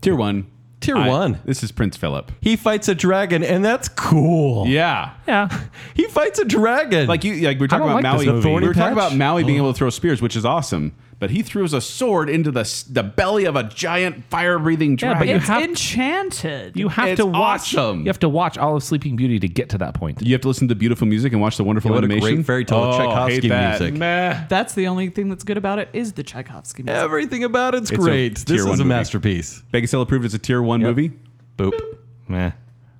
Speaker 3: Tier one.
Speaker 2: Tier
Speaker 3: I-
Speaker 2: one.
Speaker 3: This is Prince Philip.
Speaker 2: He fights a dragon, and that's cool.
Speaker 3: Yeah.
Speaker 4: Yeah.
Speaker 2: He fights a dragon.
Speaker 3: Like you like we we're talking
Speaker 4: don't
Speaker 3: about
Speaker 4: like this
Speaker 3: Maui.
Speaker 4: movie.
Speaker 3: We were
Speaker 4: Thorny
Speaker 3: talking
Speaker 4: patch? Oh.
Speaker 3: about Maui being able to throw spears, which is awesome. But he throws a sword into the s- the belly of a giant fire breathing
Speaker 4: Yeah, but
Speaker 3: dragon.
Speaker 4: You
Speaker 5: it's
Speaker 4: have-
Speaker 5: enchanted.
Speaker 4: You have
Speaker 3: It's
Speaker 4: to watch.
Speaker 3: awesome.
Speaker 4: You have to watch all of Sleeping Beauty to get to that point.
Speaker 3: You have to listen to beautiful music and watch the wonderful
Speaker 2: Yeah, what a
Speaker 3: animation. Oh,
Speaker 2: great fairy tale with Tchaikovsky
Speaker 3: hate that.
Speaker 2: music.
Speaker 3: Meh.
Speaker 5: That's the only thing that's good about it is the Tchaikovsky music.
Speaker 2: Everything about it's,
Speaker 3: It's a
Speaker 2: great.
Speaker 3: tier
Speaker 2: This
Speaker 3: one
Speaker 2: is a
Speaker 3: movie.
Speaker 2: masterpiece.
Speaker 3: Bagatelle approved as a tier one movie.
Speaker 2: Boop.
Speaker 4: Meh.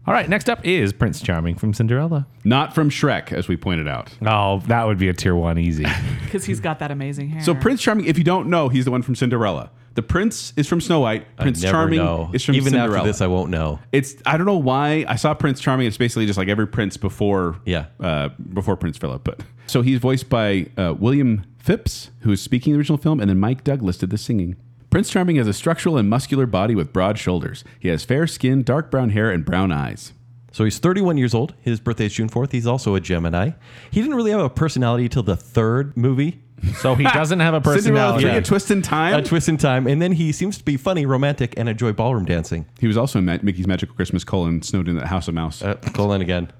Speaker 4: All right, next up is Prince Charming from Cinderella.
Speaker 3: Not from Shrek, as we pointed out.
Speaker 4: Oh, that would be a tier one easy.
Speaker 5: because he's got that amazing hair.
Speaker 3: So Prince Charming, if you don't know, he's the one from Cinderella. The prince is from Snow White. Prince
Speaker 2: I never
Speaker 3: Charming
Speaker 2: know.
Speaker 3: is from
Speaker 2: Even
Speaker 3: Cinderella.
Speaker 2: after this, I won't know.
Speaker 3: it's I don't know why I saw Prince Charming. It's basically just like every prince before
Speaker 2: Yeah.
Speaker 3: uh, before Prince Philip. But so he's voiced by uh, William Phipps, who is speaking in the original film, and then Mike Douglas did the singing. Prince Charming has a structural and muscular body with broad shoulders. He has fair skin, dark brown hair, and brown eyes.
Speaker 2: So he's 31 years old. His birthday is June 4th. He's also a Gemini. He didn't really have a personality till the third movie,
Speaker 4: So he doesn't have a
Speaker 3: Cinderella
Speaker 4: personality.
Speaker 3: three, a twist in time.
Speaker 2: A Twist in Time, and then he seems to be funny, romantic, and enjoy ballroom dancing.
Speaker 3: he was also in Ma- Mickey's Magical Christmas: colon, Snowed in the House of Mouse.
Speaker 2: Uh, colon again.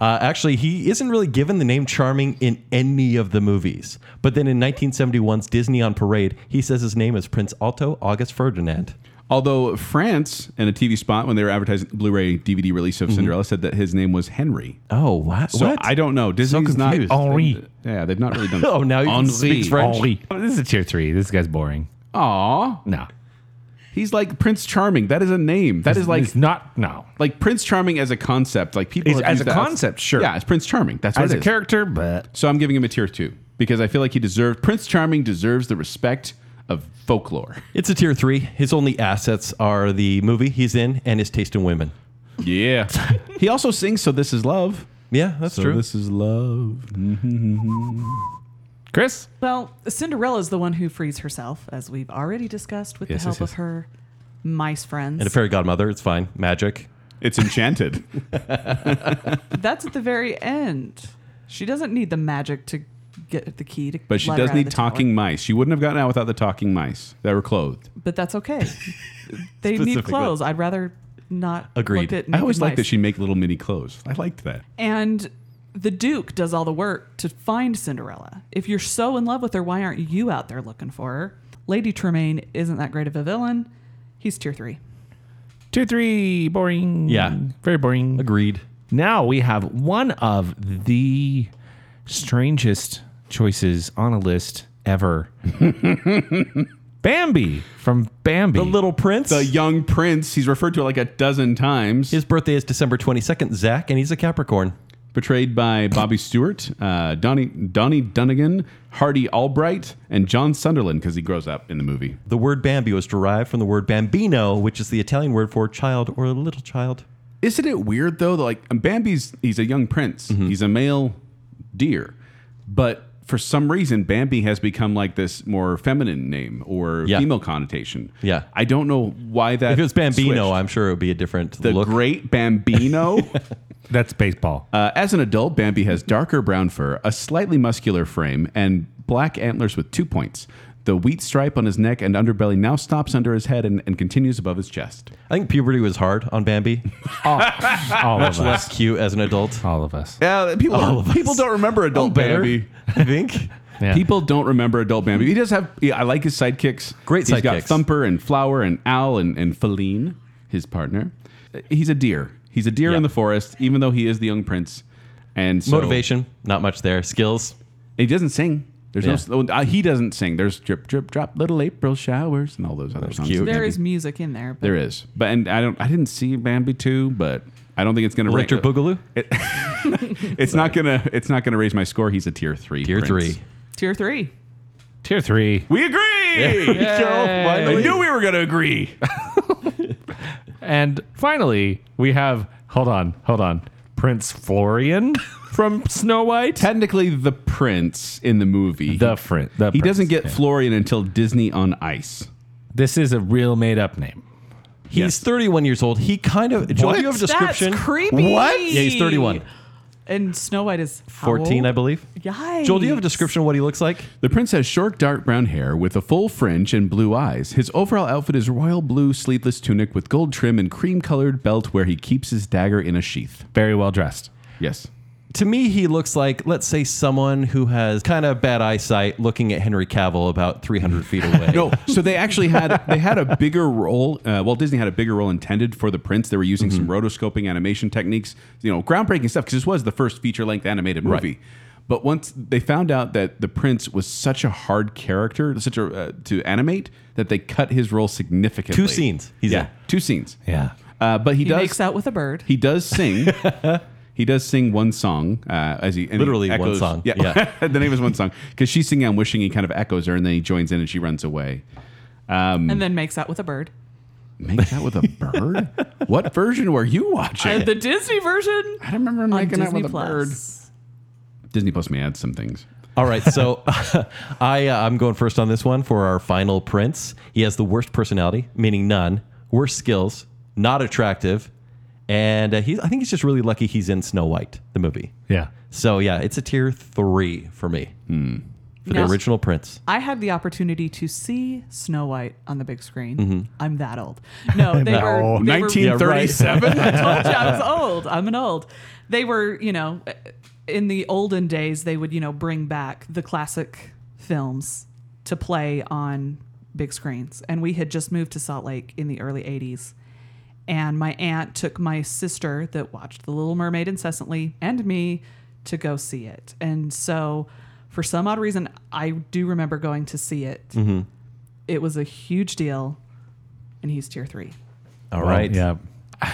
Speaker 2: Uh, actually, he isn't really given the name Charming in any of the movies. But then in 1971's Disney on Parade, he says his name is Prince Otto August Ferdinand.
Speaker 3: Although France, in a TV spot when they were advertising the Blu-ray DVD release of
Speaker 2: Mm-hmm.
Speaker 3: Cinderella, said that his name was Henry.
Speaker 2: Oh, wha-
Speaker 3: So
Speaker 2: what?
Speaker 3: I don't know. Disney's not.
Speaker 2: confused.
Speaker 4: Henri.
Speaker 3: Yeah, they've not really done.
Speaker 2: Oh, now he
Speaker 3: Henri.
Speaker 2: speaks French.
Speaker 4: Henri. Oh, This is a tier three. This guy's boring.
Speaker 3: Aw,
Speaker 4: No.
Speaker 3: he's like Prince Charming. That is a name. That is like
Speaker 4: It's not. No.
Speaker 3: like Prince Charming as a concept. Like people
Speaker 4: As-
Speaker 3: have
Speaker 4: as
Speaker 3: used
Speaker 4: a
Speaker 3: that
Speaker 4: concept, sure.
Speaker 3: Yeah, it's Prince Charming. That's what
Speaker 4: As
Speaker 3: it
Speaker 4: a
Speaker 3: is.
Speaker 4: character, but
Speaker 3: So I'm giving him a tier two because I feel like he deserves. Prince Charming deserves the respect of folklore.
Speaker 2: It's a tier three. His only assets are the movie he's in and his taste in women.
Speaker 3: Yeah. he also sings So This Is Love.
Speaker 2: Yeah, that's
Speaker 3: so
Speaker 2: true.
Speaker 3: This Is Love.
Speaker 4: Chris,
Speaker 5: Well, Cinderella's the one who frees herself, as we've already discussed, with
Speaker 4: Yes,
Speaker 5: the help
Speaker 4: yes, yes.
Speaker 5: of her mice friends.
Speaker 2: and a fairy godmother, it's fine. Magic.
Speaker 3: It's enchanted.
Speaker 5: That's at the very end. She doesn't need the magic to get the key to.
Speaker 3: But she
Speaker 5: let her
Speaker 3: does
Speaker 5: out of
Speaker 3: need
Speaker 5: the tower.
Speaker 3: talking mice. She wouldn't have gotten out without the talking mice that were clothed.
Speaker 5: But that's okay. they
Speaker 2: Specifically.
Speaker 5: need clothes. I'd rather not
Speaker 2: Agreed.
Speaker 5: look at
Speaker 3: I always
Speaker 5: naked
Speaker 3: liked that
Speaker 5: mice.
Speaker 3: she make little mini clothes. I liked that.
Speaker 5: And the Duke does all the work to find Cinderella. If you're so in love with her, why aren't you out there looking for her? Lady Tremaine isn't that great of a villain. He's tier three.
Speaker 4: two, three, boring.
Speaker 2: Yeah.
Speaker 4: Very boring.
Speaker 2: Agreed.
Speaker 4: Now we have one of the strangest choices on a list ever. Bambi from Bambi.
Speaker 2: The Little Prince.
Speaker 3: The young prince, he's referred to like a dozen times,
Speaker 2: His birthday is December 22nd, Zach, and he's a Capricorn.
Speaker 3: portrayed by Bobby Stewart, uh, Donnie, Donnie Dunnigan, Hardy Albright, and John Sunderland because he grows up in the movie.
Speaker 2: The word Bambi was derived from the word bambino, which is the Italian word for child or little child.
Speaker 3: Isn't it weird though? that, Like Bambi's, he's a young prince. He's a male deer, but for some reason, Bambi has become like this more feminine name or
Speaker 2: Yeah.
Speaker 3: female connotation.
Speaker 2: Yeah.
Speaker 3: I don't know why that.
Speaker 2: If it was bambino,
Speaker 3: switched.
Speaker 2: I'm sure it would be a different
Speaker 3: the
Speaker 2: look.
Speaker 3: Great Bambino.
Speaker 4: That's baseball.
Speaker 3: Uh, as an adult, Bambi has darker brown fur, a slightly muscular frame, and black antlers with two points. The wheat stripe on his neck and underbelly now stops under his head and, and continues above his chest.
Speaker 2: I think puberty was hard on Bambi. Oh,
Speaker 4: All of
Speaker 2: Less
Speaker 4: us.
Speaker 2: cute as an adult.
Speaker 4: All of us.
Speaker 3: Yeah, people
Speaker 2: All of us.
Speaker 3: people don't remember adult
Speaker 2: better,
Speaker 3: Bambi.
Speaker 2: I think.
Speaker 4: Yeah.
Speaker 3: Oh, People don't remember adult Bambi. He does have. Yeah, I like his sidekicks.
Speaker 2: Great
Speaker 3: He's got
Speaker 2: sidekicks.
Speaker 3: Thumper and Flower and Owl and and Feline, his partner. Uh, He's a deer. He's a deer
Speaker 2: Yeah.
Speaker 3: in the forest, even though he is the young prince. And so,
Speaker 2: Motivation, not much there. Skills.
Speaker 3: He doesn't sing. There's
Speaker 2: Yeah.
Speaker 3: no. Uh, he doesn't sing. There's drip, drip, drop, little April showers, and all those other songs.
Speaker 2: cute.
Speaker 3: Bambi.
Speaker 5: There is music in there. But
Speaker 3: There is. But and I don't. I didn't see Bambi two, but I don't think it's gonna.
Speaker 2: Electric
Speaker 3: ra-
Speaker 2: Boogaloo.
Speaker 3: It's not gonna. It's not gonna raise my score. He's a tier three.
Speaker 2: Tier
Speaker 3: prince.
Speaker 2: three.
Speaker 5: Tier three.
Speaker 4: Tier three.
Speaker 3: We agree. I knew we were gonna agree.
Speaker 4: And finally, we have, hold on, hold on. Prince Florian from Snow White.
Speaker 3: Technically, the prince in the movie.
Speaker 4: The, frin- the
Speaker 3: he
Speaker 4: prince.
Speaker 3: doesn't get Florian until Disney on Ice.
Speaker 4: This is a real made up name.
Speaker 2: He's 31 years old. He kind of. Joel, do you have a description?
Speaker 5: That's creepy.
Speaker 2: What? Yeah, he's 31.
Speaker 5: And Snow White is
Speaker 2: 14, I
Speaker 5: how old?
Speaker 2: believe.
Speaker 5: Yikes.
Speaker 2: Joel, do you have a description of what he looks like?
Speaker 3: The prince has short, dark brown hair with a full fringe and blue eyes. His overall outfit is royal blue sleeveless tunic with gold trim and cream colored belt where he keeps his dagger in a sheath.
Speaker 4: Very well dressed.
Speaker 3: Yes.
Speaker 2: To me, he looks like, let's say, someone who has kind of bad eyesight looking at Henry Cavill about 300 feet away.
Speaker 3: No, so they actually had they had a bigger role. Uh, Walt Disney had a bigger role intended for the prince. They were using some
Speaker 2: Mm-hmm.
Speaker 3: rotoscoping animation techniques, you know, groundbreaking stuff because this was the first feature length animated movie. But once they found out that the prince was such a hard character, such a uh, to animate, that they cut his role significantly.
Speaker 2: Two scenes he's
Speaker 3: yeah,
Speaker 2: in.
Speaker 3: two scenes.
Speaker 4: Yeah.
Speaker 3: Uh, but he,
Speaker 5: He
Speaker 3: does
Speaker 5: makes out with a bird.
Speaker 3: he does sing. he does sing one song uh, as he and he
Speaker 2: Literally one song.
Speaker 3: Yeah,
Speaker 2: Yeah.
Speaker 3: the name is one song because she's singing. I'm wishing. He kind of echoes her, and then he joins in, and she runs away.
Speaker 5: and then makes out with a bird.
Speaker 3: Make out with a bird? what version were you watching?
Speaker 5: Uh, the Disney version
Speaker 3: I don't remember
Speaker 5: on
Speaker 3: making
Speaker 5: Disney
Speaker 3: out with a
Speaker 5: Plus.
Speaker 3: bird. Disney Plus may add some things.
Speaker 2: All right, so I uh, I'm going first on this one for our final prince. He has the worst personality, meaning none, worst skills, not attractive, and uh, he's I think he's just really lucky he's in Snow White the movie.
Speaker 4: Yeah.
Speaker 2: So yeah, it's a tier three for me for
Speaker 5: Now,
Speaker 2: the original prince.
Speaker 5: I had the opportunity to see Snow White on the big screen. I'm that old. No, they
Speaker 4: No.
Speaker 5: were they were-
Speaker 3: 1937?
Speaker 5: I told you I was old. I'm an old. They were, you know, in the olden days, they would, you know, bring back the classic films to play on big screens. And we had just moved to Salt Lake in the early 80s. And my aunt took my sister that watched The Little Mermaid incessantly and me to go see it. And so, for some odd reason, I do remember going to see it. It was a huge deal. And he's tier three.
Speaker 2: All right,
Speaker 4: Yeah.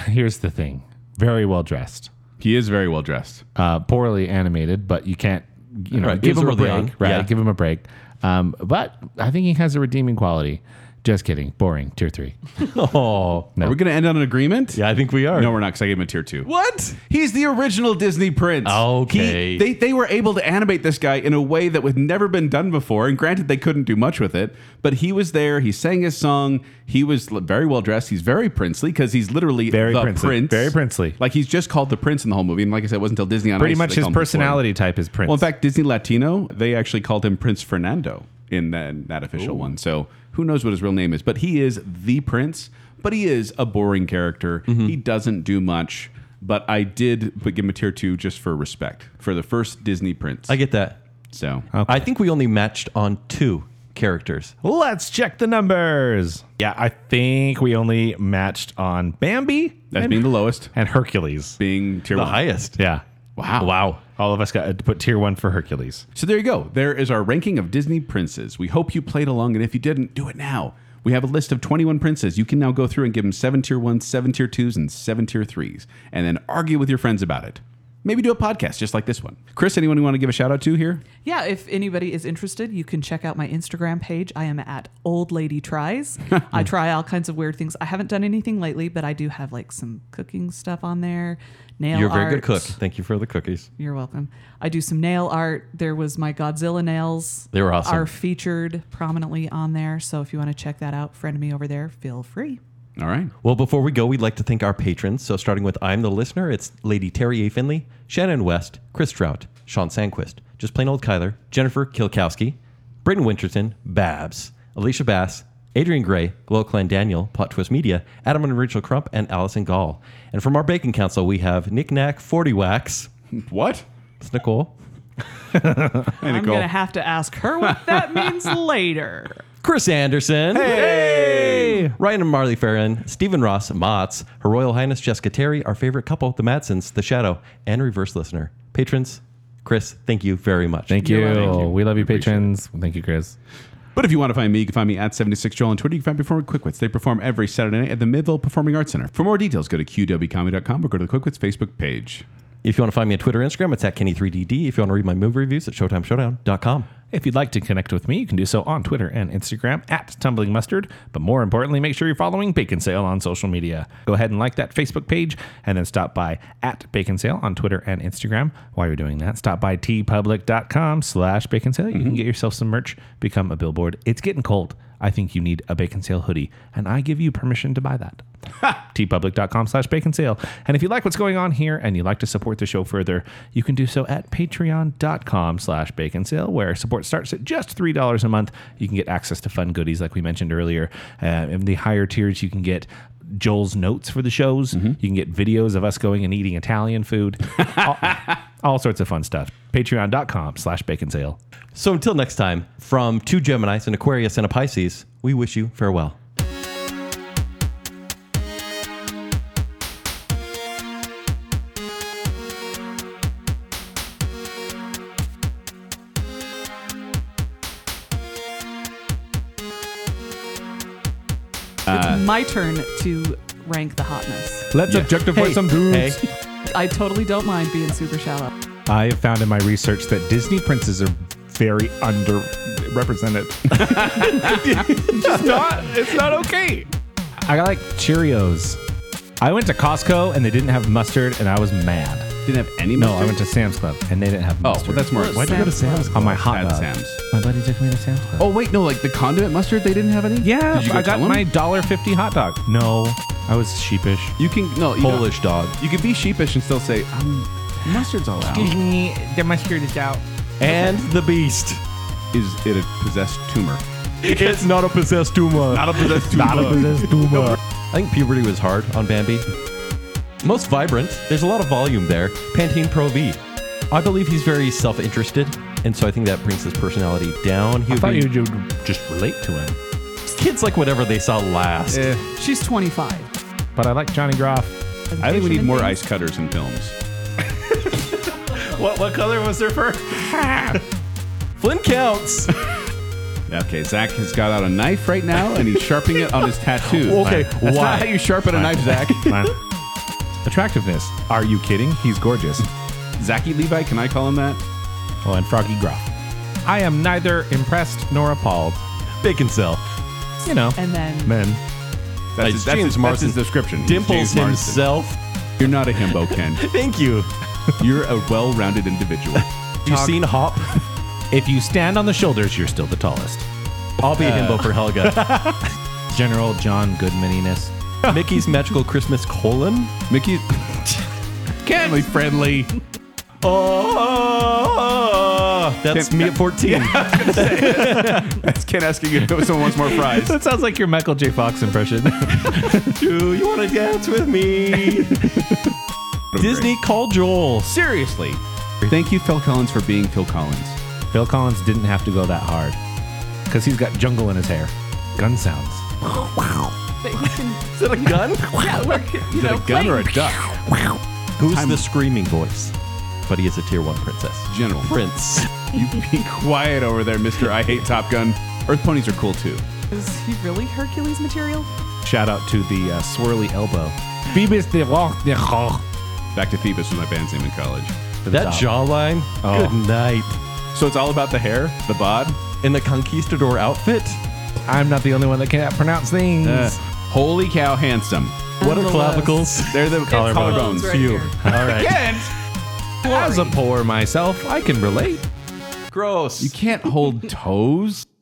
Speaker 4: Here's the thing very well dressed.
Speaker 3: He is very well dressed.
Speaker 4: uh, poorly animated, but you can't you know
Speaker 2: Right,
Speaker 4: give
Speaker 2: it was
Speaker 4: him a
Speaker 2: early
Speaker 4: break,
Speaker 2: on,
Speaker 4: right?
Speaker 2: yeah.
Speaker 4: Give him a break. Um, but I think he has a redeeming quality Just kidding. Boring. Tier three.
Speaker 2: Oh,
Speaker 4: No.
Speaker 3: Are we going to end on an agreement?
Speaker 2: yeah, I think we are.
Speaker 3: No, we're not because I gave him a tier two.
Speaker 2: what?
Speaker 3: He's the original Disney prince.
Speaker 2: Okay.
Speaker 3: He- they, they were able to animate this guy in a way that would never been done before. And granted, they couldn't do much with it, but he was there. He sang his song. He was l- very well dressed. He's very princely because he's literally
Speaker 4: Very
Speaker 3: the
Speaker 4: princely.
Speaker 3: prince.
Speaker 4: Very princely.
Speaker 3: Like he's just called the prince in the whole movie. And like I said, it wasn't until Disney on
Speaker 4: Pretty
Speaker 3: Ice
Speaker 4: much
Speaker 3: they
Speaker 4: his
Speaker 3: called him before.
Speaker 4: personality type is Prince.
Speaker 3: Well, in fact, Disney Latino, they actually called him Prince Fernando in that, that official one. So who knows what his real name is, but he is the prince, but he is a boring character. He doesn't do much, but I did but give him a tier two just for respect for the first Disney prince.
Speaker 2: I get that.
Speaker 3: so
Speaker 2: I think we only matched on two characters.
Speaker 4: Let's check the numbers. Yeah, I think we only matched on Bambi
Speaker 3: that's
Speaker 4: and,
Speaker 3: being the lowest,
Speaker 4: and Hercules.
Speaker 3: being tier
Speaker 2: The
Speaker 3: one.
Speaker 2: highest.
Speaker 4: Yeah.
Speaker 3: Wow.
Speaker 4: Wow. All of us got to put tier one for Hercules.
Speaker 3: So there you go. There is our ranking of Disney princes. We hope you played along, and if you didn't, do it now. We have a list of 21 princes. You can now go through and give them seven tier ones, seven tier twos, and seven tier threes, and then argue with your friends about it. Maybe do a podcast just like this one. Chris, anyone you want to give a shout out to here?
Speaker 5: Yeah, if anybody is interested, you can check out my Instagram page. I am at Old Lady Tries. I try all kinds of weird things. I haven't done anything lately, but I do have like some cooking stuff on there. Nail
Speaker 2: You're a very good cook.
Speaker 5: art.
Speaker 2: Thank you for the cookies.
Speaker 5: You're welcome. I do some nail art. There was my Godzilla nails.
Speaker 2: They were awesome.
Speaker 5: Are featured prominently on there. So if you want to check that out, friend me over there. Feel free.
Speaker 3: All right.
Speaker 2: Well, before we go, we'd like to thank our patrons. So, starting with I'm the listener, it's Lady Terry A. Finley, Shannon West, Chris Trout, Sean Sanquist, Just Plain Old Kyler, Jennifer Kilkowski, Britton Winterton, Babs, Alicia Bass, Adrian Gray, Glow Clan Daniel, Plot Twist Media, Adam and Rachel Crump, and Allison Gall. And from our bacon council, we have Nick Knack, 40 Wax,
Speaker 3: What?
Speaker 2: it's Nicole,
Speaker 3: Hey,
Speaker 5: I'm going to have to ask her what that means later.
Speaker 2: Chris Anderson. Hey! Ryan and Marley Farron, Stephen Ross, Motts, Her Royal Highness Jessica Terry, our favorite couple, the Madsons, The Shadow, and Reverse Listener. Patrons, Chris, thank you very much.
Speaker 4: Thank you.
Speaker 3: You're welcome.
Speaker 4: We love you,
Speaker 3: Appreciate
Speaker 4: patrons. Thank you, Chris.
Speaker 3: But if you want to find me, you can find me at 76Joel on Twitter. You can find me performing at QuickWits. They perform every Saturday night at the Midville Performing Arts Center. For more details, go to qwcomedy.com or go to the QuickWits Facebook page.
Speaker 2: If you want to find me on Twitter, Instagram, it's at Kenny3DD. If you want to read my movie reviews, it's ShowtimeShowdown.com.
Speaker 4: If you'd like to connect with me, you can do so on Twitter and Instagram at Tumbling Mustard. But more importantly, make sure you're following Bacon Sale on social media. Go ahead and like that Facebook page and then stop by at Bacon Sale on Twitter and Instagram. While you're doing that, stop by tpublic.com slash bacon sale. You can get yourself some merch, become a billboard. It's getting cold. I think you need a bacon sale hoodie, and I give you permission to buy that. tpublic.com slash bacon sale. And if you like what's going on here and you'd like to support the show further, you can do so at patreon.com slash bacon sale, where support starts at just $3 a month. You can get access to fun goodies like we mentioned earlier. Uh, in the higher tiers, you can get Joel's notes for the shows. You can get videos of us going and eating Italian food. all, all sorts of fun stuff. Patreon.com slash bacon sale.
Speaker 2: So until next time, from two Geminis, an Aquarius, and a Pisces, we wish you farewell. Uh,
Speaker 5: it's my turn to rank the hotness.
Speaker 4: Let's objectify
Speaker 2: Hey,
Speaker 4: some dudes.
Speaker 2: hey.
Speaker 5: I totally don't mind being super shallow.
Speaker 4: I have found in my research that Disney princes are very underrepresented. it's not. It's not okay. I like Cheerios. I went to Costco and they didn't have mustard, and I was mad.
Speaker 3: Didn't have any
Speaker 4: No,
Speaker 3: mustard?
Speaker 4: I went to Sam's Club and they didn't have
Speaker 3: Oh,
Speaker 4: mustard.
Speaker 3: well, that's more.
Speaker 5: Why'd you go to Sam's
Speaker 4: on my hot
Speaker 3: At
Speaker 4: dog.
Speaker 3: Sam's.
Speaker 4: My buddy took me to Sam's Club.
Speaker 3: Oh, wait, no, like the condiment mustard, they didn't have any?
Speaker 4: yeah,
Speaker 3: Did you go
Speaker 4: I got
Speaker 3: tell 'em?
Speaker 4: my dollar fifty hot dog. No, I was sheepish.
Speaker 3: You can no you
Speaker 2: Polish
Speaker 3: know,
Speaker 2: dog.
Speaker 3: You can be sheepish and still say um, mustard's all out.
Speaker 4: me, the mustard is out.
Speaker 2: And the beast.
Speaker 3: Is it a possessed tumor?
Speaker 2: It's not a possessed tumor.
Speaker 3: a possessed
Speaker 4: Not a possessed tumor.
Speaker 2: I think puberty was hard on Bambi. Most vibrant. There's a lot of volume there. Pantene Pro V. I believe he's very self-interested, and so I think that brings his personality down. He
Speaker 4: I
Speaker 2: would
Speaker 4: thought
Speaker 2: be-
Speaker 4: you would just relate to him.
Speaker 2: kids like whatever they saw last.
Speaker 5: She's 25.
Speaker 4: But I like Johnny Groff.
Speaker 3: I think we need more
Speaker 5: Things.
Speaker 3: ice cutters in films.
Speaker 4: What, what color was their fur?
Speaker 2: Flynn counts.
Speaker 3: Okay, Zach has got out a knife right now and he's sharpening it on his tattoo.
Speaker 2: Okay,
Speaker 3: That's
Speaker 2: why?
Speaker 3: not how you sharpen a knife, Zach.
Speaker 4: Attractiveness. Are you kidding? He's gorgeous.
Speaker 3: Zachy Levi, can I call him that?
Speaker 4: Oh, and Froggy Gruff. I am neither impressed nor appalled.
Speaker 2: Bacon cell.
Speaker 4: you know,
Speaker 5: and then
Speaker 4: men.
Speaker 3: That's, his,
Speaker 2: It's James
Speaker 3: that's, his, that's
Speaker 2: Marsden.
Speaker 3: his description.
Speaker 2: Dimples
Speaker 3: James Marsden.
Speaker 2: himself.
Speaker 3: You're not a himbo, Ken.
Speaker 2: Thank you.
Speaker 3: You're a well-rounded individual.
Speaker 2: You seen Hop?
Speaker 4: If you stand on the shoulders, you're still the tallest.
Speaker 2: I'll be a himbo for Helga.
Speaker 4: General John Goodmaniness.
Speaker 2: Mickey's magical Christmas colon.
Speaker 3: Mickey, family friendly.
Speaker 2: Oh, that's
Speaker 3: Can't-
Speaker 2: me at 14.
Speaker 3: That's Ken asking if someone wants more fries.
Speaker 4: That sounds like your Michael J. Fox impression.
Speaker 2: Do you want to dance with me? Disney called Joel.
Speaker 3: Seriously. Thank you, Phil Collins, for being Phil Collins.
Speaker 4: Phil Collins didn't have to go that hard because he's got jungle in his hair. Gun sounds.
Speaker 5: but he can,
Speaker 2: Is that a gun?
Speaker 5: yeah, we're, you know,
Speaker 3: a gun or a
Speaker 5: playing-
Speaker 3: duck?
Speaker 2: Who's
Speaker 3: Time-
Speaker 2: the screaming voice? But he is a tier one princess.
Speaker 3: General.
Speaker 2: Prince.
Speaker 3: You be quiet over there, Mister. I hate Top Gun. Earth ponies are cool too.
Speaker 5: Is he really Hercules material?
Speaker 4: Shout out to the uh, swirly elbow. Phoebus the walk the hall.
Speaker 3: Back to Phoebus was my band's name in college.
Speaker 2: That jawline.
Speaker 4: Oh.
Speaker 2: Good night.
Speaker 3: So it's all about the hair, the bod.
Speaker 2: In the conquistador outfit.
Speaker 4: I'm not the only one that can't pronounce things.
Speaker 3: Uh, holy cow, handsome.
Speaker 2: What are
Speaker 5: the
Speaker 2: clavicles?
Speaker 3: They're the collarbones.
Speaker 5: collarbones, right.
Speaker 2: You.
Speaker 5: here.
Speaker 4: All right.
Speaker 3: Again?
Speaker 4: As a poor myself, I can relate.
Speaker 2: Gross.
Speaker 3: You can't hold toes.